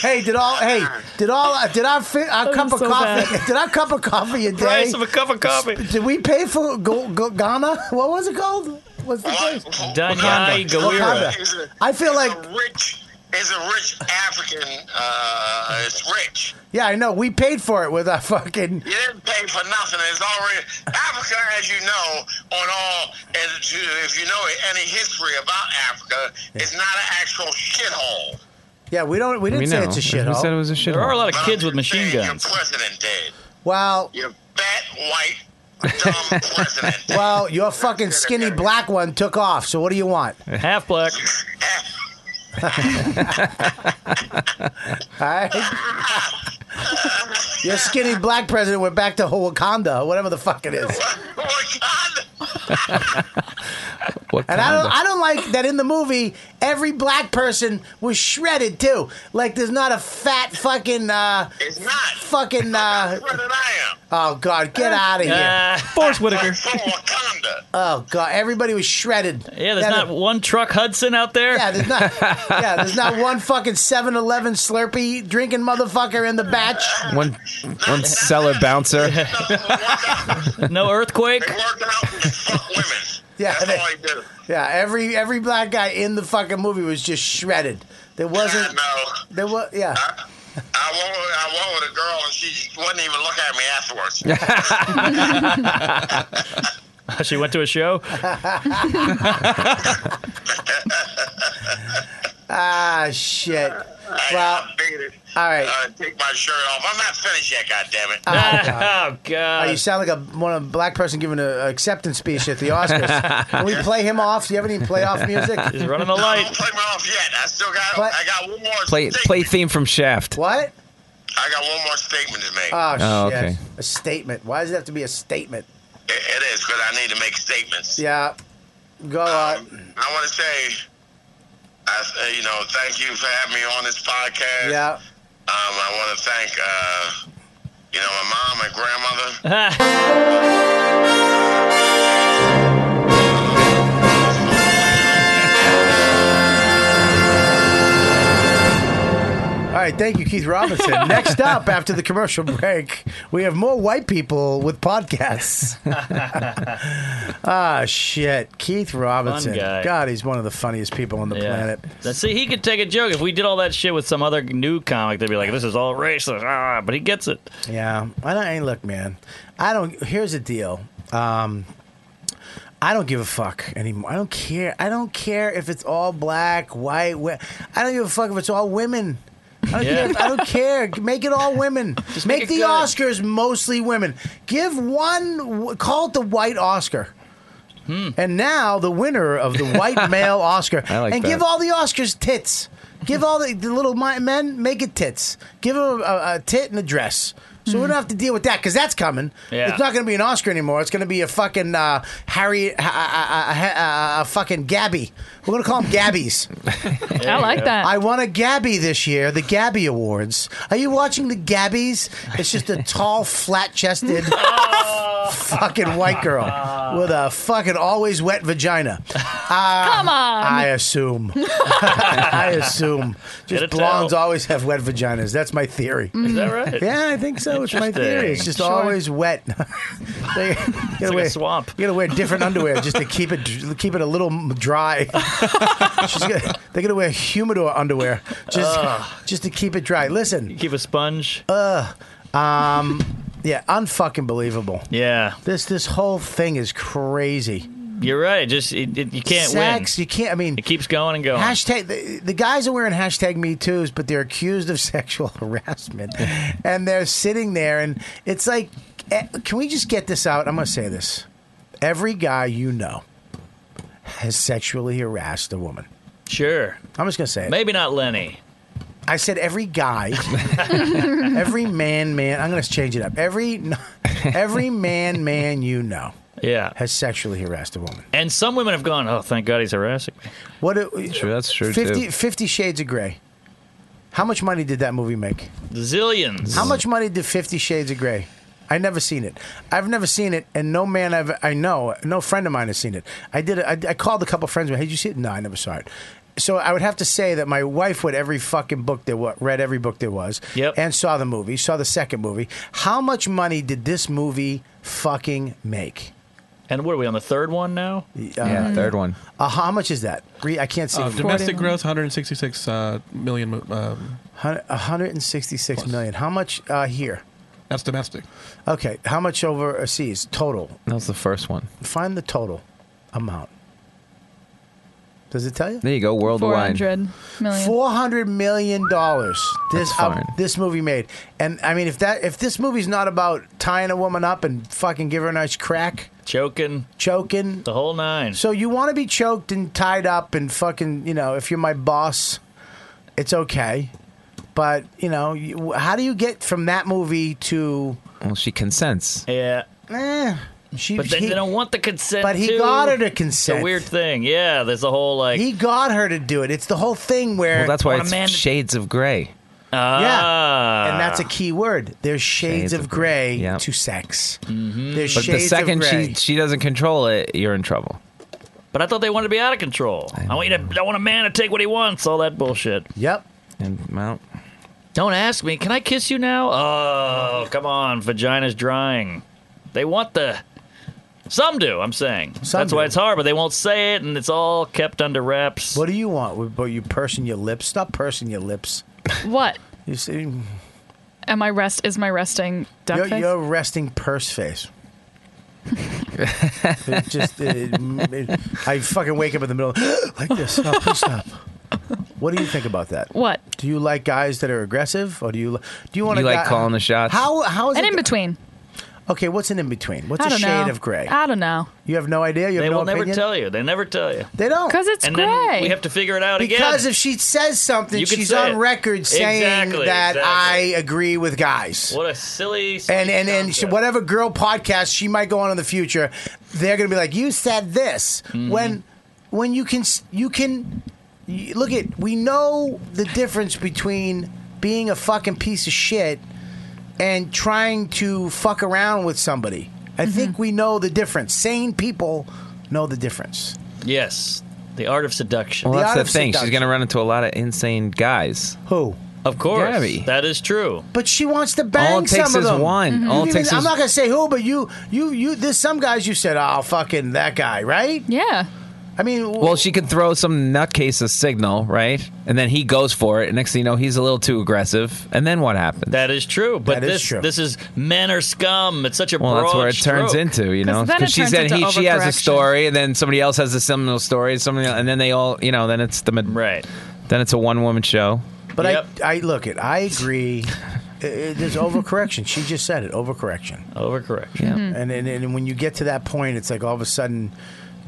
Speaker 2: Hey, did all? Hey, did all? uh, Did our fi- our cup of
Speaker 3: so
Speaker 2: coffee? (laughs) Did our cup of coffee a day?
Speaker 3: Price of a cup of coffee.
Speaker 2: s- Did we pay for go, go, Ghana? What was it called? What's the place?
Speaker 3: Danyai Gawira.
Speaker 2: Wakanda. I feel like
Speaker 4: Rich is a rich African. Uh, it's rich.
Speaker 2: yeah, I know. We paid for it with our fucking.
Speaker 4: You didn't pay for nothing. It's already Africa, as you know, on all. And if you- if you know any history about Africa, it's not an actual shithole.
Speaker 2: Yeah, we don't. We didn't say it's a shithole.
Speaker 3: There are a lot of kids with machine guns.
Speaker 4: President did.
Speaker 2: Well,
Speaker 4: Your fat white
Speaker 2: (laughs)
Speaker 4: dumb president.
Speaker 2: well, your fucking skinny black one took off. So what do you want?
Speaker 3: Half
Speaker 4: (laughs)
Speaker 3: black.
Speaker 2: All (laughs)
Speaker 4: (laughs)
Speaker 2: right. Your skinny black president went back to Wakanda, whatever the fuck it is. (laughs) And I don't, I don't like that in the movie. Every black person was shredded too. Like there's not a fat fucking. Uh,
Speaker 4: it's not
Speaker 2: fucking. Uh, Oh God, get out of here!
Speaker 3: Uh, Forrest Whitaker.
Speaker 2: Oh God, everybody was shredded.
Speaker 3: Yeah, there's not one truck Hudson out there.
Speaker 2: Yeah, there's
Speaker 3: (laughs)
Speaker 2: not. yeah, there's not one fucking 7-Eleven Slurpee drinking motherfucker in the batch.
Speaker 6: One one cellar bouncer.
Speaker 3: no earthquake.
Speaker 2: (laughs) Yeah, they- yeah. Every every black guy in the fucking movie was just shredded. There wasn't. There was. Yeah.
Speaker 4: I went, with, I went with a girl and she wouldn't even look at me
Speaker 3: (laughs)
Speaker 4: afterwards.
Speaker 3: she went to
Speaker 2: (laughs)
Speaker 3: a show.
Speaker 2: (laughs) ah shit. Well. All right.
Speaker 4: Uh, take my shirt off. I'm not finished yet,
Speaker 3: (laughs)
Speaker 4: goddammit.
Speaker 3: Oh, God.
Speaker 2: Oh, you sound like a one a black person giving an acceptance speech at the
Speaker 3: (laughs)
Speaker 2: Oscars. Can we play him off? Do you have any play off music?
Speaker 3: He's running the light.
Speaker 4: Play me off yet. I still got, (laughs) I got one more.
Speaker 6: Play play theme from Shaft.
Speaker 2: What?
Speaker 4: I got one more statement to make.
Speaker 2: Oh,
Speaker 6: Oh,
Speaker 2: shit.
Speaker 6: okay.
Speaker 2: A statement. Why does it have to be a statement?
Speaker 4: It, it is because I need to make statements.
Speaker 2: Yeah. Go
Speaker 4: Oh,
Speaker 2: on.
Speaker 4: I want to say, I, uh, you know, thank you for having me on this podcast.
Speaker 2: Yeah.
Speaker 4: Um, I want to thank, uh, you know, my mom and grandmother.
Speaker 2: All right. Thank you,
Speaker 6: (laughs)
Speaker 2: Keith Robinson. Next up, after the commercial break, we have more white people
Speaker 6: (laughs)
Speaker 2: with podcasts. ah, shit. Keith Robinson.
Speaker 3: guy.
Speaker 2: God, he's one of the funniest people on the planet.
Speaker 3: Now, see, he could take a joke. If we did all that shit with some other new comic, they'd be like, "This is all racist." Ah, but he gets it.
Speaker 2: Yeah, I don't. Hey, look, man, I don't. Here's the deal. Um, I don't give a fuck anymore. I don't care. I don't care if it's all black, white. wh- I don't give a fuck if it's all women. I don't,
Speaker 11: Yeah.
Speaker 2: care. I don't care. Make it all women. make
Speaker 11: make it
Speaker 2: the
Speaker 11: good.
Speaker 2: Oscars mostly women. Give one. w- Call it the white Oscar. And now the winner of the white male Oscar.
Speaker 6: I like
Speaker 2: and
Speaker 6: that.
Speaker 2: give all the Oscars tits. Give all the, the little mi- men, make it tits. Give them a, a, a tit and a dress. So we don't have to deal with that because that's coming.
Speaker 11: Yeah.
Speaker 2: It's not going to be an Oscar anymore. It's going to be a fucking uh, Harry, a, a, a, a, a fucking Gabby. We're going to call them Gabbies.
Speaker 8: I like that.
Speaker 2: I won a Gabby this year, the Gabby Awards. Are you watching the Gabbies? It's just a tall, flat chested fucking white girl with a fucking always wet vagina. Uh,
Speaker 8: Come on.
Speaker 2: I assume. I assume.
Speaker 3: Get
Speaker 2: Just
Speaker 3: it
Speaker 2: blondes
Speaker 3: out.
Speaker 2: always have wet vaginas. That's my theory.
Speaker 3: Is that right?
Speaker 2: Yeah, I think so. It's my theory. It's just
Speaker 3: Sure.
Speaker 2: always wet. (laughs)
Speaker 3: (laughs)
Speaker 2: they, you gotta
Speaker 3: like a
Speaker 2: wear,
Speaker 3: swamp.
Speaker 2: You gotta wear different underwear just to
Speaker 3: (laughs)
Speaker 2: keep it keep it a little dry. She's gonna, they're gonna wear humidor underwear just
Speaker 3: Ugh.
Speaker 2: just to keep it dry. Listen,
Speaker 3: Keep a sponge.
Speaker 2: Ugh. Um, yeah, unfucking believable.
Speaker 3: Yeah,
Speaker 2: This this whole thing is crazy.
Speaker 3: you're right. Just it, it, you can't
Speaker 2: Sex, you can't. I mean,
Speaker 3: win. It keeps going and going.
Speaker 2: Hashtag the, the guys are wearing hashtag Me Too's, but they're accused of (laughs) sexual harassment, and they're sitting there, and it's like, eh, can we just get this out? I'm gonna say this: every guy you know has sexually harassed a woman.
Speaker 3: Sure.
Speaker 2: I'm just gonna say it.
Speaker 3: Maybe not Lenny.
Speaker 2: I said every
Speaker 3: (laughs)
Speaker 2: guy, every man, man. I'm gonna change it up. Every (laughs) every man, man you know
Speaker 3: Yeah.
Speaker 2: has sexually harassed a woman.
Speaker 3: And some women have gone, "Oh, thank God he's harassing me."
Speaker 2: What? It,
Speaker 6: True, that's true
Speaker 2: 50,
Speaker 6: too.
Speaker 2: 50 Shades of Grey. How much money did that movie make?
Speaker 3: Zillions.
Speaker 2: How much money did Fifty Shades of Grey? I never seen it. I've never seen it, and no man I've, I know, no friend of mine has seen it. I did. it- I, I called a couple friends. and went, Hey, did you see it? No, I never saw it. So I would have to say that my wife would every fucking book there was, read every book there was, yep. and saw the movie, saw the second movie. How much money did this movie fucking make?
Speaker 3: And what are we on the third one now?
Speaker 9: Yeah, third
Speaker 5: one.
Speaker 2: Uh, how much is that? Re- I can't see.
Speaker 9: Uh, domestic gross 166 uh, million. mo- Um,
Speaker 2: 166 million. How much uh, here?
Speaker 9: That's domestic.
Speaker 2: Okay. How much overseas total?
Speaker 6: That was the first one.
Speaker 2: Find the total amount. Does it tell you?
Speaker 6: There you go, worldwide.
Speaker 8: 400 million.
Speaker 2: Four hundred million dollars. This
Speaker 6: That's
Speaker 2: uh,
Speaker 6: fine.
Speaker 2: this movie made, and I mean, if that if this movie's not about tying a woman up and fucking give her a nice crack,
Speaker 3: choking,
Speaker 2: choking,
Speaker 3: the whole nine.
Speaker 2: So you want to be choked and tied up and fucking, you know, if you're my boss, it's okay, but you know, you, how do you get from that movie to?
Speaker 6: Well, she consents.
Speaker 3: Yeah.
Speaker 2: Eh, she,
Speaker 3: But then
Speaker 2: he-
Speaker 3: they don't want the consent.
Speaker 2: But he
Speaker 3: too.
Speaker 2: got her to
Speaker 3: It's a
Speaker 2: consent.
Speaker 3: weird thing. Yeah, there's a whole like.
Speaker 2: He got her to do it. It's the whole thing where.
Speaker 6: Well, that's why
Speaker 2: Want a
Speaker 6: it's
Speaker 2: man to-
Speaker 6: shades of gray.
Speaker 8: Ah.
Speaker 2: yeah, and that's a key word. There's shades,
Speaker 6: Shades
Speaker 2: of
Speaker 6: of
Speaker 2: gray
Speaker 6: Yeah.
Speaker 2: to sex.
Speaker 8: Mm-hmm.
Speaker 2: There's
Speaker 6: But the
Speaker 2: shades
Speaker 6: second
Speaker 2: of gray.
Speaker 6: she she doesn't control it, you're in trouble.
Speaker 3: But I thought they wanted to be out of control. I, want you to. I want a man to take what he wants. All that bullshit.
Speaker 2: Yep.
Speaker 6: And well,
Speaker 3: Don't ask me. Can I kiss you now? Oh, come on. Vagina's drying. They want the. Some do. I'm saying. that's why
Speaker 2: do.
Speaker 3: it's hard. But they won't say it, and it's all kept under wraps.
Speaker 2: What do you want? But you pursing your lips. Stop pursing your lips.
Speaker 8: What?
Speaker 2: You see,
Speaker 8: Am I rest? Is my resting duck
Speaker 2: you're,
Speaker 8: face?
Speaker 2: you're resting
Speaker 6: (laughs)
Speaker 2: purse face. it just, it- it- I fucking wake up in the middle (gasps) like this. Oh, please stop. What do you think about that?
Speaker 8: What?
Speaker 2: Do you like guys that are aggressive, or do you li- do you want
Speaker 6: You
Speaker 2: a
Speaker 6: like
Speaker 2: guy-
Speaker 6: calling the shots?
Speaker 2: How how is
Speaker 8: An
Speaker 2: it?
Speaker 8: in between.
Speaker 2: okay, what's an in between? What's
Speaker 8: I
Speaker 2: a
Speaker 8: don't
Speaker 2: shade
Speaker 8: know.
Speaker 2: of gray?
Speaker 8: I don't know.
Speaker 2: You have no idea. You have
Speaker 3: They
Speaker 2: no
Speaker 3: will
Speaker 2: opinion.
Speaker 3: never tell you. They never tell you.
Speaker 2: They don't.
Speaker 8: 'Cause it's
Speaker 3: and
Speaker 8: gray.
Speaker 3: Then we have to figure it out again.
Speaker 2: Because if she says something,
Speaker 3: You can
Speaker 2: she's
Speaker 3: say
Speaker 2: on
Speaker 3: it.
Speaker 2: record saying
Speaker 3: Exactly,
Speaker 2: that
Speaker 3: exactly.
Speaker 2: I agree with guys.
Speaker 3: What a silly. silly
Speaker 2: and and and she, whatever girl podcast she might go on in the future, they're gonna be like, "You said this when when you can s- you can y- look at we know the difference between being a fucking piece of shit and trying to fuck around with somebody. I think we know the difference. Sane people know the difference.
Speaker 3: Yes, the art of seduction.
Speaker 6: well that's the thing. She's going to run into a lot of insane guys.
Speaker 2: Who?
Speaker 3: Of course,
Speaker 6: Gabby.
Speaker 3: that is true.
Speaker 2: But she wants to bang
Speaker 6: All it takes
Speaker 2: some
Speaker 6: is
Speaker 2: of them. Mm-hmm.
Speaker 6: one. Mhm. All it
Speaker 2: You
Speaker 6: takes
Speaker 2: even- I'm
Speaker 6: is-
Speaker 2: not gonna say who, but you, you, you. There's some guys you said, "Oh, fucking that guy," right?
Speaker 8: Yeah.
Speaker 2: I mean,
Speaker 6: Well, she can throw some nutcase a signal, right? And then he goes for it. And next thing you know, he's a little too aggressive. And then what happens?
Speaker 3: That is true. But
Speaker 6: That is
Speaker 3: this
Speaker 6: true.
Speaker 3: this is men are scum. It's such a
Speaker 6: Well,
Speaker 3: broad
Speaker 6: that's where it turns
Speaker 3: stroke.
Speaker 6: into, you know,
Speaker 8: 'Cause then it
Speaker 6: she
Speaker 8: turns
Speaker 6: said
Speaker 8: into
Speaker 6: he, she has a
Speaker 8: overcorrection.
Speaker 6: story, and then somebody else has a similar story, somebody, else, and then they all, you know, then it's the
Speaker 3: right.
Speaker 6: Then it's a one woman show.
Speaker 2: But I, I look it. I agree. (laughs) I- I- There's overcorrection. She just said it. Overcorrection.
Speaker 3: Overcorrection.
Speaker 6: Yeah.
Speaker 2: And, and and when you get to that point, it's like all of a sudden,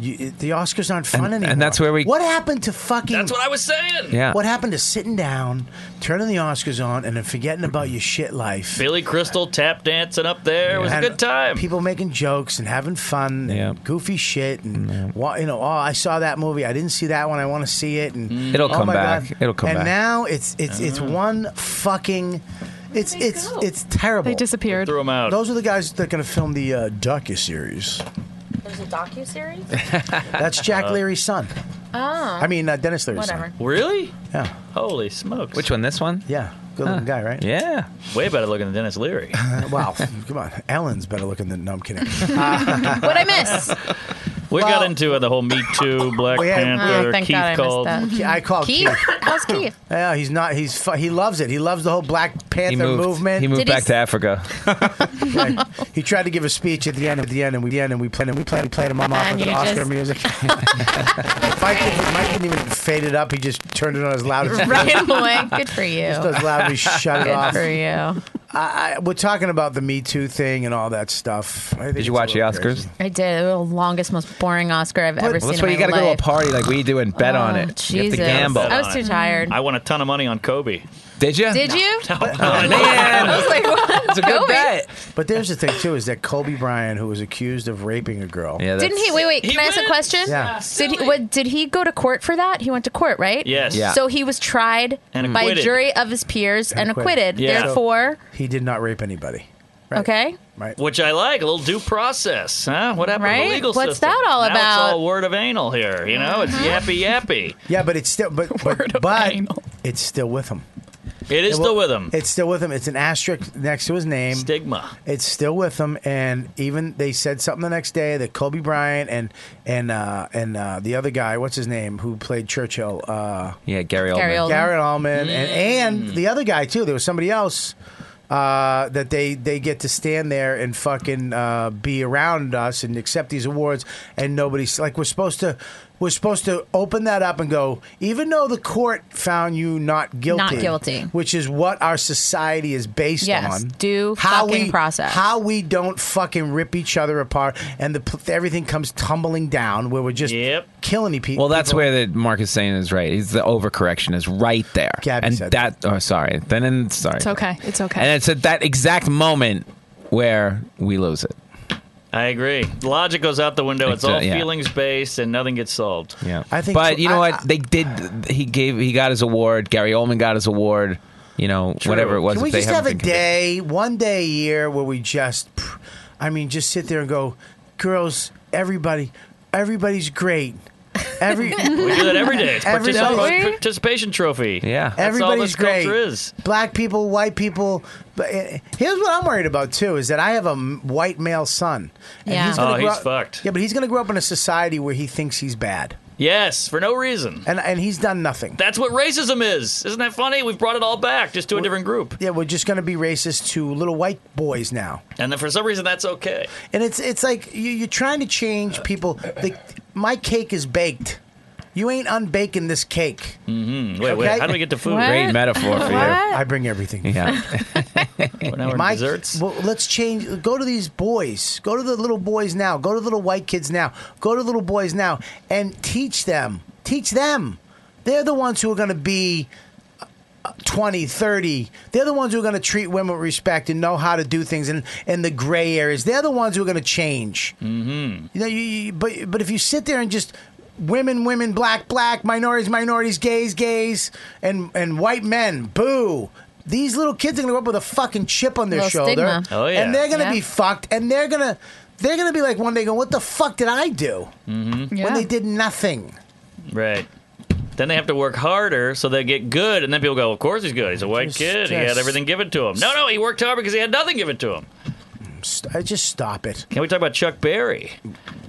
Speaker 2: you, it- the Oscars aren't fun anymore.
Speaker 6: and that's where we-
Speaker 2: What happened to fucking?
Speaker 3: That's what I was saying.
Speaker 2: What happened to sitting down, turning the Oscars on, and then forgetting about your shit life?
Speaker 3: Billy Crystal tap dancing up there was a
Speaker 2: And
Speaker 3: good time.
Speaker 2: People making jokes and having fun and goofy shit and wa- you know, oh, I saw that movie. I didn't see that one. I want to see it. And
Speaker 6: It'll
Speaker 2: oh
Speaker 6: come
Speaker 2: my
Speaker 6: back.
Speaker 2: God.
Speaker 6: It'll come
Speaker 2: and
Speaker 6: back.
Speaker 2: now it's it's it's one fucking. It's it's it's terrible.
Speaker 8: They disappeared.
Speaker 3: Threw them out.
Speaker 2: Those are the guys that are going to film the uh, docu series.
Speaker 10: There's a docu series.
Speaker 2: That's Jack Leary's son.
Speaker 10: Oh.
Speaker 2: I mean uh, Dennis Leary's
Speaker 10: Whatever.
Speaker 2: son.
Speaker 3: Really?
Speaker 2: Yeah.
Speaker 3: Holy smokes!
Speaker 6: Which one? This one?
Speaker 2: Yeah. Good looking guy, right?
Speaker 6: Yeah.
Speaker 3: Way better looking than Dennis Leary.
Speaker 2: (laughs) wow. Come on. Ellen's better looking than. No, I'm
Speaker 3: (laughs)
Speaker 2: kidding.
Speaker 10: what I miss?
Speaker 3: We got into the whole Me
Speaker 2: (laughs)
Speaker 3: Too, Black
Speaker 2: We had-
Speaker 3: Panther,
Speaker 2: Oh, thank
Speaker 3: Keith
Speaker 2: God I missed
Speaker 3: called.
Speaker 2: that. Ke- I called
Speaker 10: Keith.
Speaker 2: Keith. (laughs)
Speaker 10: How's Keith?
Speaker 2: Yeah, he's not. He's fu- he loves it. He loves the whole Black Panther
Speaker 6: He moved,
Speaker 2: movement.
Speaker 6: he moved back to Africa.
Speaker 10: (laughs)
Speaker 2: He tried to give a speech at the end, at the end, and we the end, and we played, and we played, we played him off
Speaker 10: And
Speaker 2: with
Speaker 10: you
Speaker 2: Oscar
Speaker 10: just- (laughs)
Speaker 2: music. Mike, didn't- Mike didn't even fade it up. He just turned it on as loud as
Speaker 10: right away. Good for you.
Speaker 2: (laughs) Just
Speaker 10: (laughs)
Speaker 2: as loud as he shut it
Speaker 10: Good
Speaker 2: off.
Speaker 10: for you.
Speaker 2: (laughs) I, I, we're talking about the Me Too thing and all that stuff. I think
Speaker 6: Did
Speaker 2: it's a
Speaker 6: you watch the
Speaker 2: little
Speaker 6: Oscars?
Speaker 2: crazy.
Speaker 10: I did. It was the longest, most boring Oscar I've ever
Speaker 6: Well,
Speaker 10: seen.
Speaker 6: that's why you
Speaker 10: in my
Speaker 6: gotta go to a
Speaker 10: life.
Speaker 6: party like we do and bet on
Speaker 10: Oh,
Speaker 6: it. You have
Speaker 10: Jesus.
Speaker 6: to gamble.
Speaker 10: I was too tired.
Speaker 3: I won a ton of money on Kobe. Oh,
Speaker 6: Did you? (laughs)
Speaker 7: Did you?
Speaker 2: (laughs)
Speaker 6: man.
Speaker 7: I was like, what?
Speaker 6: It's a good
Speaker 7: Kobe?
Speaker 6: bet.
Speaker 2: But there's the thing too is that Kobe Bryant, who was accused of raping a girl,
Speaker 6: yeah,
Speaker 7: Didn't he? Wait, wait. Can I ask a question?
Speaker 2: Yeah.
Speaker 7: Did he? What, did he go to court for that? He went to court, right?
Speaker 2: Yes. Yeah.
Speaker 7: So he was tried
Speaker 2: And
Speaker 7: by a
Speaker 2: acquitted.
Speaker 7: jury of his peers and, acquitted.
Speaker 2: Yeah.
Speaker 7: Therefore,
Speaker 2: he did not rape anybody.
Speaker 7: okay.
Speaker 2: Right.
Speaker 3: Which I like. A little due process, huh? What happened to
Speaker 7: Right?
Speaker 3: the legal
Speaker 7: What's
Speaker 3: system?
Speaker 7: that all
Speaker 3: Now
Speaker 7: about? Mm-hmm.
Speaker 3: It's all word of anal here. You know, it's yappy
Speaker 2: (laughs)
Speaker 3: yappy.
Speaker 2: Yeah, but it's
Speaker 7: (laughs)
Speaker 2: still but but, but it's still with him.
Speaker 3: It
Speaker 2: Yeah,
Speaker 3: is
Speaker 2: well,
Speaker 3: still with him.
Speaker 2: It's still with him. It's an asterisk next to his name.
Speaker 3: Stigma.
Speaker 2: It's still with him, and even they said something the next day that Kobe Bryant and and uh, and uh, the other guy, what's his name, who played Churchill, uh,
Speaker 6: Yeah, Gary Oldman.
Speaker 2: Gary Oldman, and
Speaker 3: Mm.
Speaker 2: and the other guy too. There was somebody else. Uh, that they, they get to stand there and fucking uh, be around us and accept these awards and nobody's like we're supposed to we're supposed to open that up and go even though the court found you not guilty
Speaker 7: guilty.
Speaker 2: which is what our society is based
Speaker 7: Yes,
Speaker 2: on
Speaker 7: due fucking
Speaker 2: we,
Speaker 7: process.
Speaker 2: How we don't fucking rip each other apart and the pl- everything comes tumbling down where we're just killing each people.
Speaker 6: Well, that's where the Mark is saying is right. He's the overcorrection is right there. and
Speaker 2: said
Speaker 6: that. Oh, sorry. Then and sorry.
Speaker 8: It's okay. It's okay.
Speaker 6: And it's at that exact moment where we lose it.
Speaker 3: I agree. Logic goes out the window. It's
Speaker 6: Exa-
Speaker 2: uh,
Speaker 3: all
Speaker 6: yeah.
Speaker 3: feelings based, and nothing
Speaker 2: (laughs)
Speaker 3: gets solved.
Speaker 6: Yeah.
Speaker 2: I think.
Speaker 6: But you know what? They did. He gave. He got his award. Gary Oldman got his award. You know, whatever it was.
Speaker 2: Can we
Speaker 6: if they
Speaker 2: just have a
Speaker 6: haven't been
Speaker 2: day, one day a year where we just, I mean, just sit there and go, girls, everybody, everybody's great. Every we
Speaker 3: (laughs) We do that every day. It's particip-
Speaker 2: Everybody,
Speaker 3: participation trophy. Yeah. That's all
Speaker 2: Everybody's
Speaker 3: this
Speaker 2: great.
Speaker 3: culture is.
Speaker 2: Black people, white people. But uh, here's what I'm worried about too: is that I have a m- white male son.
Speaker 3: Yeah.
Speaker 2: gonna
Speaker 3: Oh,
Speaker 2: grow
Speaker 3: he's
Speaker 2: up-
Speaker 3: fucked.
Speaker 2: Yeah, but he's going to grow up in a society where he thinks he's bad,
Speaker 3: Yes, for no reason.
Speaker 2: and and he's done nothing.
Speaker 3: That's what racism is. Isn't that funny? We've brought it all back just to a different group.
Speaker 2: Yeah, we're just going to be racist to little white boys now.
Speaker 3: And then for some reason, that's okay.
Speaker 2: And it's it's like you, you're trying to change people. The, my cake is baked. You ain't unbaking this cake.
Speaker 3: Mm-hmm. Wait, wait. How do we get to food?
Speaker 2: I bring everything.
Speaker 6: Yeah.
Speaker 2: (laughs)
Speaker 3: now we're in desserts.
Speaker 2: Well, let's change. Go to these boys. Go to the little boys now. Go to the little white kids now. Go to the little boys now and teach them. Teach them. They're the ones who are going to be uh, 20, 30. They're the ones who are going to treat women with respect and know how to do things in, in the gray areas. They're the ones who are going to change.
Speaker 3: Mm-hmm.
Speaker 2: You know, you, you, but but if you sit there and just women, women, black, black, minorities, minorities, gays, gays, and and white men, boo. These little kids are gonna grow up with a fucking chip on their
Speaker 11: Little
Speaker 2: shoulder,
Speaker 11: stigma. Oh, yeah.
Speaker 2: and they're gonna
Speaker 11: Yeah.
Speaker 2: be fucked, and they're gonna they're gonna be like one day going, "What the fuck did I do?"
Speaker 3: Mm-hmm.
Speaker 2: When they did nothing.
Speaker 3: Right. Then they have to work harder so they get good, and then people go, "Of course he's good. He's a white kid. He had
Speaker 2: just-
Speaker 3: everything given to him." No, no, he worked hard because he had nothing given to him.
Speaker 2: St- I just stop it.
Speaker 3: Can we talk about Chuck Berry?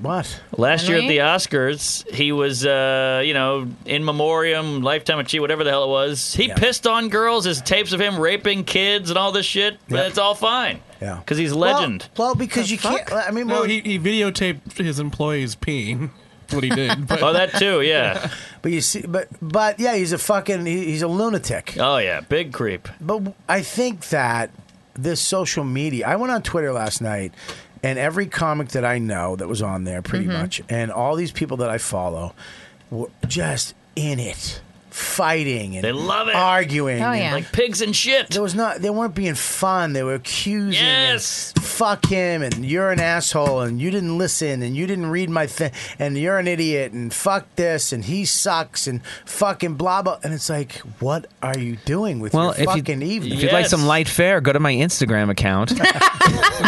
Speaker 2: What?
Speaker 3: Last
Speaker 2: Can
Speaker 3: year
Speaker 2: we?
Speaker 3: at the Oscars, he was, uh, you know, in memoriam, lifetime achievement, whatever the hell it was. He pissed on girls. His tapes of him raping kids and all this shit. But
Speaker 9: Yep.
Speaker 3: it's all fine.
Speaker 2: Yeah.
Speaker 3: Because he's legend.
Speaker 2: Well, well, because you can't. I mean,
Speaker 9: no,
Speaker 2: well,
Speaker 9: he, he videotaped his employees peeing. That's what he did. But
Speaker 3: Oh, that too. Yeah.
Speaker 2: but you see, but but yeah, he's a fucking he, he's a lunatic.
Speaker 3: Oh yeah, big creep.
Speaker 2: But I think that this social media. I went on Twitter last night, and every comic that I know that was on there, pretty
Speaker 3: Mm-hmm.
Speaker 11: Mhm.
Speaker 2: much, and all these people that I follow, were just in it, fighting and
Speaker 3: They love it.
Speaker 2: arguing.
Speaker 3: Oh,
Speaker 2: and-
Speaker 3: yeah. Like pigs and shit.
Speaker 2: There was not. They weren't being fun. They were accusing. Yes. Fuck him, and you're an asshole, and you didn't listen, and you didn't read my thing, and you're an idiot, and fuck this, and he sucks, and fucking blah blah. And it's like, what are you doing
Speaker 6: (laughs)
Speaker 2: with
Speaker 6: Well,
Speaker 2: your
Speaker 6: if,
Speaker 2: fucking
Speaker 6: you,
Speaker 2: evening?
Speaker 6: if you'd like some light fare, go to my Instagram account.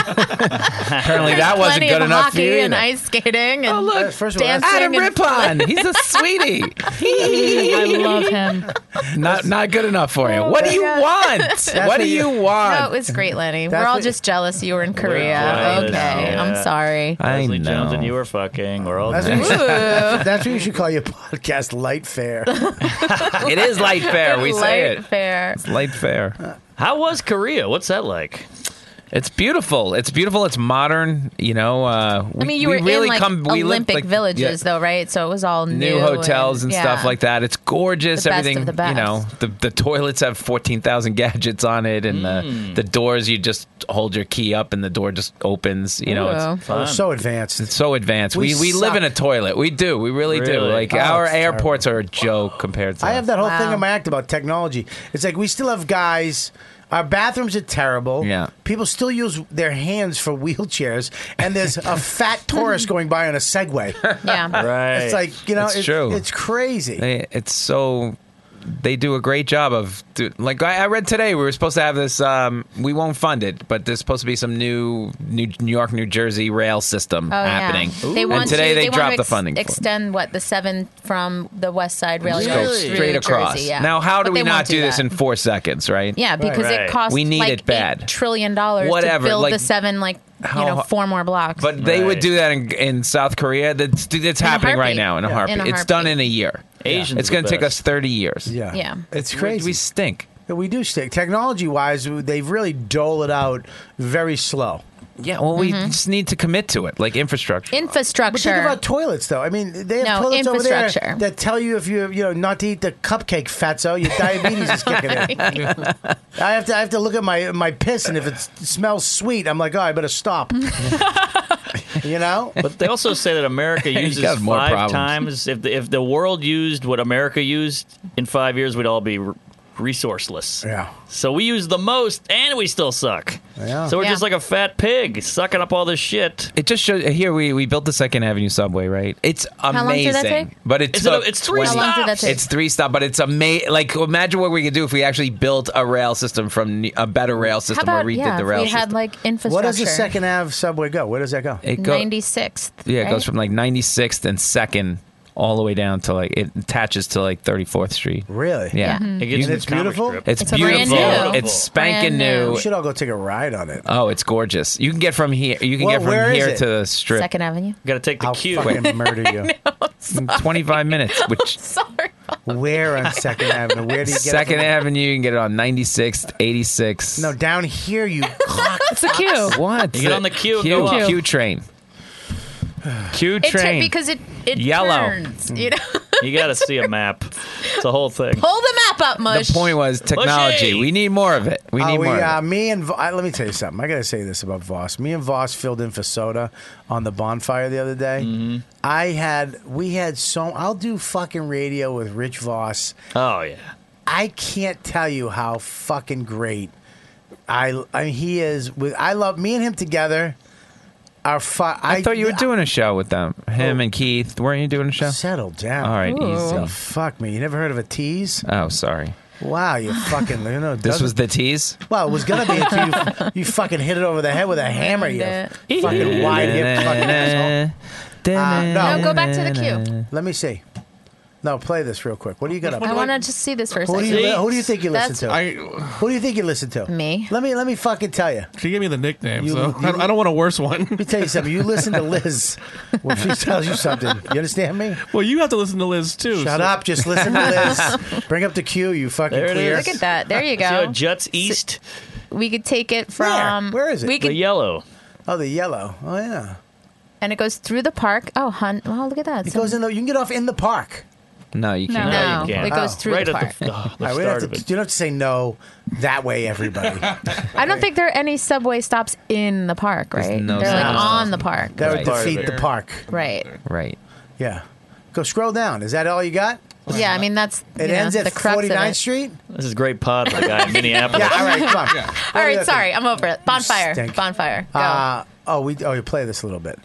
Speaker 6: Apparently, that wasn't
Speaker 7: Plenty
Speaker 6: good
Speaker 7: of
Speaker 6: enough
Speaker 7: hockey
Speaker 6: for you.
Speaker 7: and
Speaker 6: either.
Speaker 7: ice skating and
Speaker 2: Oh, look, first of all, that's-
Speaker 7: dancing
Speaker 2: Adam
Speaker 7: and-
Speaker 6: Rippon, (laughs) he's a sweetie.
Speaker 7: (laughs)
Speaker 8: I love him.
Speaker 2: (laughs)
Speaker 6: not not good enough for you. What do you
Speaker 7: (laughs)
Speaker 6: want? What do you
Speaker 7: No, it
Speaker 6: want?
Speaker 7: was great, Lenny.
Speaker 6: That's
Speaker 7: We're all
Speaker 6: what-
Speaker 7: just jealous you were in Korea.
Speaker 3: jealous,
Speaker 7: Okay,
Speaker 3: yeah.
Speaker 7: I'm sorry.
Speaker 6: I
Speaker 3: Leslie Jones
Speaker 6: know.
Speaker 3: and you were fucking. We're all.
Speaker 2: That's what, you
Speaker 3: (laughs)
Speaker 2: should, that's what you should call your podcast, Light
Speaker 6: (laughs)
Speaker 2: Fair.
Speaker 6: it is (laughs) light fare. We say
Speaker 7: Light
Speaker 6: it.
Speaker 7: Fair.
Speaker 6: It's light fare.
Speaker 3: How was Korea? What's that like?
Speaker 6: It's beautiful. It's beautiful. It's modern. You know, uh, we,
Speaker 7: I mean, you
Speaker 6: we
Speaker 7: were
Speaker 6: really
Speaker 7: in like
Speaker 6: come, we lived,
Speaker 7: Olympic
Speaker 6: like,
Speaker 7: villages,
Speaker 6: yeah,
Speaker 7: though, right? So it was all new,
Speaker 6: New hotels and,
Speaker 7: yeah.
Speaker 6: stuff like that. It's gorgeous.
Speaker 7: The best of
Speaker 6: Everything,
Speaker 7: the best.
Speaker 6: you know, the, the toilets have 14,000 (laughs) gadgets on it, and
Speaker 7: Mm.
Speaker 6: the, the doors, you just hold your key up and the door just opens. You know,
Speaker 2: Ooh.
Speaker 6: it's
Speaker 2: Oh, it's so advanced.
Speaker 6: It's so advanced.
Speaker 2: We
Speaker 6: We, we, live in a toilet. We do. We really, do.
Speaker 2: Really?
Speaker 6: Like,
Speaker 2: Oh,
Speaker 6: our
Speaker 2: it's terrible.
Speaker 6: airports are a joke compared to
Speaker 2: I have that whole thing
Speaker 6: Wow.
Speaker 2: in my act about technology. It's like we still have guys. Our bathrooms are terrible.
Speaker 6: Yeah.
Speaker 2: People still use their hands for wheelchairs, and
Speaker 6: (laughs)
Speaker 2: there's a fat tourist going by on a Segway.
Speaker 7: Yeah.
Speaker 6: Right.
Speaker 2: It's like you know,
Speaker 6: It's
Speaker 2: it's,
Speaker 6: true.
Speaker 2: It's crazy.
Speaker 6: They, it's so. They do a great job of do, like I, I read today. We were supposed to have this. Um, we won't fund it, but there's supposed to be some new New, New York, New Jersey rail system
Speaker 7: Oh, yeah.
Speaker 6: happening.
Speaker 7: They want
Speaker 6: and today
Speaker 7: to,
Speaker 6: they,
Speaker 7: want
Speaker 6: dropped
Speaker 7: to
Speaker 6: the funding. for it.
Speaker 7: Extend what the seven from the West Side rail
Speaker 6: Just
Speaker 7: yard
Speaker 6: go
Speaker 7: through
Speaker 6: straight across.
Speaker 7: Jersey, yeah.
Speaker 6: Now, how do
Speaker 7: But
Speaker 6: we
Speaker 7: they won't
Speaker 6: not do this
Speaker 7: that.
Speaker 6: in four seconds? Right?
Speaker 7: Yeah, because it costs
Speaker 6: We need
Speaker 7: like
Speaker 6: it bad.
Speaker 7: $8 trillion dollars
Speaker 6: Whatever,
Speaker 7: to build
Speaker 6: like,
Speaker 7: the seven, like you know,
Speaker 6: how-
Speaker 7: four more blocks.
Speaker 6: But they would do that in, in South Korea. That's, that's
Speaker 7: In a
Speaker 6: happening right
Speaker 7: heartbeat.
Speaker 6: now in a
Speaker 7: Yeah.
Speaker 6: heartbeat.
Speaker 7: In a
Speaker 6: It's done in a year.
Speaker 2: Asians
Speaker 6: It's
Speaker 2: are the
Speaker 6: going to take
Speaker 2: best.
Speaker 6: us 30 years.
Speaker 2: Yeah.
Speaker 7: Yeah.
Speaker 2: It's
Speaker 6: We-
Speaker 2: crazy.
Speaker 6: we stink.
Speaker 2: We do stink. Technology wise, they've really doled it out very slow.
Speaker 6: Yeah, well, we
Speaker 3: Mm-hmm.
Speaker 6: just need to commit to it, like Mm-hmm. infrastructure.
Speaker 7: infrastructure.
Speaker 2: But think about toilets, though. I mean, they have
Speaker 7: No,
Speaker 2: toilets over there
Speaker 7: infrastructure.
Speaker 2: that tell you if you you know not to eat the cupcake, fatso. Your diabetes is kicking in.
Speaker 6: (laughs)
Speaker 2: I have to I have to look at my my piss, and if it s- smells sweet, I'm like, oh, I
Speaker 6: (laughs)
Speaker 2: better stop. you know.
Speaker 3: But they also say
Speaker 6: (laughs)
Speaker 3: that America
Speaker 2: You
Speaker 3: uses
Speaker 2: got more
Speaker 3: five
Speaker 2: problems.
Speaker 3: times. If the, if the world used what America used in five years, we'd all be re- resourceless.
Speaker 2: Yeah.
Speaker 3: So we use the most, and we still suck.
Speaker 6: Yeah.
Speaker 3: So we're
Speaker 6: Yeah.
Speaker 3: just like a fat pig sucking up
Speaker 6: (sighs)
Speaker 3: all this shit.
Speaker 6: It just shows here we, we built the Second Avenue subway, right? It's amazing.
Speaker 3: How long did that take?
Speaker 6: But it
Speaker 3: It's
Speaker 6: took
Speaker 3: a- it's three
Speaker 6: 20
Speaker 3: How long did that take?
Speaker 6: It's three stop, but it's amazing. Like imagine what we could do if we actually built a rail system from ne- a better rail
Speaker 7: How
Speaker 6: system
Speaker 7: about
Speaker 6: or redid
Speaker 7: yeah,
Speaker 6: the
Speaker 7: if
Speaker 6: rail
Speaker 7: we
Speaker 6: system.
Speaker 7: had like infrastructure.
Speaker 2: What does the second Ave subway go? Where does that go?
Speaker 6: It go-
Speaker 7: Ninety sixth.
Speaker 6: yeah, it goes from like 96th and 2nd all the way down to like it attaches to like 34th Street.
Speaker 2: Really?
Speaker 6: Yeah.
Speaker 2: It gets
Speaker 6: You-
Speaker 2: it's beautiful.
Speaker 6: It's, beautiful. It's spanking new.
Speaker 2: We should all go take a ride on it.
Speaker 6: Oh, it's gorgeous. You can get from here. You can
Speaker 2: Well,
Speaker 6: get
Speaker 2: where
Speaker 6: from
Speaker 2: is
Speaker 6: here
Speaker 2: it?
Speaker 6: to the strip.
Speaker 7: Second Avenue.
Speaker 3: Got to take the cue. (laughs)
Speaker 2: Fucking murder you. (laughs)
Speaker 6: In 25 minutes, which
Speaker 2: Where on Second Avenue? Where do you get it
Speaker 6: Second
Speaker 2: from?
Speaker 6: Avenue, you can get it on 96th, 86th.
Speaker 2: No, down here you.
Speaker 7: (laughs) It's a queue.
Speaker 6: What?
Speaker 3: You get on the queue and
Speaker 6: Q,
Speaker 3: go up.
Speaker 6: Q train. Q
Speaker 7: It took
Speaker 6: train.
Speaker 7: because it it
Speaker 6: Yellow.
Speaker 7: turns. You
Speaker 2: Hmm.
Speaker 7: know. (laughs)
Speaker 3: You got to see a map. It's a whole thing.
Speaker 7: Pull the map up, Mush.
Speaker 6: the point was technology.
Speaker 3: Mushy.
Speaker 6: We need more of it. We
Speaker 2: Uh,
Speaker 6: need more. of it.
Speaker 2: Uh, me and Vo- I, let me tell you something. I gotta say this about Voss. Me and Voss filled in for soda on the bonfire the other day.
Speaker 3: Mm-hmm.
Speaker 2: I had we had so I'll do fucking radio with Rich Voss.
Speaker 3: Oh yeah.
Speaker 2: I can't tell you how fucking great I. I mean, he is with. I love me and him together. Our fu- Oh,
Speaker 6: I, thought you were doing a show with them. Him and Keith. Weren't you doing a show?
Speaker 2: Settle down.
Speaker 6: All right,
Speaker 2: Oh,
Speaker 6: easy.
Speaker 2: fuck me. You never heard of a tease?
Speaker 6: Oh, sorry.
Speaker 2: Wow, you fucking you know.
Speaker 6: (laughs) This
Speaker 2: doesn't-
Speaker 6: was the tease?
Speaker 2: Well, it was gonna be until you, you fucking hit it over the head with
Speaker 3: (laughs)
Speaker 2: a hammer. You fucking wide hip fucking asshole. Uh, no.
Speaker 7: No, go back to the queue.
Speaker 2: Let me see. No, play this real quick. What do you got? up
Speaker 7: I
Speaker 2: there?
Speaker 7: want to just see this for a
Speaker 2: Who
Speaker 7: second.
Speaker 2: do you li- who do you think you listen to?
Speaker 7: That's-
Speaker 2: who do you think you listen to? Me. Let me let me fucking tell you.
Speaker 9: She gave me the nickname,
Speaker 2: You-
Speaker 9: so
Speaker 2: you-
Speaker 9: I, I don't want a worse one. Let
Speaker 2: me tell you something. You listen
Speaker 9: (laughs)
Speaker 2: to
Speaker 3: (laughs)
Speaker 2: Liz when she tells you something. You understand me?
Speaker 9: Well, you have to listen to Liz too.
Speaker 2: Shut
Speaker 9: so-
Speaker 2: up. Just
Speaker 7: (laughs)
Speaker 2: listen to
Speaker 3: (laughs)
Speaker 2: Liz. Bring up the cue. You fucking
Speaker 3: There it
Speaker 2: queer.
Speaker 3: is.
Speaker 7: Look at that. There you go.
Speaker 3: (laughs) See how Juts East.
Speaker 7: We could take it from
Speaker 2: Where is it?
Speaker 7: We could,
Speaker 3: the yellow.
Speaker 2: Oh, the yellow. Oh yeah.
Speaker 7: and it goes through the park. Oh, hun. Wow, look at that.
Speaker 2: It goes in the. You can get off in the park.
Speaker 6: No, you
Speaker 7: No.
Speaker 6: can't.
Speaker 7: No, it goes through Right the at the-
Speaker 3: park.
Speaker 2: All right, we don't have to- You don't have to say no that
Speaker 7: (laughs)
Speaker 2: way, everybody.
Speaker 7: I don't think there are any subway stops in the park, right?
Speaker 2: no
Speaker 7: They're like
Speaker 2: subway
Speaker 7: on the
Speaker 2: stops.
Speaker 7: park.
Speaker 2: That would
Speaker 7: right.
Speaker 2: defeat the park.
Speaker 7: Right.
Speaker 6: Right.
Speaker 2: Yeah. Go scroll down. Is that all you got?
Speaker 7: Yeah, I mean that's
Speaker 2: It
Speaker 7: you know,
Speaker 2: ends at
Speaker 7: the crux of
Speaker 2: 49th
Speaker 7: it.
Speaker 2: Street.
Speaker 3: This is great pod for
Speaker 6: (laughs)
Speaker 3: the guy in Minneapolis.
Speaker 2: (laughs) Yeah, all right, come on.
Speaker 7: All
Speaker 2: Yeah.
Speaker 7: right, sorry, I'm over it. Bonfire,
Speaker 2: stink.
Speaker 7: bonfire. Go.
Speaker 2: Uh, oh, we oh, you play this a
Speaker 14: (laughs)
Speaker 2: little bit.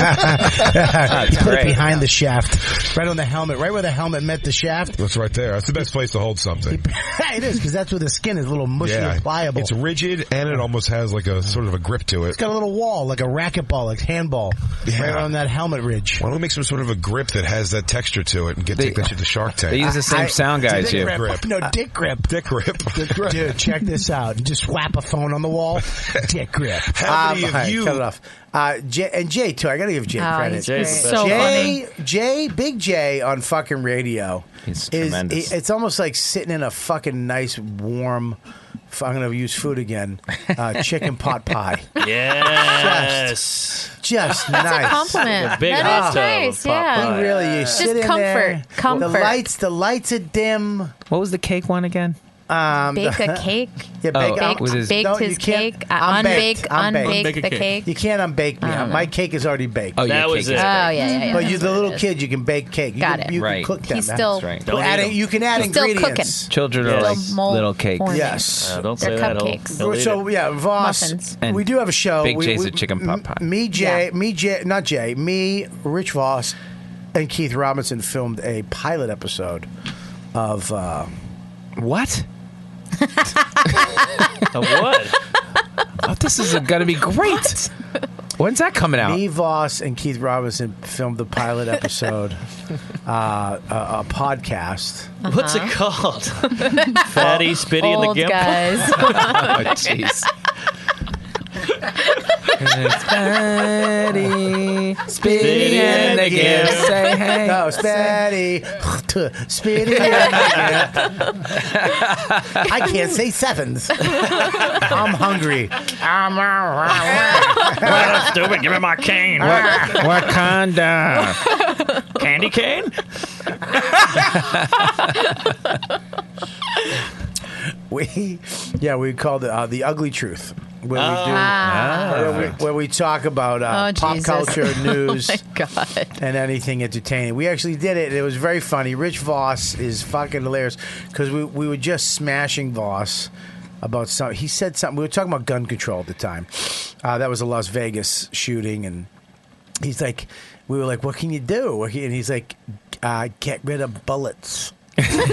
Speaker 14: That's
Speaker 2: He put
Speaker 14: great.
Speaker 2: it behind the shaft, right on the helmet, right where the helmet met the shaft.
Speaker 14: That's right there. That's the best place to hold something.
Speaker 2: (laughs) it is because that's where the skin is a little mushy and pliable.
Speaker 14: It's rigid and it almost has like a sort of a grip to it.
Speaker 2: it's got a little wall like a racquetball, like handball, right on that helmet ridge.
Speaker 14: Why don't we make some sort of a grip that has that texture to it and get take that shit to Shark Tank?
Speaker 6: they use the same I- sound guys
Speaker 14: Dick
Speaker 6: here.
Speaker 14: Grip.
Speaker 2: No (laughs) dick grip.
Speaker 14: Dick grip. Dick grip.
Speaker 2: Dude, check this out. Just whap a phone on
Speaker 14: (laughs)
Speaker 2: the wall. Dick grip. Um,
Speaker 14: How many of
Speaker 2: all right,
Speaker 14: you-
Speaker 2: Cut it off. Uh, Jay, and Jay too. I got to give Jay
Speaker 7: Oh,
Speaker 2: credit.
Speaker 7: he's Jay's the best. so
Speaker 2: Jay, Jay, Big Jay on fucking radio.
Speaker 6: He's
Speaker 2: is,
Speaker 6: tremendous.
Speaker 2: It's almost like sitting in a fucking nice warm f- I'm going to use food again.
Speaker 6: (laughs)
Speaker 2: Uh, chicken pot pie.
Speaker 3: Yes.
Speaker 2: Just
Speaker 3: That's a
Speaker 2: nice.
Speaker 3: compliment. A big That hot is tub of nice, pot yeah. pie.
Speaker 2: You really, you
Speaker 3: Just
Speaker 2: sit in
Speaker 3: comfort,
Speaker 2: there.
Speaker 3: comfort.
Speaker 2: The lights, the lights are dim.
Speaker 6: What was the cake one
Speaker 2: (laughs)
Speaker 6: again?
Speaker 2: Um,
Speaker 10: Bake
Speaker 2: (laughs)
Speaker 10: a cake.
Speaker 2: Yeah, bake
Speaker 10: Oh,
Speaker 2: up.
Speaker 10: Baked- with his- baked
Speaker 2: Don't- you
Speaker 10: his
Speaker 2: can't-
Speaker 10: cake, uh,
Speaker 2: I'm
Speaker 10: unbaked,
Speaker 2: baked. I'm baked.
Speaker 10: unbaked Unbake a the cake. cake.
Speaker 2: You can't unbake me.
Speaker 10: I don't know.
Speaker 2: My cake is already baked.
Speaker 6: Oh, your That cake was is it.
Speaker 10: Oh,
Speaker 6: baked.
Speaker 10: yeah, yeah, yeah,
Speaker 2: But
Speaker 10: that's
Speaker 2: you, the
Speaker 10: what it
Speaker 2: little
Speaker 10: is.
Speaker 2: kid, you can bake cake. You
Speaker 10: Got
Speaker 2: can,
Speaker 10: it.
Speaker 2: You
Speaker 6: Right.
Speaker 2: can cook them.
Speaker 10: He's
Speaker 2: huh?
Speaker 10: still- That's right.
Speaker 2: Well,
Speaker 10: Don't eat
Speaker 2: add
Speaker 10: them.
Speaker 2: a- you can add
Speaker 10: He's still cooking.
Speaker 2: ingredients.
Speaker 6: Children are like little cakes.
Speaker 2: Yes.
Speaker 6: Uh, don't say
Speaker 2: They're
Speaker 6: that, he'll-
Speaker 2: cupcakes.
Speaker 6: he'll eat
Speaker 2: so
Speaker 6: it.
Speaker 2: yeah, Voss.
Speaker 6: And
Speaker 2: we do have a show.
Speaker 6: Big
Speaker 2: we,
Speaker 6: Jay's
Speaker 2: we-
Speaker 6: a chicken pot pie.
Speaker 2: Me, Jay, me, Jay, not Jay, me, Rich Voss, and Keith Robinson filmed a pilot episode of uh,
Speaker 6: (laughs) what?
Speaker 3: Of what?
Speaker 6: oh, this is going to be great. When's that coming out?
Speaker 2: Me, Voss, and Keith Robinson filmed the
Speaker 6: (laughs)
Speaker 2: pilot episode, uh, a, a podcast.
Speaker 3: What's it called? Fatty, Spitty, and the
Speaker 2: Old
Speaker 6: (laughs)
Speaker 3: Gimp. (laughs)
Speaker 2: guys.
Speaker 3: oh,
Speaker 6: jeez. Spitty, Spitty, and the Gimp say hey.
Speaker 2: (laughs) No, Spitty, (laughs) Spitty, and
Speaker 6: (laughs)
Speaker 2: the Gimp. I can't say sevens. I'm hungry.
Speaker 3: Stupid, give me my cane.
Speaker 6: Wakanda.
Speaker 7: (laughs)
Speaker 3: Candy (laughs) cane?
Speaker 2: (laughs) we, yeah, we called it uh, the ugly truth. Where we do,
Speaker 11: Ah.
Speaker 2: where, we, where we talk about uh,
Speaker 11: Oh,
Speaker 2: pop
Speaker 11: Jesus.
Speaker 2: culture,
Speaker 11: (laughs) Oh,
Speaker 2: news,
Speaker 11: my
Speaker 2: and anything entertaining. We actually did it, and it was very funny. Rich Voss is fucking hilarious because we, we were just smashing Voss about something. He said something. We were talking about gun control at the time. Uh, that was a Las Vegas shooting, and he's like, we were like, what can you do? What can you-" And he's like, uh, get rid of bullets.
Speaker 6: (laughs)
Speaker 7: Oh, my
Speaker 2: (laughs)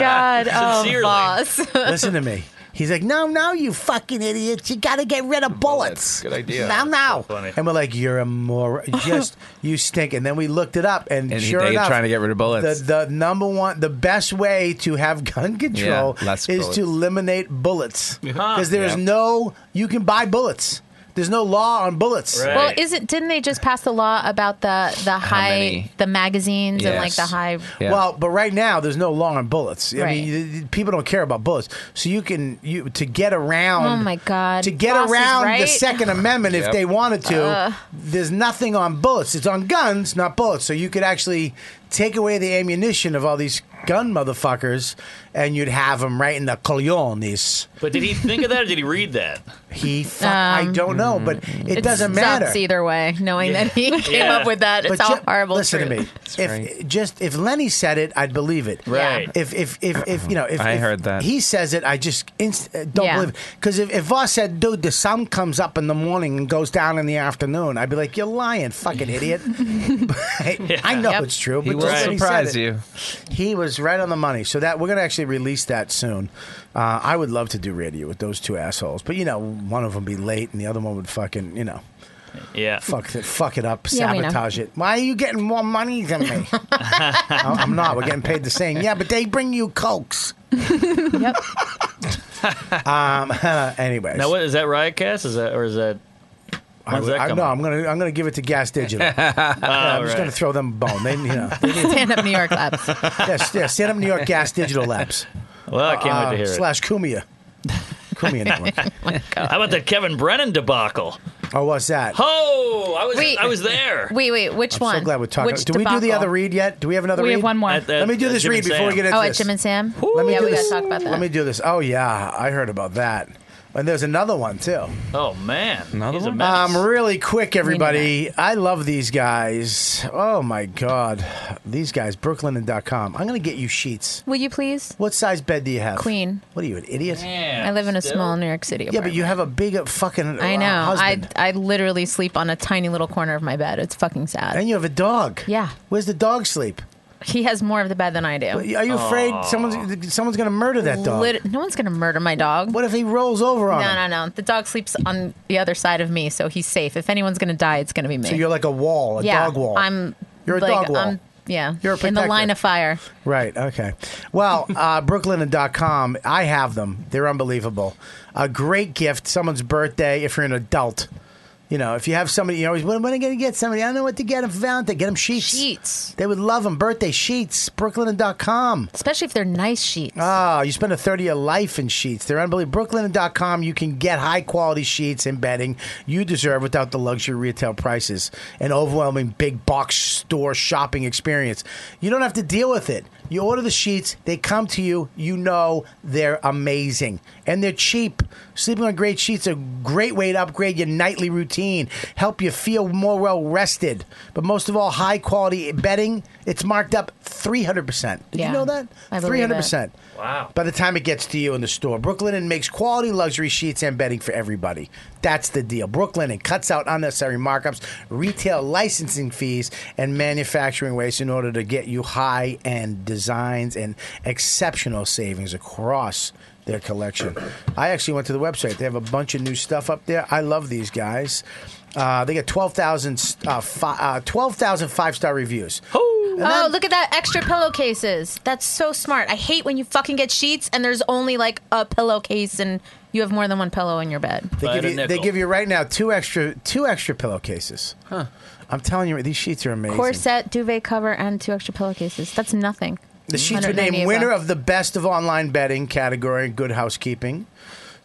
Speaker 7: God. Oh,
Speaker 11: Sincerely.
Speaker 7: boss.
Speaker 2: Listen to me. He's like, no, no, you fucking idiots. You got to get rid of bullets.
Speaker 11: Good idea.
Speaker 2: Now, now.
Speaker 11: So funny.
Speaker 2: and we're like, you're
Speaker 6: (laughs)
Speaker 2: a moron. Just, you stink. And then we looked it up, and,
Speaker 6: And
Speaker 2: sure
Speaker 6: they're
Speaker 2: enough.
Speaker 6: trying to get rid of bullets.
Speaker 2: The, the number one, the best way to have gun control
Speaker 6: Yeah, less
Speaker 2: is
Speaker 6: bullets.
Speaker 2: to eliminate bullets.
Speaker 7: Uh-huh.
Speaker 2: Because there's
Speaker 7: Yeah.
Speaker 2: no, you can buy bullets. There's no law on bullets.
Speaker 7: Well, is it? Didn't they just pass the law about the the high
Speaker 2: many?
Speaker 7: the magazines and like the high?
Speaker 2: Well, but right now there's no law on bullets. I
Speaker 7: Right.
Speaker 2: mean, th- th- people don't care about bullets, so you can you to get around.
Speaker 7: Oh my God!
Speaker 2: To get
Speaker 7: Boss is
Speaker 2: around the
Speaker 7: right.
Speaker 2: Second Amendment, if
Speaker 7: Yep.
Speaker 2: they wanted to,
Speaker 7: Uh.
Speaker 2: there's nothing on bullets. It's on guns, not bullets. So you could actually take away the ammunition of all these gun motherfuckers, and you'd have them right in the colonies.
Speaker 3: But did he think of that or did he read that?
Speaker 2: He, fuck,
Speaker 7: Um,
Speaker 2: I don't know, but it
Speaker 7: It
Speaker 2: doesn't
Speaker 7: sucks
Speaker 2: matter.
Speaker 7: either way. Knowing that he (laughs)
Speaker 2: Yeah.
Speaker 7: came up with that, it's
Speaker 2: But
Speaker 7: all
Speaker 2: ju-
Speaker 7: horrible.
Speaker 2: Listen
Speaker 7: truth.
Speaker 2: to me. If just if Lenny said it, I'd believe it.
Speaker 6: Right.
Speaker 2: If if if, if you know if
Speaker 6: I
Speaker 2: if
Speaker 6: heard that.
Speaker 2: he says it, I just inst- uh, don't
Speaker 6: Yeah.
Speaker 2: believe it. Because if, if Voss said, "Dude, the sun comes up in the morning and goes down in the afternoon," I'd be like, "You're lying,
Speaker 7: (laughs)
Speaker 2: fucking idiot." I, I know it's true,
Speaker 6: He
Speaker 2: but
Speaker 6: will
Speaker 2: just when
Speaker 6: surprise
Speaker 2: he said it,
Speaker 6: you.
Speaker 2: He was right on the money. So that we're gonna actually release that soon. Uh, I would love to do radio with those two assholes, but you know, one of them be late and the other one would fucking you know.
Speaker 3: Yeah.
Speaker 2: Fuck it, fuck it up,
Speaker 3: Yeah, we know.
Speaker 2: sabotage it. Why are you getting more money than
Speaker 7: (laughs)
Speaker 2: me? I- I'm not. We're getting paid the same. Yeah, but they bring you cokes. yep. Um. (laughs) anyways,
Speaker 3: Now, what is that Riotcast? Is that, or is that.
Speaker 2: I,
Speaker 3: When's that
Speaker 2: I,
Speaker 3: coming?
Speaker 2: no, I'm gonna I'm gonna give it to Gas
Speaker 3: (laughs)
Speaker 2: Digital. Yeah, I'm just
Speaker 3: oh, right.
Speaker 2: gonna throw them a bone. They, you know,
Speaker 7: Stand up New York Labs.
Speaker 2: yes, yeah, stand up New York Gas Digital Labs.
Speaker 3: Well, (laughs) I can't wait to hear it.
Speaker 2: uh,
Speaker 3: Oh
Speaker 2: Slash Kumia. Kumia
Speaker 3: (laughs)
Speaker 2: Network.
Speaker 3: How about that Kevin Brennan debacle?
Speaker 2: Oh, what's that?
Speaker 3: Oh, I was
Speaker 7: Wait.
Speaker 3: I was there.
Speaker 7: (laughs) Wait, wait. Which
Speaker 2: I'm
Speaker 7: one?
Speaker 2: so glad we're talking.
Speaker 7: Which
Speaker 2: do we do the
Speaker 7: debacle?
Speaker 2: other read yet? Do we have another
Speaker 7: We
Speaker 2: read?
Speaker 7: have one more. At-
Speaker 3: at-
Speaker 2: Let me do
Speaker 3: at
Speaker 2: this
Speaker 3: Jim
Speaker 2: read
Speaker 3: and
Speaker 2: before we
Speaker 3: Sam.
Speaker 2: get into
Speaker 7: Oh,
Speaker 2: this.
Speaker 7: at Jim and Sam.
Speaker 2: Let me
Speaker 7: yeah,
Speaker 2: do
Speaker 7: we
Speaker 2: this.
Speaker 7: gotta talk about that.
Speaker 2: Let me do this. Oh yeah, I heard about that. And there's another one too.
Speaker 3: Oh man, he's a mess.
Speaker 2: Um, really quick, everybody. I love these guys. Oh my god, these guys. Brooklinen.com. I'm gonna get you sheets.
Speaker 7: Will you please?
Speaker 2: What size bed do you have?
Speaker 7: Queen.
Speaker 2: What are you, an idiot?
Speaker 7: I live in a small New York City.
Speaker 2: Yeah, but you have a big uh, fucking. (laughs)
Speaker 7: I
Speaker 2: uh,
Speaker 7: know. I
Speaker 2: husband.
Speaker 7: I literally sleep on a tiny little corner of my bed. It's fucking sad.
Speaker 2: And you have a dog.
Speaker 7: Yeah.
Speaker 2: Where's the dog sleep?
Speaker 7: He has more of the bed than I do.
Speaker 2: Are you afraid someone's someone's gonna murder that dog?
Speaker 7: Lit- no one's gonna murder my dog.
Speaker 2: What if he rolls over on
Speaker 7: No,
Speaker 2: him?
Speaker 7: no, no. The dog sleeps on the other side of me, so he's safe. If anyone's gonna die, it's gonna be me.
Speaker 2: So you're like a wall, a
Speaker 7: yeah,
Speaker 2: dog wall.
Speaker 7: I'm.
Speaker 2: You're a
Speaker 7: like,
Speaker 2: dog wall.
Speaker 7: I'm, yeah.
Speaker 2: You're a
Speaker 7: in the
Speaker 2: protector.
Speaker 7: line of fire.
Speaker 2: Right. Okay. Well, uh, (laughs) brooklinen.com, I have them. They're unbelievable. A great gift, someone's birthday, if you're an adult. You know, if you have somebody, you always, when, when am I going to get somebody? I don't know what to get them for Valentine. Get them sheets. Sheets. They would love them. Birthday sheets. Brooklinen.com.
Speaker 7: Especially if they're nice sheets.
Speaker 2: Oh, you spend a third of your life in sheets. They're unbelievable. Brooklinen.com, you can get high quality sheets and bedding you deserve without the luxury retail prices and overwhelming big box store shopping experience. You don't have to deal with it. You order the sheets, they come to you. You know they're amazing and they're cheap. Sleeping on great sheets are a great way to upgrade your nightly routine, help you feel more well rested. But most of all, high quality bedding. It's marked up 300%. Did
Speaker 7: Yeah.
Speaker 2: you know that?
Speaker 7: I believe it.
Speaker 2: 300%. Wow. By the time it gets to you in the store, Brooklinen makes quality luxury sheets and bedding for everybody. That's the deal. Brooklinen cuts out unnecessary markups, retail licensing fees, and manufacturing waste in order to get you high end designs and exceptional savings across their collection. I actually went to the website. They have a bunch of new stuff up there. I love these guys. Uh, they got 12,000 uh, fi- uh, 12,000 five star reviews.
Speaker 7: Oh, look at that extra pillowcases. That's so smart. I hate when you fucking get sheets and there's only like a pillowcase and you have more than one pillow in your bed.
Speaker 2: They give, you, they give you right now two extra two extra pillowcases. Huh. I'm telling you, these sheets are amazing.
Speaker 7: corset, duvet cover, and two extra pillowcases. That's nothing.
Speaker 2: The sheets were
Speaker 7: 198
Speaker 2: named winner
Speaker 7: bucks.
Speaker 2: of the best of online bedding category in Good Housekeeping.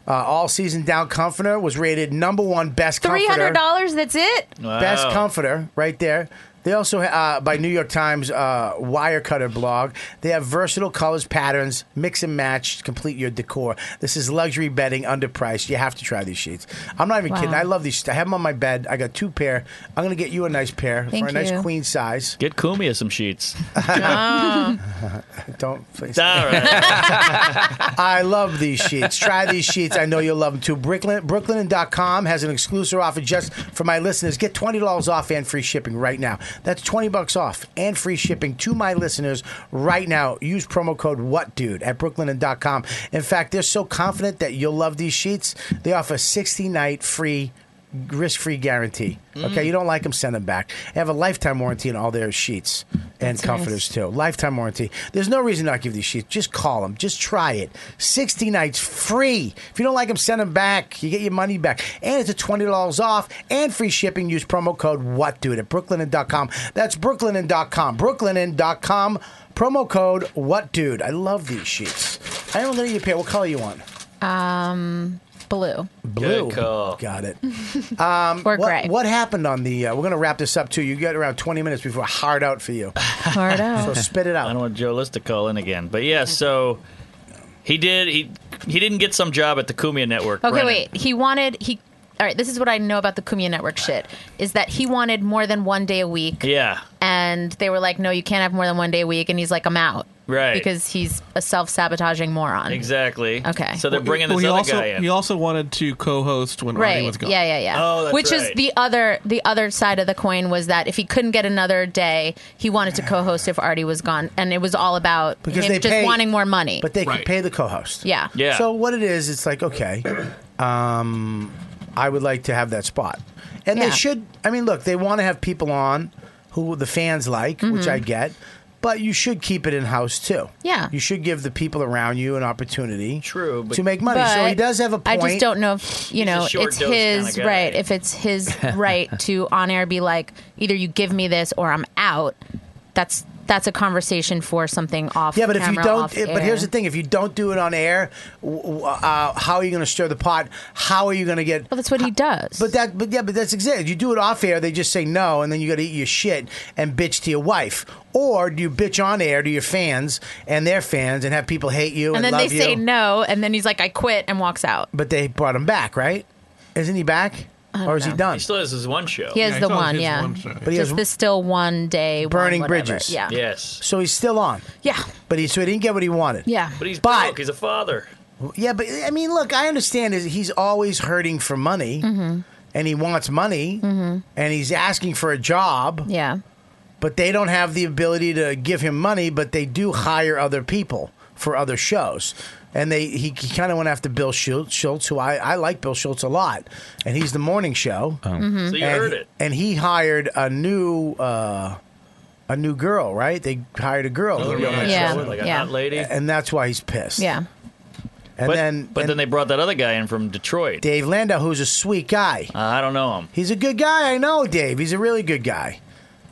Speaker 2: Uh, all season down comforter was rated number one best
Speaker 7: three hundred
Speaker 2: comforter.
Speaker 7: dollars. That's it.
Speaker 2: Best comforter, right there. They also, ha- uh, by New York Times uh, Wirecutter blog, they have versatile colors, patterns, mix and match, to complete your decor. This is luxury bedding, underpriced. You have to try these sheets. I'm not even
Speaker 6: Wow.
Speaker 2: kidding. I love these. I have them on my bed. I got two pair. I'm gonna get you a nice pair
Speaker 6: Thank
Speaker 2: for a
Speaker 6: you.
Speaker 2: nice queen size.
Speaker 3: Get Kumia some sheets.
Speaker 2: (laughs) Don't please.
Speaker 3: All right.
Speaker 2: (laughs) I love these sheets. Try these sheets. I know you'll love them too. Brooklyn, Brooklinen.com has an exclusive offer just for my listeners. Get $20 off and free shipping right now. That's 20 bucks off and free shipping to my listeners right now. Use promo code WhatDude at Brooklinen.com. In fact, they're so confident that you'll love these sheets, they offer 60 night free risk-free guarantee. Okay,
Speaker 6: Mm.
Speaker 2: you don't like them, send them back. They have a lifetime warranty on all their sheets and
Speaker 6: That's
Speaker 2: comforters too. Lifetime warranty. There's no reason not to give these sheets. Just call them. Just try it. 60 nights free. If you don't like them, send them back. You get your money back. And it's a $20 off and free shipping. Use promo code WhatDude at brooklinen.com. That's brooklinen.com. brooklinen.com. Promo code WhatDude. I love these sheets. I don't know your pair. What color you want?
Speaker 7: Um, blue.
Speaker 2: Blue.
Speaker 7: Good (laughs)
Speaker 2: Got it. Um,
Speaker 7: Or
Speaker 2: what,
Speaker 7: gray.
Speaker 2: What happened on the? Uh, we're going to wrap this up too. You got around 20 minutes before hard out for you. (laughs)
Speaker 7: Hard out.
Speaker 2: So spit it out.
Speaker 3: I don't want Joe List to call in again. But yeah, so he did. He he didn't get some job at the Kumia Network.
Speaker 7: Okay,
Speaker 3: Brennan.
Speaker 7: wait. He wanted he. All right, this is what I know about the Kumia Network shit is that he wanted more than one day a week,
Speaker 3: Yeah.
Speaker 7: and they were like, "No, you can't have more than one day a week." And he's like, "I'm out,"
Speaker 3: Right.
Speaker 7: Because he's a self-sabotaging moron.
Speaker 3: Exactly.
Speaker 7: Okay.
Speaker 3: So they're bringing this
Speaker 9: he
Speaker 3: other
Speaker 9: also,
Speaker 3: guy in.
Speaker 9: He also wanted to co-host when
Speaker 7: Right.
Speaker 9: Arnie was gone.
Speaker 7: Yeah, yeah, yeah.
Speaker 3: Oh,
Speaker 7: Which is the other the other side of the coin was that if he couldn't get another day, he wanted to co-host if Artie was gone, and it was all about
Speaker 2: Because
Speaker 7: him
Speaker 2: they
Speaker 7: just
Speaker 2: pay-
Speaker 7: wanting more money.
Speaker 2: But they can pay the co-host.
Speaker 7: Yeah. Yeah.
Speaker 2: So what it is, it's like okay, um, I would like to have that spot, and
Speaker 6: Yeah.
Speaker 2: they should. I mean, look, they want to have people on who the fans like, which
Speaker 6: Mhm.
Speaker 2: I get. But you should keep it in house too.
Speaker 7: Mm-hmm. Yeah.
Speaker 2: you should give the people around you an opportunity. True,
Speaker 7: but-
Speaker 2: to make money. so he
Speaker 7: But
Speaker 2: does have a point.
Speaker 7: I just don't know if you
Speaker 2: He's a
Speaker 7: know
Speaker 2: short
Speaker 7: it's
Speaker 2: dose
Speaker 7: his
Speaker 2: kinda guy.
Speaker 7: right. If it's
Speaker 2: (laughs)
Speaker 7: his right to on air be like, either you give me this or I'm out. That's that's a conversation for something off.
Speaker 2: Yeah, but if you
Speaker 7: camera,
Speaker 2: don't,
Speaker 7: off
Speaker 2: it, but here's the
Speaker 7: air.
Speaker 2: thing: if you don't do it on air, w- w- uh, how are you going to stir the pot? How are you going to get? Well,
Speaker 7: that's what he does.
Speaker 2: But that, but yeah, but that's exactly. You do it off air, they just say no, and then you got to eat your shit and bitch to your wife, or do you bitch on air to your fans and their fans and have people hate you
Speaker 7: and
Speaker 2: and,
Speaker 7: then they
Speaker 2: love
Speaker 7: say
Speaker 2: you?
Speaker 7: no, and then he's like, I quit, and walks out.
Speaker 2: But they brought him back, right? Isn't he back, or is he done?
Speaker 3: He still has his one show.
Speaker 7: He has the one, yeah.
Speaker 2: But he
Speaker 7: Just
Speaker 2: has-
Speaker 7: this still one day one
Speaker 2: Burning
Speaker 7: whatever.
Speaker 2: bridges.
Speaker 7: Yeah.
Speaker 3: Yes.
Speaker 2: So he's still on.
Speaker 7: Yeah.
Speaker 2: But he so he didn't get what he wanted.
Speaker 7: Yeah.
Speaker 3: But he's broke. He's a father.
Speaker 2: Yeah, but I mean, look, I understand is he's always hurting for money,
Speaker 4: Mm-hmm.
Speaker 2: and he wants money, and he's asking for a job.
Speaker 7: Mm-hmm. Yeah,
Speaker 2: but they don't have the ability to give him money, but they do hire other people for other shows. And they he, he kind of went after Bill Schultz, Schultz who I, I like Bill Schultz a lot, and he's the morning show.
Speaker 7: Mm-hmm.
Speaker 3: Mhm. So you
Speaker 2: and,
Speaker 3: heard it.
Speaker 2: And he hired a new uh, a new girl, right? They hired a girl.
Speaker 3: Another
Speaker 2: to be on
Speaker 3: woman
Speaker 2: that
Speaker 3: show
Speaker 2: show.
Speaker 3: with, like a
Speaker 7: Yeah.
Speaker 3: hot lady.
Speaker 2: And that's why he's pissed.
Speaker 7: Yeah.
Speaker 2: And
Speaker 3: but,
Speaker 2: then
Speaker 3: but then they brought that other guy in from Detroit.
Speaker 2: Dave Lando, who's a sweet guy.
Speaker 3: Uh, I don't know him.
Speaker 2: He's a good guy. I know Dave. He's a really good guy.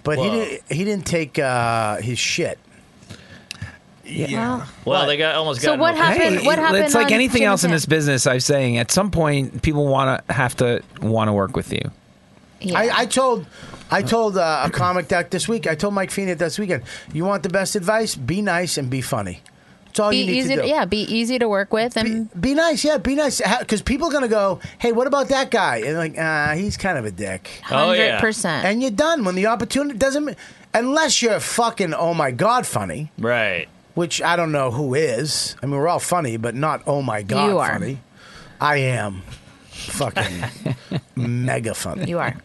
Speaker 2: But he
Speaker 3: Whoa.
Speaker 2: didn't, he didn't take uh, his shit.
Speaker 3: Well, they got almost
Speaker 7: So
Speaker 3: got.
Speaker 7: what
Speaker 3: him a-
Speaker 7: happened- Hey, what happened
Speaker 6: It's like
Speaker 7: on
Speaker 6: anything
Speaker 7: Jimmy
Speaker 6: else in
Speaker 7: Kimmel?
Speaker 6: this business. I'm saying at some point people want to have to want to work with you.
Speaker 2: I, I told I told uh, a comic doc this week. I told Mike Feeney this weekend. You want the best advice? Be nice and be funny. That's all
Speaker 10: be
Speaker 2: you need
Speaker 10: easy,
Speaker 2: to do.
Speaker 10: yeah. Be easy to work with, and
Speaker 2: Be nice, yeah. Be nice, because people are gonna go, "Hey, what about that guy?" And like, ah, he's kind of a dick.
Speaker 10: Oh, yeah. 100%.
Speaker 2: And you're done when the opportunity doesn't, unless you're fucking oh my god funny,
Speaker 3: right?
Speaker 2: Which I don't know who is. I mean, we're all funny, but not oh my god
Speaker 7: You are.
Speaker 2: funny. I am
Speaker 7: (laughs)
Speaker 2: fucking mega funny.
Speaker 7: You are.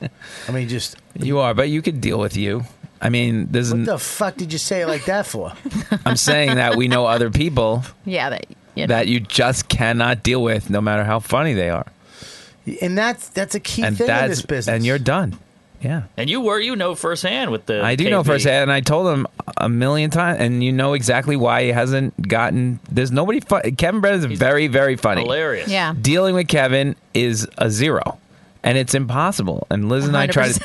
Speaker 2: I mean, just
Speaker 6: You are, but you could deal with you. I mean, there's.
Speaker 2: what
Speaker 6: An,
Speaker 2: the fuck did you say it like that for?
Speaker 6: (laughs) I'm saying that we know other
Speaker 3: (laughs)
Speaker 6: people
Speaker 7: (laughs) Yeah, that you know.
Speaker 6: that you just cannot deal with, no matter how funny they are.
Speaker 2: And that's that's a key
Speaker 6: and
Speaker 2: thing in this
Speaker 6: that's
Speaker 2: business.
Speaker 6: and you're done. Yeah.
Speaker 3: And you were you know firsthand with the.
Speaker 6: I do know
Speaker 3: KP.
Speaker 6: firsthand, and I told him a million times, and you know exactly why he hasn't gotten. There's nobody. Fu- Kevin Brennan is very, very funny,
Speaker 3: hilarious. Yeah.
Speaker 6: Dealing with Kevin is a zero, and it's impossible. And Liz and I tried. to-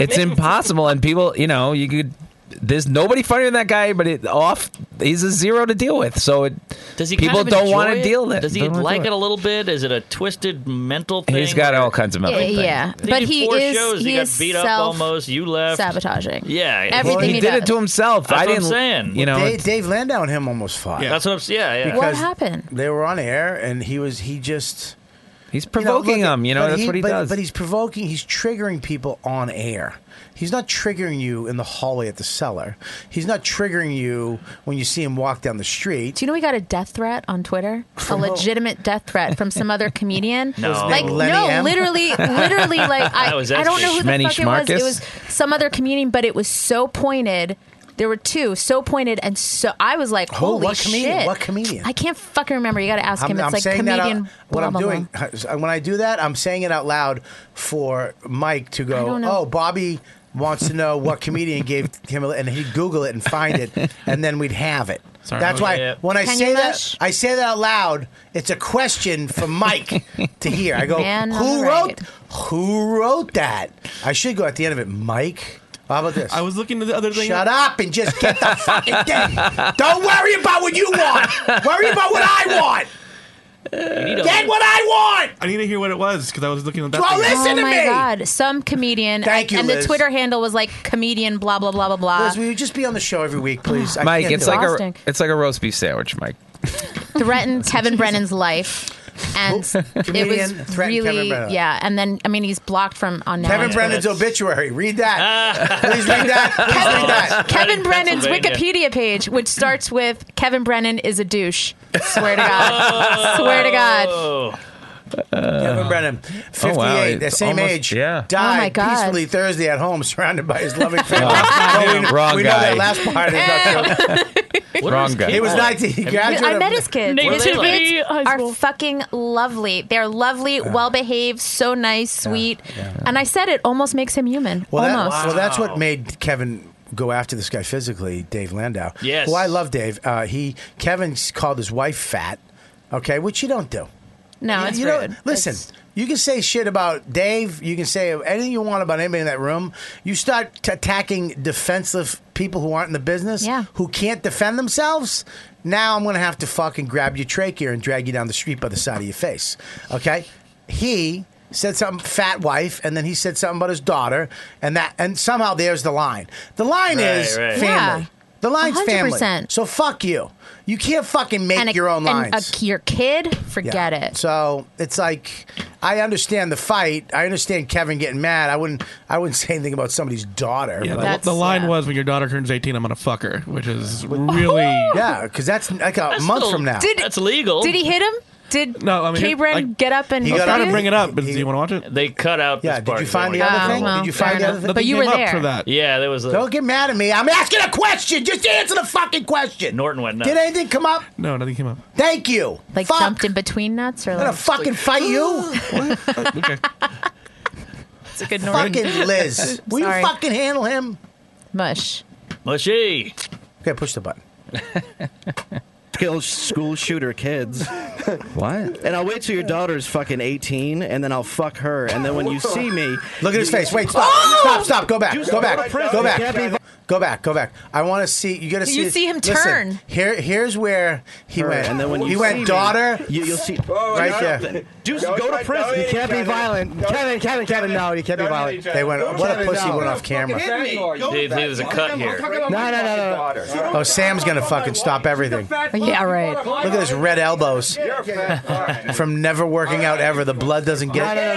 Speaker 6: (laughs) it's impossible, and people, you know, you could. There's nobody funnier than that guy, but it off. He's a zero to deal with. So it.
Speaker 3: Does he
Speaker 6: people
Speaker 3: kind of
Speaker 6: don't
Speaker 3: enjoy
Speaker 6: want to
Speaker 3: it?
Speaker 6: deal with it.
Speaker 3: Does he
Speaker 6: Don't wanna
Speaker 3: like
Speaker 6: do
Speaker 3: it a little bit? Is it a twisted mental thing?
Speaker 6: He's got all kinds of mental
Speaker 3: Yeah,
Speaker 6: things.
Speaker 10: yeah.
Speaker 3: They
Speaker 10: But
Speaker 3: did
Speaker 10: he
Speaker 3: four
Speaker 10: is
Speaker 3: shows.
Speaker 10: he
Speaker 3: he got
Speaker 10: is
Speaker 3: beat up
Speaker 10: self
Speaker 3: almost. You left.
Speaker 10: sabotaging.
Speaker 3: Uh, Yeah, it's-
Speaker 10: everything
Speaker 6: he,
Speaker 10: he,
Speaker 6: did
Speaker 10: does.
Speaker 6: it to himself.
Speaker 3: That's
Speaker 6: I
Speaker 3: what I'm
Speaker 6: didn't.
Speaker 3: saying.
Speaker 6: You know,
Speaker 2: Dave,
Speaker 6: it's-
Speaker 2: Dave Landau and him almost fought.
Speaker 3: That's what I'm. s- Yeah, yeah.
Speaker 2: Because
Speaker 10: What happened?
Speaker 2: They were on air, and he was he just
Speaker 6: he's provoking
Speaker 2: look,
Speaker 6: them. You know,
Speaker 2: but
Speaker 6: that's what he
Speaker 2: but,
Speaker 6: does.
Speaker 2: But he's provoking. He's triggering people on air. He's not triggering you in the hallway at the cellar. He's not triggering you when you see him walk down the street.
Speaker 7: Do you know we got a death threat on Twitter? A legitimate death threat from some other comedian.
Speaker 2: (laughs) No. Was his
Speaker 7: like
Speaker 2: name Lenny
Speaker 7: no,
Speaker 2: M? (laughs)
Speaker 7: literally, literally, like I,
Speaker 2: That was
Speaker 7: I don't
Speaker 2: extra.
Speaker 7: know who the
Speaker 2: Schmenny
Speaker 7: fuck it was.
Speaker 2: Schmarkus?
Speaker 7: It was some other comedian, but it was so pointed. There were two, so pointed, and so I was like,
Speaker 2: Who?
Speaker 7: holy
Speaker 2: What comedian?
Speaker 7: shit!
Speaker 2: What comedian?
Speaker 7: I can't fucking remember. You got to ask him. It's like
Speaker 2: saying that
Speaker 7: comedian.
Speaker 2: out- what
Speaker 7: blah,
Speaker 2: I'm
Speaker 7: blah,
Speaker 2: doing when I do that, I'm saying it out loud for Mike to go.
Speaker 7: don't know.
Speaker 2: Oh, Bobby wants to know what comedian gave him, a- and he'd Google it and find it, and then we'd have it.
Speaker 11: Sorry.
Speaker 2: That's why
Speaker 11: Yeah.
Speaker 2: when I
Speaker 11: Can
Speaker 2: say
Speaker 11: you
Speaker 2: that,
Speaker 11: mush?
Speaker 2: I say that out loud. It's a question for Mike to hear. I go,
Speaker 11: Man on
Speaker 2: who
Speaker 11: the
Speaker 2: wrote? Who wrote that? I should go at the end of it, Mike. How about this? I
Speaker 9: was looking at the other thing.
Speaker 2: Shut up and just get the fucking thing. Don't worry about what you want. Worry about what I want. Get what I want.
Speaker 9: I need to hear what it was because I was looking at that.
Speaker 2: Well,
Speaker 9: thing.
Speaker 2: listen
Speaker 7: oh my god! Some comedian.
Speaker 2: Thank
Speaker 7: I-
Speaker 2: you,
Speaker 7: And
Speaker 2: Liz.
Speaker 7: the Twitter handle was like comedian. Blah blah blah blah blah.
Speaker 2: Liz, will you just be on the show every week, please? I
Speaker 6: Mike,
Speaker 2: can't
Speaker 6: it's
Speaker 2: do it.
Speaker 6: like a it's like a roast beef sandwich, Mike.
Speaker 7: threatened Kevin Brennan's life, and it was
Speaker 2: Comedian threatened Kevin
Speaker 7: really
Speaker 2: Brennan.
Speaker 7: yeah. And then I mean he's blocked from on now.
Speaker 2: Kevin
Speaker 7: on
Speaker 2: Brennan's (laughs)
Speaker 7: Twitter.
Speaker 2: obituary.
Speaker 7: (laughs)
Speaker 2: Read that. please read that. Please read that.
Speaker 7: Kevin Brennan's
Speaker 2: Pennsylvania.
Speaker 7: Wikipedia page, which starts with Kevin Brennan is a douche. Swear to
Speaker 2: (laughs)
Speaker 7: God. Swear to God.
Speaker 2: Oh.
Speaker 6: (laughs)
Speaker 2: Kevin Brennan, 58,
Speaker 6: oh, wow.
Speaker 2: the
Speaker 6: It's
Speaker 2: same
Speaker 6: almost-
Speaker 2: age,
Speaker 6: yeah.
Speaker 2: died
Speaker 7: Oh, my God.
Speaker 2: peacefully Thursday at home, (laughs) surrounded by his loving
Speaker 6: (laughs)
Speaker 2: family.
Speaker 15: Oh,
Speaker 6: Wrong-
Speaker 2: we know-
Speaker 6: wrong
Speaker 2: we know
Speaker 6: guy.
Speaker 2: that last part is not true.
Speaker 6: Wrong guy.
Speaker 2: He was 19. He graduated.
Speaker 7: I met his kids.
Speaker 3: Were
Speaker 7: His
Speaker 3: they like-
Speaker 7: kids are fucking lovely. They're lovely, well behaved, so nice, sweet. And I said it almost makes him human.
Speaker 2: Well,
Speaker 7: (laughs)
Speaker 2: that-
Speaker 7: almost.
Speaker 2: well, that's what made Kevin go after this guy physically, Dave Landau.
Speaker 7: Yes.
Speaker 2: Well, I love Dave. Uh, he Kevin s- called his wife fat. Okay, which you don't do.
Speaker 7: No,
Speaker 2: You-
Speaker 7: it's
Speaker 2: you don't-
Speaker 7: rude.
Speaker 2: Listen, you can say shit about Dave. You can say anything you want about anybody in that room. You start t- attacking defensive people who aren't in the business, who can't defend themselves. Now I'm going to have to fucking grab your trachea and drag you down the street by the side of your face. Okay, he said something fat wife, and then he said something about his daughter, and that and somehow there's the line. The line
Speaker 11: Right,
Speaker 2: is
Speaker 11: right.
Speaker 2: family.
Speaker 7: Yeah.
Speaker 2: The line's family.
Speaker 7: 100%.
Speaker 2: So fuck you. You can't fucking make
Speaker 7: And a-
Speaker 2: your own lines.
Speaker 7: and a- your kid, forget
Speaker 2: Yeah.
Speaker 7: it.
Speaker 2: So it's like I understand the fight. I understand Kevin getting mad. I wouldn't. I wouldn't (laughs) say anything about somebody's daughter.
Speaker 9: Yeah,
Speaker 2: but-
Speaker 9: the, the line was when your daughter turns 18, I'm gonna fuck her, which is really
Speaker 2: yeah, because that's like a month from now.
Speaker 7: Oh. Did-
Speaker 3: That's legal.
Speaker 7: Did he hit him? Did
Speaker 9: No, I mean,
Speaker 7: K. Brennan
Speaker 9: like-
Speaker 7: get up and
Speaker 9: I was trying to
Speaker 7: hit
Speaker 9: bring it up, but do you want to watch it?
Speaker 3: They cut out.
Speaker 9: Yeah,
Speaker 3: This
Speaker 9: did
Speaker 3: part
Speaker 9: you
Speaker 3: They
Speaker 9: find
Speaker 3: don't
Speaker 9: the
Speaker 3: want
Speaker 9: other
Speaker 3: to
Speaker 9: thing?
Speaker 3: cut it.
Speaker 9: Did you Fair find the enough. other thing? But
Speaker 2: Nothing
Speaker 9: you were
Speaker 2: came up
Speaker 9: there.
Speaker 2: for that.
Speaker 3: Yeah, there was. A,
Speaker 2: Don't get mad at me. I'm asking a question. Just answer the fucking question.
Speaker 3: Norton went nuts.
Speaker 2: Did anything come up?
Speaker 9: No, nothing came up.
Speaker 2: Thank you.
Speaker 7: Like jumped in between nuts or
Speaker 2: I'm gonna
Speaker 7: like
Speaker 2: fucking
Speaker 7: (gasps)
Speaker 2: fight you.
Speaker 7: It's a good
Speaker 2: Norton.
Speaker 7: (laughs)
Speaker 2: Fucking Liz. Will you fucking handle him?
Speaker 7: Mush.
Speaker 3: Mushy.
Speaker 2: Okay, push the button.
Speaker 15: skill school shooter
Speaker 2: (laughs)
Speaker 15: kids.
Speaker 6: What?
Speaker 15: And I'll wait till your daughter's fucking 18, and then I'll fuck her. And then when you see me,
Speaker 2: (laughs) Look at his
Speaker 15: you- Oh!
Speaker 2: face. Wait, stop, stop, stop. Go back.
Speaker 15: You
Speaker 2: Go back.
Speaker 15: stop right
Speaker 2: Go
Speaker 15: now.
Speaker 2: back.
Speaker 15: You can't be-
Speaker 2: Go back. Go back. I want to see. You got to see.
Speaker 7: You see him
Speaker 2: listen,
Speaker 7: turn.
Speaker 2: Here, here's where he
Speaker 15: Her,
Speaker 2: went.
Speaker 15: and then when you
Speaker 2: he
Speaker 15: see
Speaker 2: went,
Speaker 15: me,
Speaker 2: daughter.
Speaker 15: you- you'll see- Oh,
Speaker 2: Right
Speaker 15: no.
Speaker 2: there.
Speaker 15: Do go to prison.
Speaker 16: You can't be violent. Kevin, Kevin, Kevin, no, you can't be violent.
Speaker 2: They went. What a
Speaker 16: Kevin,
Speaker 2: pussy
Speaker 16: no.
Speaker 2: went off camera.
Speaker 3: Dave, there's a cut here.
Speaker 2: No, no, no, no. Oh, Sam's gonna fucking stop everything.
Speaker 10: Yeah, right.
Speaker 2: Look at his red elbows from never working out ever. The blood doesn't
Speaker 16: No,
Speaker 2: get.
Speaker 16: no, no,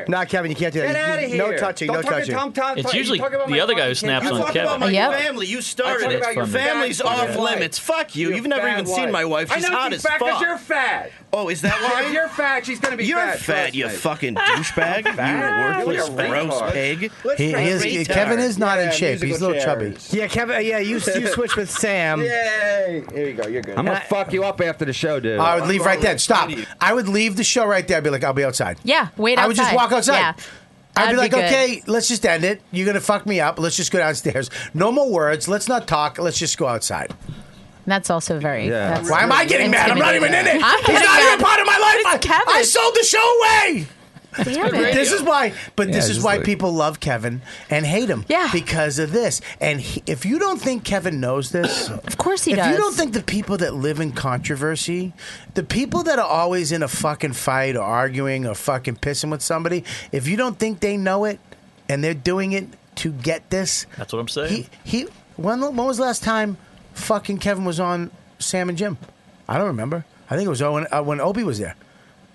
Speaker 16: no, no. No, Kevin, you can't do that.
Speaker 15: Get outta
Speaker 16: You- No
Speaker 15: here.
Speaker 16: touching,
Speaker 15: Don't
Speaker 16: no
Speaker 15: talk to
Speaker 16: touching.
Speaker 15: Tom Todd.
Speaker 3: It's
Speaker 15: You
Speaker 3: usually
Speaker 15: talk about
Speaker 3: the
Speaker 15: my
Speaker 3: other guy
Speaker 15: fucking
Speaker 3: who snaps
Speaker 15: kids. You
Speaker 3: on
Speaker 15: talk about
Speaker 3: Kevin.
Speaker 15: my
Speaker 3: Yep.
Speaker 15: family. You
Speaker 3: I
Speaker 15: started
Speaker 3: talk
Speaker 15: it.
Speaker 3: about
Speaker 15: Your
Speaker 3: your
Speaker 15: family's
Speaker 3: bad
Speaker 15: off
Speaker 3: wife.
Speaker 15: limits. Fuck you.
Speaker 3: Your
Speaker 15: You've never
Speaker 3: bad
Speaker 15: even
Speaker 3: wife.
Speaker 15: seen my wife.
Speaker 3: I
Speaker 15: She's
Speaker 3: know
Speaker 15: hot
Speaker 3: she's
Speaker 15: as
Speaker 3: fat 'cause
Speaker 15: fuck.
Speaker 3: you're
Speaker 16: fat.
Speaker 15: Oh, is
Speaker 4: (laughs)
Speaker 15: that why?
Speaker 16: If you're fat, she's gonna be
Speaker 15: You're
Speaker 16: fat.
Speaker 15: fat, you
Speaker 16: (laughs)
Speaker 15: fucking douchebag.
Speaker 4: Ah,
Speaker 16: You're
Speaker 15: you worthless,
Speaker 16: like a
Speaker 15: gross
Speaker 16: retard.
Speaker 15: pig.
Speaker 16: Let's
Speaker 2: He,
Speaker 16: try
Speaker 2: he is,
Speaker 16: retard.
Speaker 2: Kevin is not in
Speaker 16: Yeah,
Speaker 2: shape. He's a
Speaker 16: musical
Speaker 2: little chubby.
Speaker 16: chairs.
Speaker 15: Yeah, Kevin. Yeah,
Speaker 16: You, you switch with Sam.
Speaker 15: (laughs)
Speaker 16: Uh,
Speaker 15: Yay! Here you go. You're good.
Speaker 16: I'm gonna fuck you up after the show, dude.
Speaker 2: I would leave right then. Stop. I would leave the show right there. I'd be like, I'll be outside.
Speaker 7: Yeah, wait outside.
Speaker 2: I would just walk outside.
Speaker 7: Yeah.
Speaker 2: I'd be
Speaker 7: That'd
Speaker 2: like,
Speaker 7: be good.
Speaker 2: okay, let's just end it. You're gonna fuck me up. Let's just go downstairs. No more words. Let's not talk. Let's just go outside.
Speaker 7: That's also very. that's
Speaker 2: Why am I getting mad? I'm not even in it.
Speaker 7: intimidating. I'm
Speaker 2: He's
Speaker 7: getting
Speaker 2: not even
Speaker 7: mad.
Speaker 2: part of my life. I, I sold the show away.
Speaker 7: Damn
Speaker 2: But
Speaker 7: it.
Speaker 2: This is why, but
Speaker 7: Yeah,
Speaker 2: this is
Speaker 7: just
Speaker 2: why
Speaker 7: like-
Speaker 2: people love Kevin and hate him. Yeah, because of this. And he, if you don't think Kevin
Speaker 7: (clears throat)
Speaker 2: knows this, of
Speaker 7: course he
Speaker 2: if If you
Speaker 7: does.
Speaker 2: don't think the people that live in controversy, the people that are always in a fucking fight or arguing or fucking pissing with somebody, if you don't think they know it and they're doing it to get this,
Speaker 3: That's what I'm saying.
Speaker 2: he when when was the last time fucking Kevin was on Sam and Jim? I don't remember. I think it was when, uh, when Opie was there,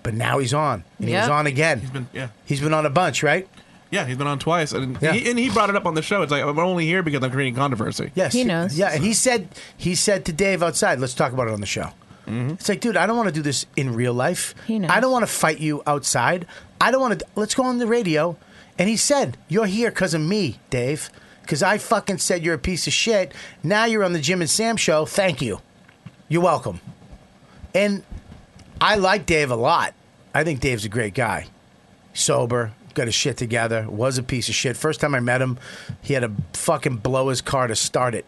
Speaker 2: but now he's on. And He was
Speaker 9: Yep.
Speaker 2: on again. He's
Speaker 9: been yeah.
Speaker 2: He's been on a bunch, right?
Speaker 9: Yeah, he's been on twice, and,
Speaker 2: Yeah.
Speaker 9: he, and he brought it up on the show. It's like I'm only here because I'm creating controversy.
Speaker 2: Yes, Yeah, and he said he said to Dave outside, "Let's talk about it on the show." It's like, dude, I don't want to do this in real life.
Speaker 7: He knows.
Speaker 2: I don't want to fight you outside. I don't want to. Let's go on the radio. And he said, "You're here because of me, Dave. Because I fucking said you're a piece of shit. Now you're on the Jim and Sam show. Thank you. You're welcome." And I like Dave a lot. I think Dave's a great guy. Sober, got his shit together, was a piece of shit. First time I met him, he had to fucking blow his car to start it.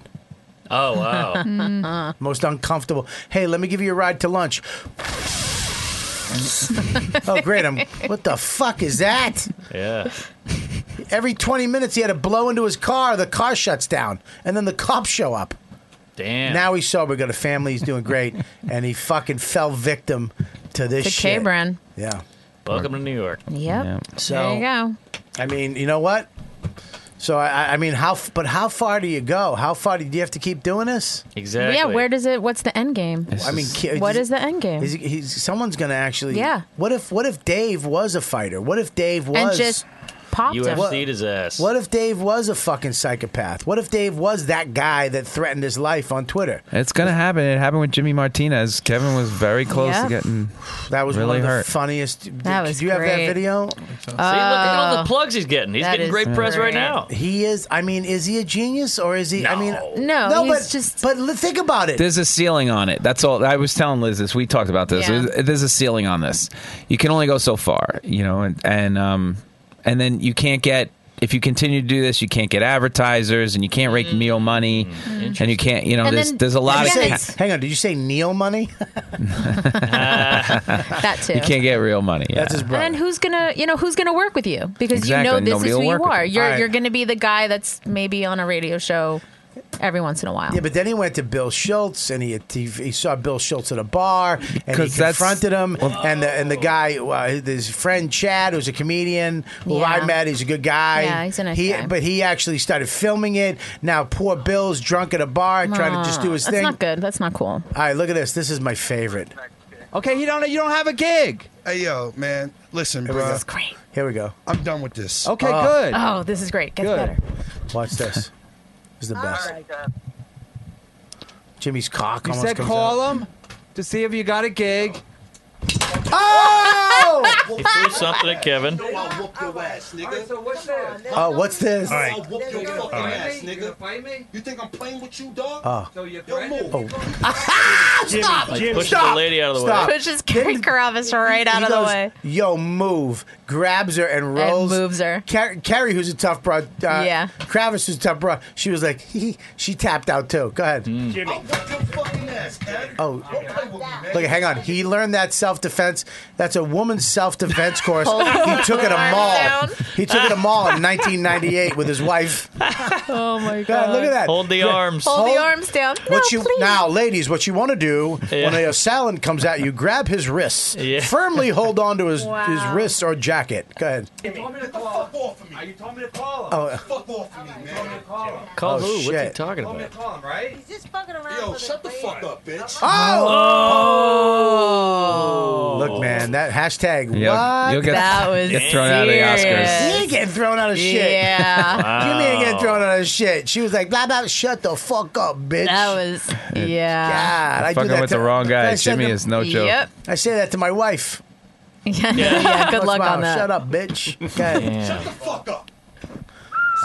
Speaker 3: Oh (laughs) wow.
Speaker 2: (laughs) Most uncomfortable. Hey, let me give you a ride to lunch. oh, great. I'm, what the fuck is that?
Speaker 3: Yeah.
Speaker 2: Every 20 minutes, he had to blow into his car. The car shuts down, and then the cops show up.
Speaker 3: Damn.
Speaker 2: Now he's sober, got a family, he's doing great, (laughs) and he fucking fell victim to this
Speaker 7: To
Speaker 2: shit.
Speaker 7: K-Bran.
Speaker 2: Yeah.
Speaker 3: Welcome to New York.
Speaker 7: Yep.
Speaker 2: So
Speaker 7: there you go.
Speaker 2: I mean, you know what? So I- I, I mean, how? f- But how far do you go? How far do you, do you have to keep doing this?
Speaker 3: Exactly.
Speaker 7: Yeah. Where does it? What's the end game?
Speaker 2: I mean, ki-
Speaker 7: what is the end game?
Speaker 2: Is, he's, someone's going to actually.
Speaker 7: Yeah.
Speaker 2: What if What if Dave was a fighter? What if Dave was
Speaker 7: and just popped him.
Speaker 3: UFC his ass.
Speaker 2: What if Dave was a fucking psychopath? What if Dave was that guy that threatened his life on Twitter?
Speaker 6: It's gonna happen. It happened with Jimmy Martinez. Kevin was very close
Speaker 2: Yeah.
Speaker 6: to getting
Speaker 2: that was
Speaker 6: really
Speaker 2: one of
Speaker 6: hurt.
Speaker 2: the funniest.
Speaker 7: That
Speaker 2: Did-
Speaker 7: was
Speaker 2: Do you have
Speaker 7: great. Uh,
Speaker 2: that video?
Speaker 3: See, look at all the plugs he's getting. He's
Speaker 2: Uh, That
Speaker 3: getting
Speaker 2: is
Speaker 3: great press right
Speaker 2: great.
Speaker 3: now.
Speaker 2: He is. I mean, is he a genius or is he? I mean,
Speaker 7: No,
Speaker 2: no,
Speaker 7: he's
Speaker 2: but just. But li- think about it.
Speaker 6: There's a ceiling on it. That's all. I was telling Liz this. We talked about this.
Speaker 2: Yeah.
Speaker 6: There's- There's a ceiling on this. You can only go so far, you know, and and um, and then you can't get. If you continue to do this, you can't get advertisers, and you can't rake
Speaker 7: Mm-hmm.
Speaker 6: meal money, and you can't, you know,
Speaker 2: And
Speaker 6: there's
Speaker 2: then-
Speaker 6: there's a lot of
Speaker 2: Did you say-
Speaker 6: ca-
Speaker 2: hang on, did you say Neil money?
Speaker 6: (laughs)
Speaker 7: That too.
Speaker 6: You can't get real money.
Speaker 2: That's his
Speaker 7: And then who's gonna, you know, who's gonna work with you because
Speaker 6: Exactly.
Speaker 7: you know this
Speaker 6: Nobody
Speaker 7: is
Speaker 6: will
Speaker 7: who
Speaker 6: work
Speaker 7: you
Speaker 6: with
Speaker 7: are.
Speaker 6: you.
Speaker 7: You're
Speaker 2: Alright.
Speaker 7: you're gonna be the guy that's maybe on a radio show every once in a while.
Speaker 2: Yeah, but then he went to Bill Schultz, and he he, he saw Bill Schultz at a bar, and he
Speaker 6: 'Cause that's-
Speaker 2: confronted him. and the and the guy, uh, his friend Chad, who's a comedian who I
Speaker 7: Yeah.
Speaker 2: met, he's a good guy.
Speaker 7: Yeah, he's a nice
Speaker 2: he,
Speaker 7: guy.
Speaker 2: But he actually started filming it. Now poor Bill's drunk at a bar, trying to just do his
Speaker 7: Ah, that's
Speaker 2: thing.
Speaker 7: not good. That's not cool.
Speaker 2: All right, look at this. This is my favorite.
Speaker 16: Okay, you don't you don't have a gig.
Speaker 14: Hey, yo, man, listen,
Speaker 2: Here
Speaker 14: bro.
Speaker 2: we go. Here we go.
Speaker 14: I'm done with this.
Speaker 2: Oh.
Speaker 7: Oh, this is great. Gets better.
Speaker 2: Watch this. This is the best. Jimmy's cock
Speaker 16: You
Speaker 2: almost
Speaker 16: said
Speaker 2: comes
Speaker 16: call
Speaker 2: out.
Speaker 16: him to see if you got a gig.
Speaker 2: Oh!
Speaker 3: He threw something at Kevin.
Speaker 2: Oh, what's this?
Speaker 16: Fight me? You think I'm playing with you, dog?
Speaker 2: Oh.
Speaker 16: Oh.
Speaker 7: Stop!
Speaker 3: Jimmy, push the lady out of the way.
Speaker 2: Stop.
Speaker 7: Pushes Carrie Karavis right out
Speaker 2: He
Speaker 7: of the
Speaker 2: goes,
Speaker 7: way.
Speaker 2: Yo, move. Grabs her and rolls. moves
Speaker 7: her.
Speaker 2: Carrie, who's a tough broad. Uh,
Speaker 7: Yeah.
Speaker 2: (laughs) Mm. Kravis, who's a tough broad. She was like, she tapped out too. Go ahead.
Speaker 14: Jimmy.
Speaker 2: Oh, look, hang on. He learned that self defense. That's a woman's self
Speaker 7: (laughs)
Speaker 2: defense course.
Speaker 10: Hold
Speaker 2: he took it a
Speaker 10: arm
Speaker 2: mall.
Speaker 10: down.
Speaker 2: He took it a mall in 1998 with
Speaker 7: (laughs)
Speaker 2: his wife.
Speaker 8: Oh my
Speaker 2: God, look at that. Hold the arms.
Speaker 7: Hold the arms down.
Speaker 2: What you now, ladies? What you want to do when a assailant comes at you? Grab his wrists. Firmly hold on to his his wrists or jacket. Go ahead.
Speaker 16: You told me to call fuck off of me. You told me to call him.
Speaker 2: Oh.
Speaker 16: Fuck off of me, man.
Speaker 3: Call
Speaker 2: Oh,
Speaker 3: who? What's he
Speaker 2: shit.
Speaker 3: talking
Speaker 16: Told me
Speaker 3: about?
Speaker 16: to call him, right? He's just fucking around. Yo, shut the fuck up, bitch.
Speaker 2: Oh!
Speaker 3: Oh!
Speaker 2: Look, man, that hashtag.
Speaker 6: You'll-
Speaker 2: what?
Speaker 6: you'll get- That was get thrown out of the serious. Oscars.
Speaker 2: You ain't getting thrown out of shit. (laughs)
Speaker 7: Yeah.
Speaker 2: Jimmy ain't getting
Speaker 7: Wow.
Speaker 2: thrown out of shit. She was like, blah blah. Shut the fuck up, bitch.
Speaker 7: That was yeah.
Speaker 2: God, I do
Speaker 6: Fucking
Speaker 2: that
Speaker 6: with
Speaker 2: to-
Speaker 6: the wrong guy.
Speaker 2: I said
Speaker 6: Jimmy
Speaker 2: to-
Speaker 6: is no joke.
Speaker 7: Yep.
Speaker 2: I say that to my wife.
Speaker 7: (laughs) Yeah. Yeah, good
Speaker 2: What's
Speaker 7: luck
Speaker 2: wrong?
Speaker 7: on that.
Speaker 2: Shut up, bitch. Okay.
Speaker 16: Shut the fuck up.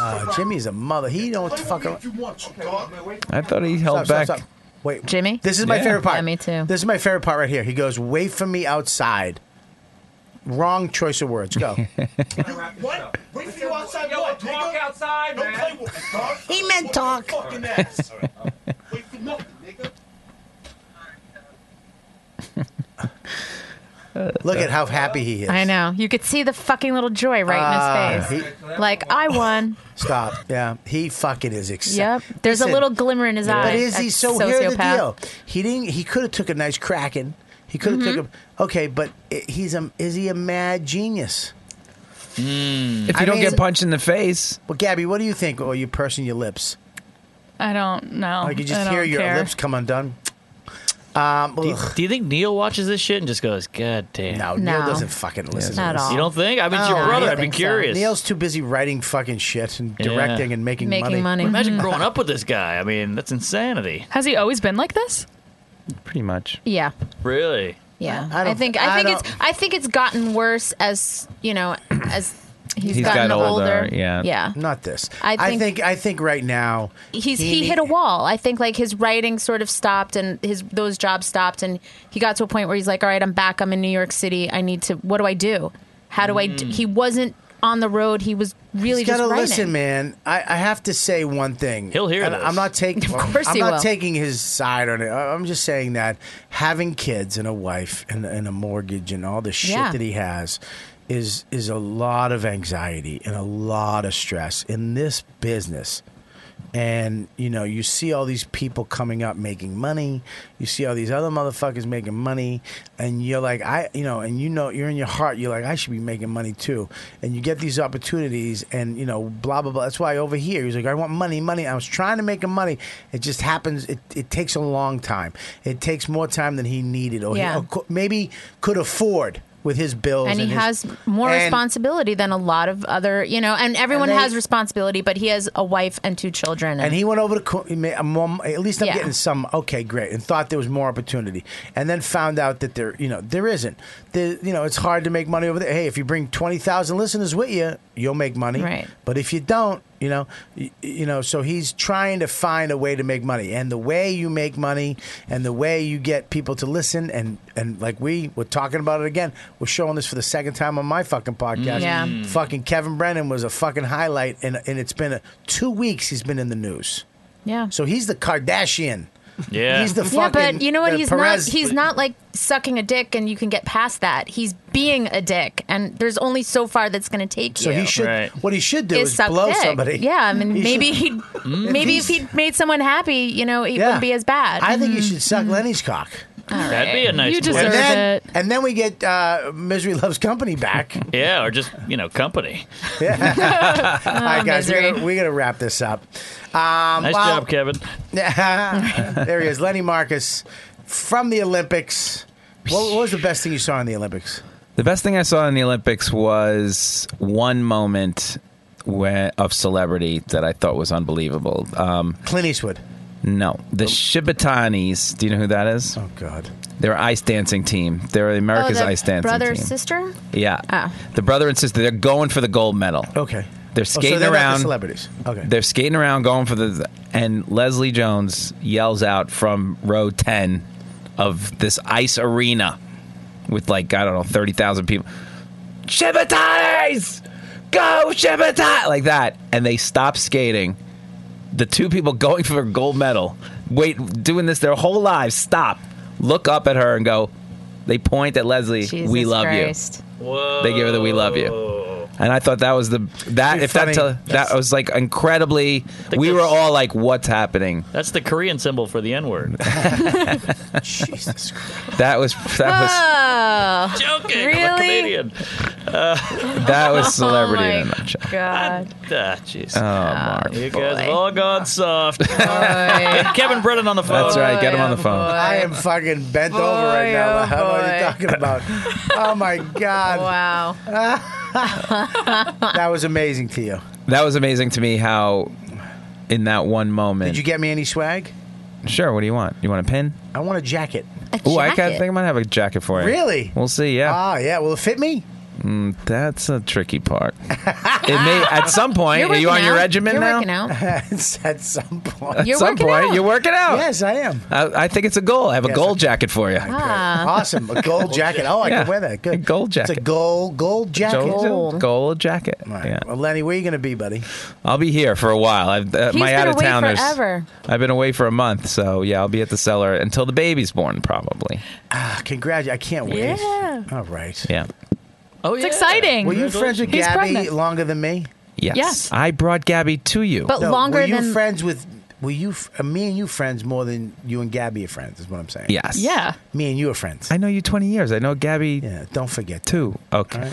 Speaker 2: Uh, Jimmy's a mother. He don't fuck around.
Speaker 16: If you want, you dog.
Speaker 6: I thought he held
Speaker 2: Stop,
Speaker 6: back.
Speaker 2: stop, stop. Wait,
Speaker 7: Jimmy.
Speaker 2: This is my
Speaker 6: Yeah.
Speaker 2: favorite part.
Speaker 7: Yeah, me too.
Speaker 2: This is my favorite part right here. He goes, "Wait for me outside." Wrong choice of words. Go.
Speaker 6: (laughs)
Speaker 16: What? Wait for you outside. Yo, what, talk outside, Don't play with me, dog.
Speaker 2: He meant talk.
Speaker 16: Fucking ass. Wait for nothing, nigga.
Speaker 2: Look at how happy he is.
Speaker 7: I know. You could see the fucking little joy right in
Speaker 2: Ah,
Speaker 7: his face.
Speaker 2: he-
Speaker 7: like I won.
Speaker 2: Stop. Yeah, he fucking is excited.
Speaker 7: yep. There's a
Speaker 2: (laughs) Listen,
Speaker 7: little glimmer in his eye.
Speaker 2: But is he
Speaker 7: That's
Speaker 2: so? Here's the
Speaker 7: sociopath.
Speaker 2: deal. He didn't. He could have took a nice cracking. He could have took
Speaker 7: Mm-hmm.
Speaker 2: a. Okay, but i- he's a. Is he a mad genius?
Speaker 6: If
Speaker 3: Hmm.
Speaker 6: you
Speaker 2: I
Speaker 6: don't
Speaker 2: mean-
Speaker 6: get punched in the face,
Speaker 2: Well, Gabby, what do you think? Or you pursing your lips?
Speaker 8: I don't
Speaker 7: Oh,
Speaker 8: know.
Speaker 2: I could just
Speaker 8: I don't
Speaker 2: hear your
Speaker 8: care.
Speaker 2: lips come undone. Um,
Speaker 3: Do you,
Speaker 2: ugh.
Speaker 3: do you think Neil watches this shit and just goes, God damn?
Speaker 2: No, Neil No. doesn't fucking listen to Not this. at all.
Speaker 3: You don't think? I mean, it's
Speaker 2: No,
Speaker 3: your
Speaker 2: I
Speaker 3: brother.
Speaker 2: don't
Speaker 3: I'd be
Speaker 2: think so.
Speaker 3: curious.
Speaker 2: Neil's too busy writing fucking shit and
Speaker 3: Yeah.
Speaker 2: directing and making, (laughs)
Speaker 3: Imagine growing up with this guy. I mean, that's insanity.
Speaker 8: Has he always been like this?
Speaker 6: pretty much.
Speaker 7: Yeah.
Speaker 3: Really?
Speaker 7: Yeah.
Speaker 2: I
Speaker 7: I,
Speaker 2: don't-
Speaker 7: think
Speaker 2: I
Speaker 7: I think
Speaker 2: don't-
Speaker 7: it's I think it's gotten worse as you know as he's,
Speaker 2: He's
Speaker 7: gotten
Speaker 2: got
Speaker 7: older.
Speaker 2: older,
Speaker 6: yeah.
Speaker 7: Yeah.
Speaker 2: Not this.
Speaker 7: I
Speaker 2: I
Speaker 7: think-
Speaker 2: think. I think right now
Speaker 7: He's he, hit a wall. I think like his writing sort of stopped and his those jobs stopped and he got to a point where he's like, all right, I'm back. I'm in New York City. I need to. What do I do? How do I? d-
Speaker 2: Mm.
Speaker 7: He wasn't on the road. He was really
Speaker 2: He's
Speaker 7: just
Speaker 2: gotta
Speaker 7: writing.
Speaker 2: listen, man. I, I have to say one thing. He'll hear and
Speaker 3: this.
Speaker 2: I'm not taking.
Speaker 7: (laughs) Of course
Speaker 2: I'm
Speaker 7: he
Speaker 2: not
Speaker 7: will.
Speaker 2: taking his side on it. I- I'm just saying that having kids and a wife and, and a mortgage and all the shit
Speaker 7: Yeah.
Speaker 2: that he has is is a lot of anxiety and a lot of stress in this business. And you know, you see all these people coming up making money. You see all these other motherfuckers making money, and you're like, I, you know, and you know, you're in your heart, you're like, I should be making money too. And you get these opportunities, and you know, blah blah blah. That's why over here, he's like, I want money, money. I was trying to make him money. It just happens. It, it takes a long time. It takes more time than he needed, or,
Speaker 7: Yeah.
Speaker 2: he, or co- maybe could afford with his bills.
Speaker 7: and he
Speaker 2: his-
Speaker 7: has more
Speaker 2: and-
Speaker 7: responsibility than a lot of other, you know, and everyone
Speaker 2: they-
Speaker 7: has responsibility, but he has a wife and two children.
Speaker 2: And he went over to Co- he made a mom- at least I'm
Speaker 7: Yeah.
Speaker 2: getting some okay great and thought there was more opportunity and then found out that there you know there isn't the you know it's hard to make money over there hey if you bring 20,000 listeners with you you'll make money
Speaker 7: Right.
Speaker 2: but if you don't you know you, you know so he's trying to find a way to make money and the way you make money and the way you get people to listen and and like we were talking about it again we're showing this for the second time on my fucking podcast
Speaker 7: Yeah. Mm.
Speaker 2: fucking Kevin Brennan was a fucking highlight, and and it's been a, two weeks he's been in the news.
Speaker 7: Yeah.
Speaker 2: So he's the Kardashian.
Speaker 3: Yeah.
Speaker 2: He's the fucking.
Speaker 7: yeah, but you know what?
Speaker 2: uh,
Speaker 7: He's
Speaker 2: Perez.
Speaker 7: not. He's not like sucking a dick, and you can get past that. He's being a dick, and there's only so far that's going to take
Speaker 2: So
Speaker 7: you.
Speaker 2: he should. What he should do
Speaker 7: Is
Speaker 2: is
Speaker 7: suck
Speaker 2: blow
Speaker 7: dick.
Speaker 2: somebody.
Speaker 7: Yeah, I mean,
Speaker 2: (laughs) He
Speaker 7: maybe
Speaker 2: should-
Speaker 7: he'd
Speaker 6: Mm.
Speaker 3: Mm.
Speaker 7: maybe if he'd made someone happy, you know, it
Speaker 2: Yeah.
Speaker 7: wouldn't be as bad. Mm-hmm.
Speaker 2: I think you should suck Lenny's cock.
Speaker 3: That'd be a nice
Speaker 7: Mm. You
Speaker 3: place.
Speaker 2: and then, it. And then we get uh, Misery Loves Company
Speaker 3: (laughs)
Speaker 2: back.
Speaker 3: Yeah, or just, you know, company.
Speaker 2: (laughs) Yeah. All right, guys, we're
Speaker 3: Oh, Misery.
Speaker 2: gonna, we're gonna wrap this up. Um,
Speaker 3: nice
Speaker 2: well-
Speaker 3: job, Kevin.
Speaker 2: (laughs) there he is, Lenny Marcus from the Olympics. What, what was the best thing you saw in the Olympics?
Speaker 6: The best thing I saw in the Olympics was one moment where, of celebrity that I thought was unbelievable. Um,
Speaker 2: Clint Eastwood. Oh.
Speaker 6: No, the Shibatanis. Do you know who that is? Oh
Speaker 2: God,
Speaker 6: they're ice dancing team. They're America's
Speaker 7: oh, the
Speaker 6: ice dancing
Speaker 7: brother,
Speaker 6: team.
Speaker 7: sister.
Speaker 6: Yeah,
Speaker 7: Oh.
Speaker 6: the brother and sister. They're going for the gold medal.
Speaker 2: Ah. Okay, Oh,
Speaker 6: they're
Speaker 2: so
Speaker 6: skating
Speaker 2: they're not the
Speaker 6: around.
Speaker 2: celebrities. Okay.
Speaker 6: They're skating around going for the and Leslie Jones yells out from row 10 of this ice arena with like I don't know 30,000 people. Shibatanis! Go Shibata! Like that and they stop skating the two people (laughs) going for a gold medal, wait, doing this their whole lives, stop, look up at her and go, they point at Leslie, we love you. They give her the we love you. And I thought that was the that
Speaker 3: Pretty
Speaker 6: if that
Speaker 3: funny.
Speaker 6: tell- that
Speaker 3: That's-
Speaker 6: was like incredibly we were all like what's happening.
Speaker 3: That's the Korean symbol for the
Speaker 2: (laughs)
Speaker 3: N word. (laughs)
Speaker 2: Jesus Christ.
Speaker 6: That was that was (laughs)
Speaker 10: Oh,
Speaker 3: joking.
Speaker 10: Really?
Speaker 3: I'm a comedian.
Speaker 2: (laughs) Oh
Speaker 3: Uh,
Speaker 6: That was celebrity in a nutshell.
Speaker 10: God.
Speaker 3: Ah, jeez.
Speaker 6: Oh, Mark.
Speaker 3: You guys have all gone soft.
Speaker 6: (laughs)
Speaker 3: Kevin Brennan on the phone.
Speaker 6: That's right. Get him on the phone.
Speaker 2: I am fucking bent over right now. I don't know what you're talking about. oh my god!
Speaker 10: Wow.
Speaker 2: (laughs) that was amazing to you.
Speaker 6: That was amazing to me how, in that one moment.
Speaker 2: Did you get me any swag?
Speaker 6: Sure. What do you want? You want a pin?
Speaker 2: I want a jacket.
Speaker 6: Oh, I got, think I might have a jacket for you.
Speaker 2: Really?
Speaker 6: We'll see. Yeah.
Speaker 2: Ah, yeah. Will it fit me?
Speaker 6: Mm, that's a tricky
Speaker 2: (laughs)
Speaker 6: part. it may at some point. Are you on your regimen now?
Speaker 10: out.
Speaker 2: (laughs) At some point.
Speaker 6: At You're some working point, out. you're working out.
Speaker 2: Yes, I am.
Speaker 6: I, I think it's a goal. I have a
Speaker 2: Yes,
Speaker 6: gold jacket for you.
Speaker 8: Uh-huh.
Speaker 10: Ah.
Speaker 2: Awesome. A gold jacket. Oh, I
Speaker 6: Yeah.
Speaker 2: can wear that. Good.
Speaker 6: A gold
Speaker 2: It's a
Speaker 6: jacket.
Speaker 2: gold gold jacket.
Speaker 6: Gold, gold jacket. Yeah.
Speaker 2: Well, Lenny, where you going to be, buddy?
Speaker 6: I'll be here for a while. I've, uh,
Speaker 2: He's
Speaker 6: my
Speaker 2: been
Speaker 6: out of
Speaker 2: away
Speaker 6: towners.
Speaker 2: forever.
Speaker 6: I've been away for a month, so yeah, I'll be at the cellar until the baby's born, probably.
Speaker 2: Ah, congratulations. I can't wait.
Speaker 8: Yeah.
Speaker 2: All right.
Speaker 6: Yeah.
Speaker 8: Oh, It's yeah. exciting.
Speaker 2: Were you friends with
Speaker 8: He's
Speaker 2: Gabby
Speaker 8: pregnant.
Speaker 2: longer than me?
Speaker 6: Yes.
Speaker 8: Yes.
Speaker 6: I brought Gabby to you.
Speaker 2: No, were you friends with were you f- uh, me and you friends more than you and Gabby are friends? Is what I'm saying.
Speaker 6: Yes.
Speaker 8: Yeah.
Speaker 2: Me and you are friends.
Speaker 6: I know you 20 years. I know Gabby.
Speaker 2: Yeah, don't forget.
Speaker 6: Two. Okay.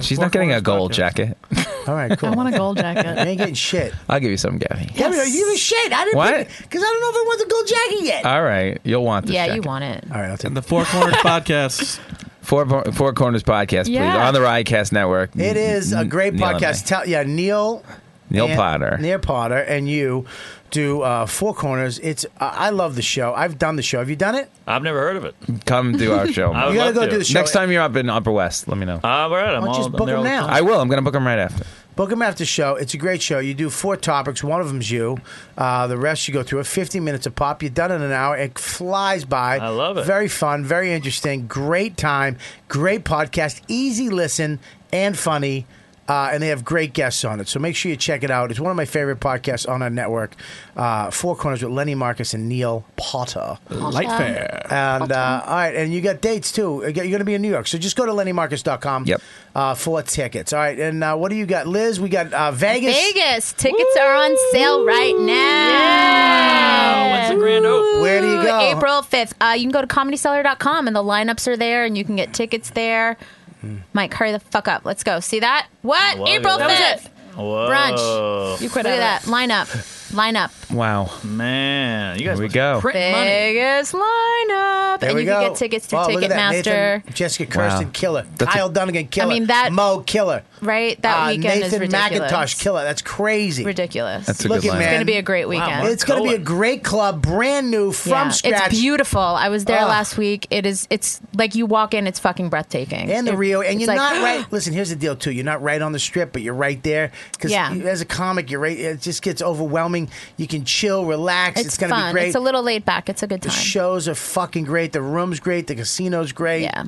Speaker 6: She's not getting a gold jacket. (laughs)
Speaker 2: All right, cool.
Speaker 8: I want a gold
Speaker 2: You
Speaker 8: jacket.
Speaker 2: ain't getting shit.
Speaker 6: I'll give you some, Gabby.
Speaker 2: Gabby, are you the shit? I didn't.
Speaker 6: What?
Speaker 2: Because I don't know if I want the gold jacket yet.
Speaker 6: All right. You'll want this.
Speaker 7: Yeah,
Speaker 6: jacket.
Speaker 7: you want it.
Speaker 2: All right, I'll take
Speaker 6: the Four (laughs) Corners Podcast. Four, Four Corners Podcast, please.
Speaker 2: Yeah.
Speaker 6: On the Riotcast Network.
Speaker 2: It is a great
Speaker 6: Neil and I.
Speaker 2: podcast. Tell, yeah, Neil.
Speaker 6: Neil
Speaker 2: and-
Speaker 6: Potter.
Speaker 2: Neil Potter and you do uh, Four Corners. It's uh, I love the show. I've done the show. Have you done it?
Speaker 3: I've never heard of it.
Speaker 6: Come do our
Speaker 3: (laughs)
Speaker 6: show.
Speaker 3: I would You gotta love go to. do the show.
Speaker 6: Next time you're up in Upper West, let me know.
Speaker 3: Uh, all right. I'm
Speaker 2: Why don't you
Speaker 3: all
Speaker 2: just book
Speaker 3: there
Speaker 2: him
Speaker 3: all the
Speaker 2: now?
Speaker 3: time.
Speaker 6: I will. I'm going to book them right after.
Speaker 2: Book 'em after show. It's a great show. You do four topics. One of them's you. Uh, the rest you go through. it. 50 minutes a pop. You're done in an hour. It flies by. I love it. Very fun. Very interesting. Great time. Great podcast. Easy listen and funny. Uh, and they have great guests on it. So make sure you check it out. It's one of my favorite podcasts on our network. Uh, four Corners with Lenny Marcus and Neil Potter.
Speaker 9: Light fair.
Speaker 2: And uh, all right, and you got dates too. You're going to be in New York, so just go to LennyMarcus.com yep. uh, for tickets. All right, and uh, what do you got, Liz? We got uh, Vegas.
Speaker 7: Vegas tickets are on sale right now.
Speaker 3: When's the grand opening?
Speaker 2: Where do you
Speaker 7: Ooh,
Speaker 2: go?
Speaker 7: April 5th. Uh, you can go to comedyseller.com and the lineups are there and you can get tickets there.
Speaker 2: Hmm.
Speaker 7: Mike, hurry the fuck up. Let's go. See that? What?
Speaker 3: Wow,
Speaker 7: April
Speaker 3: yeah.
Speaker 7: 5th.
Speaker 3: Whoa.
Speaker 7: Brunch.
Speaker 3: You
Speaker 7: Look at that. Line up. Line (laughs) up.
Speaker 6: Wow.
Speaker 3: Man, you guys
Speaker 6: we go.
Speaker 7: Vegas lineup.
Speaker 2: There
Speaker 7: and
Speaker 2: we
Speaker 7: you
Speaker 2: go.
Speaker 7: can get tickets to
Speaker 2: Oh, look at that.
Speaker 7: Ticketmaster.
Speaker 2: Nathan, Jessica
Speaker 6: Wow.
Speaker 2: Kirsten, killer.
Speaker 6: That's a-
Speaker 2: Kyle Dunnigan, killer.
Speaker 7: I mean, that-
Speaker 2: Mo, killer.
Speaker 7: Right? That
Speaker 2: Uh,
Speaker 7: weekend
Speaker 2: Nathan
Speaker 7: is ridiculous.
Speaker 2: McIntosh, killer. That's crazy.
Speaker 7: Ridiculous.
Speaker 2: That's a Look good at lineup.
Speaker 7: It's going
Speaker 2: man.
Speaker 7: to be a great weekend.
Speaker 2: it's going to be a great club, brand new from
Speaker 7: Yeah,
Speaker 2: scratch.
Speaker 7: It's beautiful. I was there
Speaker 2: Ugh.
Speaker 7: last week. It is. It's like you walk in. It's fucking breathtaking.
Speaker 2: and the
Speaker 7: It-
Speaker 2: Rio, and
Speaker 7: it's
Speaker 2: you're
Speaker 7: like- (gasps)
Speaker 2: not right. Listen, here's the deal too. You're not right on the strip, but you're right there. Because
Speaker 7: Yeah.
Speaker 2: as a comic, you're right. It just gets overwhelming. You can chill, relax. It's,
Speaker 7: It's,
Speaker 2: going to
Speaker 7: fun.
Speaker 2: be great.
Speaker 7: It's a little laid back. It's a good
Speaker 2: the
Speaker 7: time.
Speaker 2: shows are fucking great. The room's great. The casino's great. Yeah,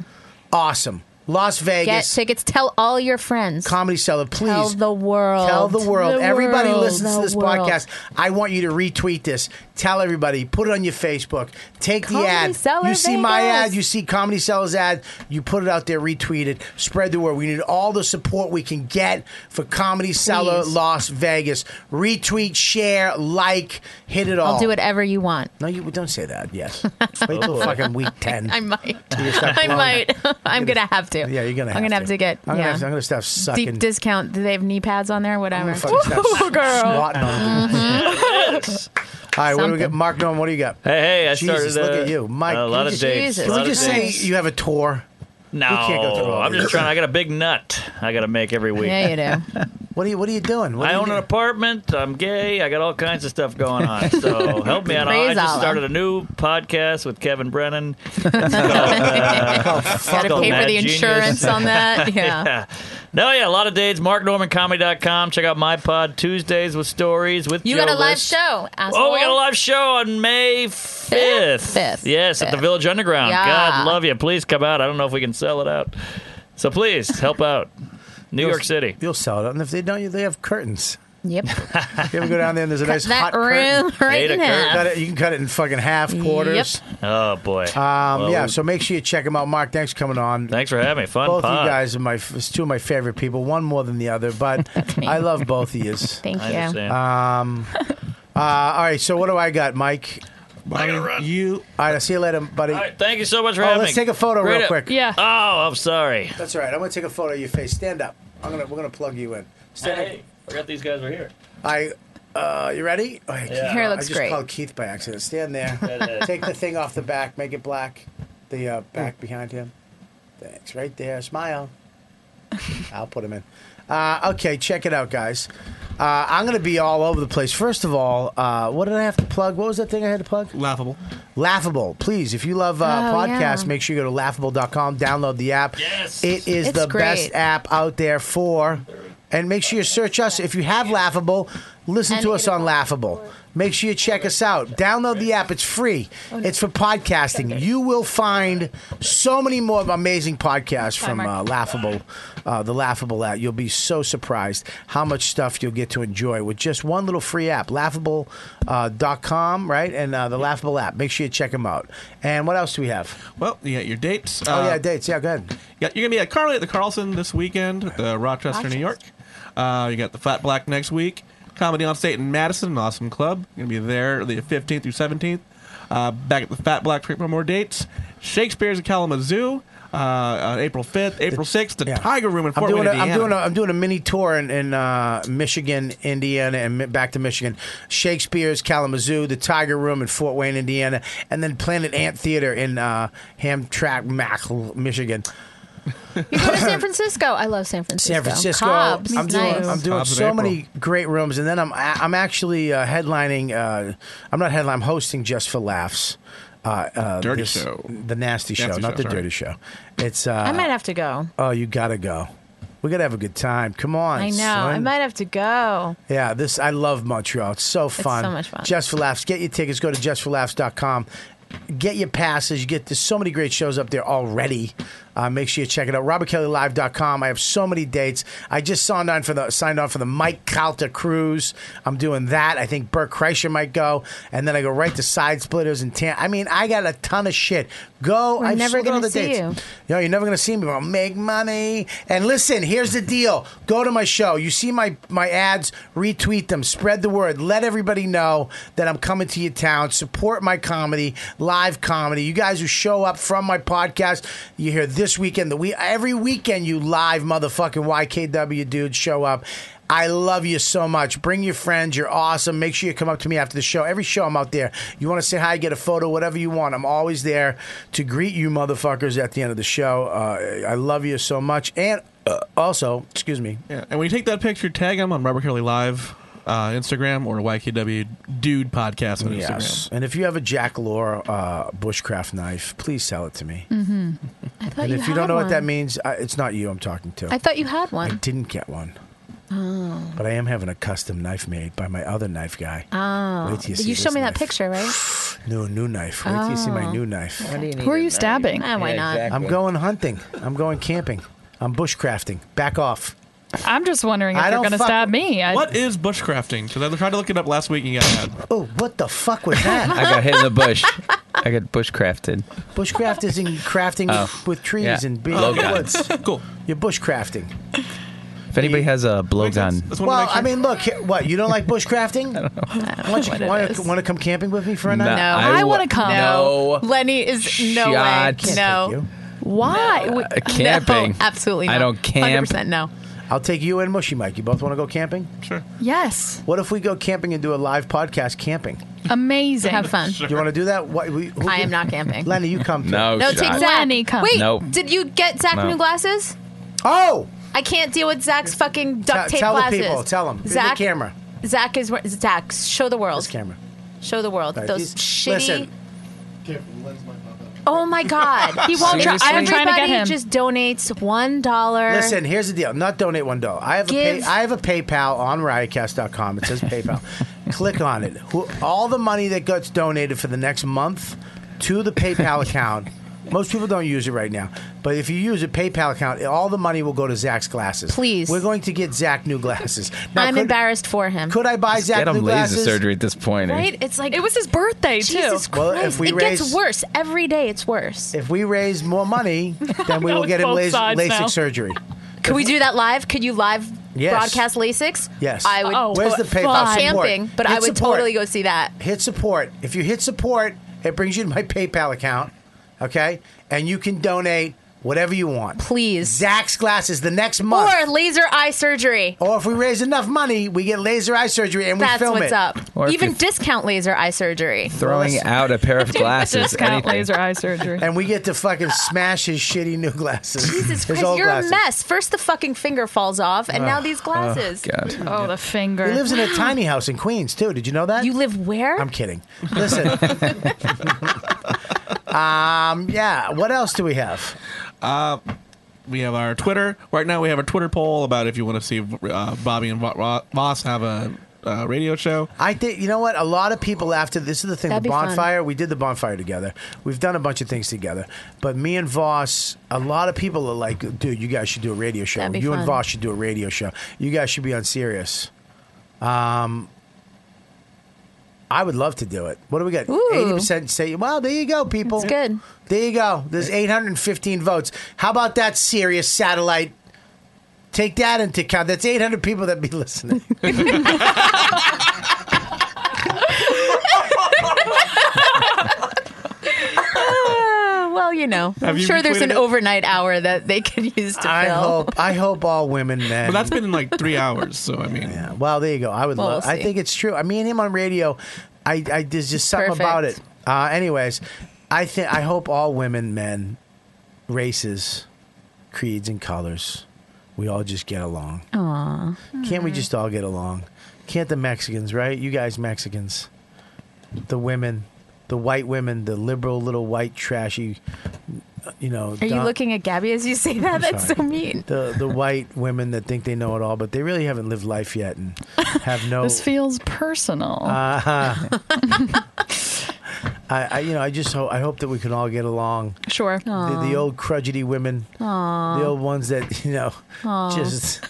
Speaker 2: awesome. Las
Speaker 7: Get
Speaker 2: Vegas
Speaker 7: tickets. Tell all your friends.
Speaker 2: comedy seller. Please
Speaker 7: Tell the world.
Speaker 2: Tell the world. everybody
Speaker 7: world.
Speaker 2: listens to
Speaker 7: The
Speaker 2: this
Speaker 7: world.
Speaker 2: podcast. I want you to retweet this. Tell everybody. Put it on your Facebook. Take
Speaker 7: Comedy
Speaker 2: the ad.
Speaker 7: Cellar
Speaker 2: you see my
Speaker 7: Vegas.
Speaker 2: ad. You see Comedy Sellers ad. You put it out there. Retweet it. Spread the word. We need all the support we can get for Comedy Cellar Las Vegas. Retweet, share, like, hit it all.
Speaker 7: I'll do whatever you want.
Speaker 2: No, you don't say that.
Speaker 7: (laughs)
Speaker 2: Yes. Wait till fucking week ten.
Speaker 7: I might.
Speaker 2: You
Speaker 7: (laughs)
Speaker 2: start
Speaker 7: I
Speaker 2: blowing-
Speaker 7: might. I'm gonna have to.
Speaker 2: Yeah, you're gonna. Have
Speaker 7: I'm gonna have to get.
Speaker 2: I'm gonna,
Speaker 7: yeah.
Speaker 2: have to, I'm gonna stop sucking.
Speaker 7: Deep discount. Do they have knee pads on there? Whatever.
Speaker 2: fucking
Speaker 7: (laughs)
Speaker 2: stop
Speaker 7: Woo, girl. Uh,
Speaker 2: swatting on
Speaker 3: Mm-hmm.
Speaker 2: All right, what do we got? Mark Norman, what do you got?
Speaker 3: Hey, hey, I
Speaker 2: Jesus,
Speaker 3: started,
Speaker 2: look
Speaker 3: uh,
Speaker 2: at you. Mike,
Speaker 3: a
Speaker 2: can
Speaker 3: lot
Speaker 2: you
Speaker 3: of
Speaker 2: just-
Speaker 3: dates, a
Speaker 2: Can we
Speaker 3: lot of
Speaker 2: just say
Speaker 3: dates.
Speaker 2: you have a tour?
Speaker 3: No,
Speaker 2: We can't go through all
Speaker 3: I'm
Speaker 2: these.
Speaker 3: just trying. I got a big nut. I got to make every week.
Speaker 7: Yeah, you do.
Speaker 2: (laughs) What are you, what are you doing? What
Speaker 3: I
Speaker 2: are you
Speaker 3: own an apartment. I'm gay. I got all kinds of stuff going
Speaker 2: (laughs)
Speaker 3: on. So help me out. I
Speaker 7: Praise
Speaker 3: just
Speaker 7: Allah.
Speaker 3: started a new podcast with Kevin
Speaker 2: (laughs)
Speaker 3: Brennan. It's called, uh, it's
Speaker 7: Gotta
Speaker 3: called
Speaker 7: pay for
Speaker 3: Mad
Speaker 7: the
Speaker 3: Genius.
Speaker 7: insurance on
Speaker 3: (laughs)
Speaker 7: that. Yeah.
Speaker 3: No, yeah, a lot of days. MarkNormanComedy.com. Check out my pod Tuesdays with stories with
Speaker 7: You
Speaker 3: Joe
Speaker 7: got a live
Speaker 3: List.
Speaker 7: show.
Speaker 3: Oh, we got a
Speaker 7: asshole.
Speaker 3: live show on May 5th. 5th. Yes, at the Village Underground.
Speaker 7: Yeah.
Speaker 3: God love you. Please come out. I don't know if we can sell it out. So please help out. New York City.
Speaker 2: You'll sell it, and (laughs) if they don't, you- they have curtains.
Speaker 7: Yep.
Speaker 2: You ever go down there and there's a
Speaker 7: Cut
Speaker 2: nice
Speaker 7: that
Speaker 2: hot curtain?
Speaker 7: room right Hate a in curtain. half.
Speaker 2: Cut it- you can cut it in fucking half quarters.
Speaker 3: Oh boy.
Speaker 2: Um,
Speaker 3: Well,
Speaker 2: yeah, so make sure you check them out. Mark, thanks for coming on.
Speaker 3: Thanks for having me. Fun
Speaker 2: Both
Speaker 3: pod.
Speaker 2: you guys are my it's two of my favorite people. One more than the other,
Speaker 3: (laughs)
Speaker 2: but I love both of you. (laughs) Thank
Speaker 7: I you. understand.
Speaker 2: (laughs) Um, uh, all right, so what do I got, Mike? I gotta run. You. All right, I'll see you later, buddy. All right,
Speaker 3: thank you so much for
Speaker 2: oh,
Speaker 3: having
Speaker 2: Let's
Speaker 3: me.
Speaker 2: take a photo
Speaker 3: Great
Speaker 2: real
Speaker 3: up-
Speaker 2: quick.
Speaker 8: Yeah.
Speaker 3: Oh, I'm sorry.
Speaker 2: That's all right. I'm gonna take a photo of your face. Stand up. I'm gonna we're gonna plug you in. Stand up.
Speaker 3: Hey, forgot these guys were here.
Speaker 2: I. Uh, you ready? Oh, hey,
Speaker 3: Yeah.
Speaker 2: Keith,
Speaker 3: Hair
Speaker 2: I
Speaker 3: looks
Speaker 2: just
Speaker 3: great.
Speaker 2: called Keith by accident. Stand there.
Speaker 3: (laughs) That is.
Speaker 2: Take the thing off the back. Make it black. The uh,
Speaker 3: Hmm.
Speaker 2: back behind him. Thanks. Right there.
Speaker 3: (laughs)
Speaker 2: Smile. I'll put him in. Uh, okay, check it out, guys. Uh, I'm going to be all over the place. First of all, uh, what did I have to plug? What was that thing I had to plug? Laughable. Laughable. Please, if you love uh,
Speaker 11: Oh,
Speaker 2: podcasts,
Speaker 11: yeah.
Speaker 2: make sure you go to laughable.com, download the app. Yes. It is
Speaker 11: It's
Speaker 2: the best
Speaker 11: great.
Speaker 2: app out there for. And make sure you search us. If you have Laughable, listen to us on Laughable. Make sure you check us out. Download the app. It's free.
Speaker 11: Oh,
Speaker 2: It's for podcasting. You will find so many more amazing podcasts from uh, Laughable, uh, the Laughable app. You'll be so surprised how much stuff you'll get to enjoy with just one little free app, laughable.com, uh, dot com, right? And uh, the Laughable app. Make sure you check them out. And what else do we have?
Speaker 9: Well, you got your dates.
Speaker 2: Oh,
Speaker 9: Uh,
Speaker 2: yeah, dates. Yeah, go ahead.
Speaker 9: Yeah, you're gonna be at Carly at the Carlson this weekend, at the Rochester, New York. Uh, you got the Flat Black next week. Comedy on State in Madison, an awesome club. You're gonna be there the 15th through 17th. Uh, back at the Fat Black for more dates. Shakespeare's at Kalamazoo uh, on April 5th, April 6th. The Tiger Room in
Speaker 2: I'm
Speaker 9: Fort
Speaker 2: doing,
Speaker 9: Wayne,
Speaker 2: a, I'm
Speaker 9: Indiana.
Speaker 2: doing a I'm doing a mini tour in, in uh, Michigan, Indiana, and mi- back to Michigan. Shakespeare's Kalamazoo, the Tiger Room in Fort Wayne, Indiana, and then Planet Ant Theater in uh, Hamtramck, Mac- Michigan.
Speaker 7: You go to San Francisco. I love San Francisco.
Speaker 2: San Francisco.
Speaker 7: Cobb's
Speaker 2: I'm doing,
Speaker 7: nice.
Speaker 2: I'm doing
Speaker 9: Cobb's in
Speaker 2: so
Speaker 9: April.
Speaker 2: many great rooms, and then I'm I'm actually uh, headlining. Uh, I'm not headlining. I'm hosting just for laughs. Uh, uh,
Speaker 9: Dirty show.
Speaker 2: the nasty, show,
Speaker 9: Nasty
Speaker 2: not
Speaker 9: show,
Speaker 2: the
Speaker 9: sorry.
Speaker 2: dirty show. It's uh,
Speaker 7: I might have to go.
Speaker 2: Oh, you gotta go. We gotta have a good time. Come on.
Speaker 7: I know.
Speaker 2: son.
Speaker 7: I might have to go.
Speaker 2: Yeah, this I love Montreal. It's so fun.
Speaker 7: so much fun.
Speaker 2: Just for laughs. Get your tickets. Go to justforlaughs.com. Get your passes. You get there's so many great shows up there already. Uh, make sure you check it out. RobertKellyLive.com. I have so many dates. I just signed on for the signed on for the Mike Calta cruise. I'm doing that. I think Burt Kreischer might go, and then I go right to Side Splitters and Tan. I mean, I got a ton of shit. Go.
Speaker 7: We're
Speaker 2: I
Speaker 7: never
Speaker 2: going
Speaker 7: gonna
Speaker 2: to
Speaker 7: see
Speaker 2: dates.
Speaker 7: you.
Speaker 2: Yo, you're never gonna see me. but I'll make money. And listen, here's the deal: go to my show. You see my my ads, retweet them, spread the word, let everybody know that I'm coming to your town. Support my comedy, live comedy. You guys who show up from my podcast, you hear this weekend, the we every weekend you live motherfucking YKW dudes show up. I love you so much. Bring your friends. You're awesome. Make sure you come up to me after the show. Every show I'm out there. You want to say hi, get a photo, whatever you want. I'm always there to greet you motherfuckers at the end of the show. Uh, I love you so much. And uh, also, excuse me.
Speaker 9: Yeah, and when you take that picture, tag him on Robert Kelly Live uh, Instagram or YKW Dude Podcast on
Speaker 2: Yes. And if you have a Jack Lore uh, bushcraft knife, please sell it to me.
Speaker 7: Mm-hmm. I thought
Speaker 2: And
Speaker 7: you
Speaker 2: if
Speaker 7: had
Speaker 2: you don't know
Speaker 7: one.
Speaker 2: what that means, I, it's not you I'm talking to.
Speaker 7: I thought you had
Speaker 2: I
Speaker 7: one.
Speaker 2: didn't get one,
Speaker 7: Oh.
Speaker 2: but I am having a custom knife made by my other knife guy.
Speaker 7: Oh.
Speaker 2: Wait till you see
Speaker 7: you showed
Speaker 2: this
Speaker 7: me that
Speaker 2: knife.
Speaker 7: picture, right?
Speaker 2: No, new knife. Wait till you see my
Speaker 7: Oh.
Speaker 2: new knife.
Speaker 8: Who are you stabbing?
Speaker 7: Ah, why not?
Speaker 2: I'm going hunting. I'm going camping. I'm bushcrafting. Back off.
Speaker 8: I'm just wondering if
Speaker 2: I
Speaker 8: you're
Speaker 2: don't
Speaker 8: going to
Speaker 2: fuck-
Speaker 8: stab me. I,
Speaker 9: What is bushcrafting? Because I tried to look it up last week and got mad.
Speaker 2: Oh, what the fuck was that?
Speaker 5: I got hit in the bush. I got bushcrafted.
Speaker 2: Bushcraft is in crafting
Speaker 5: Oh,
Speaker 2: with, with trees
Speaker 5: yeah.
Speaker 2: and being
Speaker 5: Blowgun.
Speaker 2: woods.
Speaker 9: Cool.
Speaker 2: You're bushcrafting.
Speaker 5: If anybody has a blowgun,
Speaker 2: Well, I mean, look, here- what? You don't like bushcrafting? Why don't you want to want to come camping with me for a night?
Speaker 5: No, No. I I wanna wa- come.
Speaker 7: No.
Speaker 5: No
Speaker 7: Oh. Lenny is no
Speaker 2: shot.
Speaker 7: way.
Speaker 2: Can't take
Speaker 7: No.
Speaker 2: you.
Speaker 7: Why? We-
Speaker 2: Uh, camping.
Speaker 7: (laughs) No, absolutely not.
Speaker 2: I don't camp.
Speaker 7: 100% no.
Speaker 2: I'll take you and Mushy Mike. You both want to go camping?
Speaker 9: Sure.
Speaker 8: Yes.
Speaker 2: What if we go camping and do a live podcast camping?
Speaker 8: amazing.
Speaker 7: Have fun.
Speaker 2: Do you want to do that? What, we, who-
Speaker 7: I am not camping.
Speaker 2: (laughs) Lenny, you come. too.
Speaker 7: no, take Zach.
Speaker 8: Lenny, come.
Speaker 7: Wait,
Speaker 2: Nope.
Speaker 7: did you get Zach
Speaker 2: No.
Speaker 7: new glasses?
Speaker 2: Oh!
Speaker 7: I can't deal with Zach's fucking duct
Speaker 2: Tell-
Speaker 7: tape
Speaker 2: tell the
Speaker 7: glasses.
Speaker 2: people. Tell 'em. Through the
Speaker 7: Zach,
Speaker 2: camera.
Speaker 7: Zach is where- Zach. Show the world. This
Speaker 2: camera.
Speaker 7: Show the world.
Speaker 2: Right,
Speaker 7: Those
Speaker 2: these-
Speaker 7: shitty.
Speaker 2: listen.
Speaker 7: Oh my
Speaker 2: (laughs)
Speaker 7: God! He won't. Try.
Speaker 2: Seriously? I'm
Speaker 7: Everybody
Speaker 2: trying to get him.
Speaker 7: just donates one dollar.
Speaker 2: Listen, here's the deal. Not donate one dollar. I have a
Speaker 7: Give-
Speaker 2: pay, I have a PayPal on riotcast.com. It
Speaker 7: (laughs)
Speaker 2: says PayPal. Click
Speaker 7: (laughs)
Speaker 2: on it. Who, all the money that gets donated for the next month to the PayPal account Most people don't use it right now. But if you use a PayPal account, all the money will go to Zach's glasses. Please. We're going to get Zach new glasses. Now,
Speaker 7: I'm
Speaker 2: could-
Speaker 7: embarrassed for him.
Speaker 2: Could I buy Zach
Speaker 6: Get
Speaker 2: new
Speaker 6: him laser
Speaker 2: glasses?
Speaker 6: surgery at this point. eh?
Speaker 7: Right? It's like it was his birthday
Speaker 2: too.
Speaker 7: Jesus
Speaker 2: Well,
Speaker 7: Christ.
Speaker 2: if we
Speaker 7: it
Speaker 2: raise-
Speaker 7: gets worse every day. It's worse.
Speaker 2: If we raise more
Speaker 7: (laughs)
Speaker 2: money, then we
Speaker 7: That
Speaker 2: will
Speaker 7: was
Speaker 2: get him
Speaker 7: both
Speaker 2: laser,
Speaker 7: sides
Speaker 2: LASIK
Speaker 7: now.
Speaker 2: surgery.
Speaker 7: Could we do that live? Could you live
Speaker 2: Yes.
Speaker 7: broadcast Lasix?
Speaker 2: Yes.
Speaker 7: I would.
Speaker 2: Oh, Where's the PayPal
Speaker 7: I'm
Speaker 2: support?
Speaker 7: camping, but I
Speaker 2: Hit
Speaker 7: would
Speaker 2: support.
Speaker 7: totally go see that.
Speaker 2: Hit support. If you hit support, it brings you to my PayPal account, okay? And you can donate whatever you want.
Speaker 7: Please.
Speaker 2: Zach's glasses the next month.
Speaker 7: Or laser eye surgery.
Speaker 2: Or if we raise enough money, we get laser eye surgery and we
Speaker 7: That's
Speaker 2: film
Speaker 7: what's
Speaker 2: it.
Speaker 7: up.
Speaker 6: Or if
Speaker 7: Even
Speaker 6: you-
Speaker 7: discount laser eye surgery.
Speaker 6: Throwing
Speaker 7: (laughs)
Speaker 6: out a
Speaker 2: (laughs)
Speaker 6: pair of glasses. anything.
Speaker 2: eye surgery. And we get to fucking smash his shitty new glasses. Jesus
Speaker 7: Because you're a mess. First, the fucking finger falls off, and now these glasses.
Speaker 8: Oh, the finger.
Speaker 2: He
Speaker 7: (gasps)
Speaker 2: lives in a tiny house in Queens too. Did you know that? You
Speaker 7: live where?
Speaker 2: I'm kidding. Listen. um. Yeah. What else do we have?
Speaker 9: (laughs) Uh, we have our Twitter. Right now, we have a Twitter poll about if you want to see uh, Bobby and Vo- Ro- Voss have a uh, radio show.
Speaker 2: I think you know what. A lot of people after this is the thing.
Speaker 9: That'd
Speaker 2: the
Speaker 9: be fun.
Speaker 2: bonfire. We did the bonfire together. We've done a bunch of things together. But me and Voss, a lot of people are like, dude, you guys should do a radio show.
Speaker 7: That'd be
Speaker 2: you and
Speaker 7: fun.
Speaker 2: Voss should do a radio show. You guys should be on serious. Um. I would love to do it. What do we got?
Speaker 7: Ooh.
Speaker 2: Eighty percent say, "Well, there you go, people."
Speaker 7: That's good.
Speaker 2: There you go. There's 815 votes. How about that Sirius satellite? Take that into account. That's 800 people that be
Speaker 7: (laughs)
Speaker 2: listening.
Speaker 7: Uh, well, you know,
Speaker 2: Have
Speaker 7: I'm
Speaker 2: you
Speaker 7: sure there's an
Speaker 2: tweeted it?
Speaker 7: overnight hour that they could use to
Speaker 2: I
Speaker 7: fill.
Speaker 2: hope. I hope all
Speaker 9: (laughs)
Speaker 2: women, men.
Speaker 9: But that's been in like three hours, so I mean,
Speaker 2: Yeah. Well, there you go. I would
Speaker 9: Well,
Speaker 2: love.
Speaker 9: we'll
Speaker 2: I
Speaker 9: see.
Speaker 2: think it's true. I mean, him on radio. I, I there's just something about it. Uh, anyways, I think I hope all women, men, races, creeds, and colors, we all just get along.
Speaker 7: Aw.
Speaker 2: Can't we just all get along? Can't the Mexicans, right? You guys, Mexicans, the women, the white women, the liberal little white trashy, you know.
Speaker 7: Are you looking at Gabby as you say that? That's so mean.
Speaker 2: The the white women that think they know it all, but they really haven't lived life yet and have no.
Speaker 8: This
Speaker 2: (laughs)
Speaker 8: feels personal.
Speaker 2: Uh-huh. I, I, you know, I just hope I hope that we can all get along.
Speaker 8: Sure.
Speaker 2: The, the old crudgety women,
Speaker 8: Aw.
Speaker 2: the old ones that (laughs) you know,
Speaker 8: Aw. (laughs)
Speaker 2: just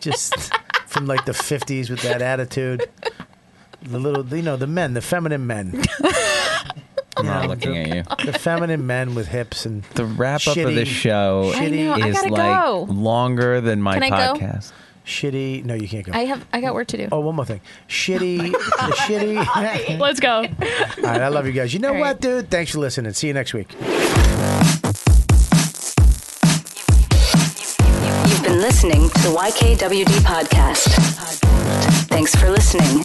Speaker 2: just from like the fifties with that attitude. The little, you know, the men, the
Speaker 8: (laughs)
Speaker 2: feminine men.
Speaker 6: I'm not
Speaker 2: No.
Speaker 6: looking at you.
Speaker 2: The feminine men with hips and
Speaker 6: The wrap up of
Speaker 2: Shitty-
Speaker 6: the show
Speaker 2: I know, I
Speaker 6: is
Speaker 2: gotta
Speaker 6: like
Speaker 2: go.
Speaker 6: longer than my
Speaker 2: Can I go?
Speaker 6: podcast.
Speaker 2: shitty. No, you can't go.
Speaker 7: I have. I got work to do.
Speaker 2: Oh, one more thing.
Speaker 7: (laughs)
Speaker 2: Shitty. the shitty.
Speaker 8: Let's go.
Speaker 2: All right, I love you guys. You know what, dude? Thanks for listening. See you next week.
Speaker 4: You've been listening to the YKWD podcast. Thanks for listening.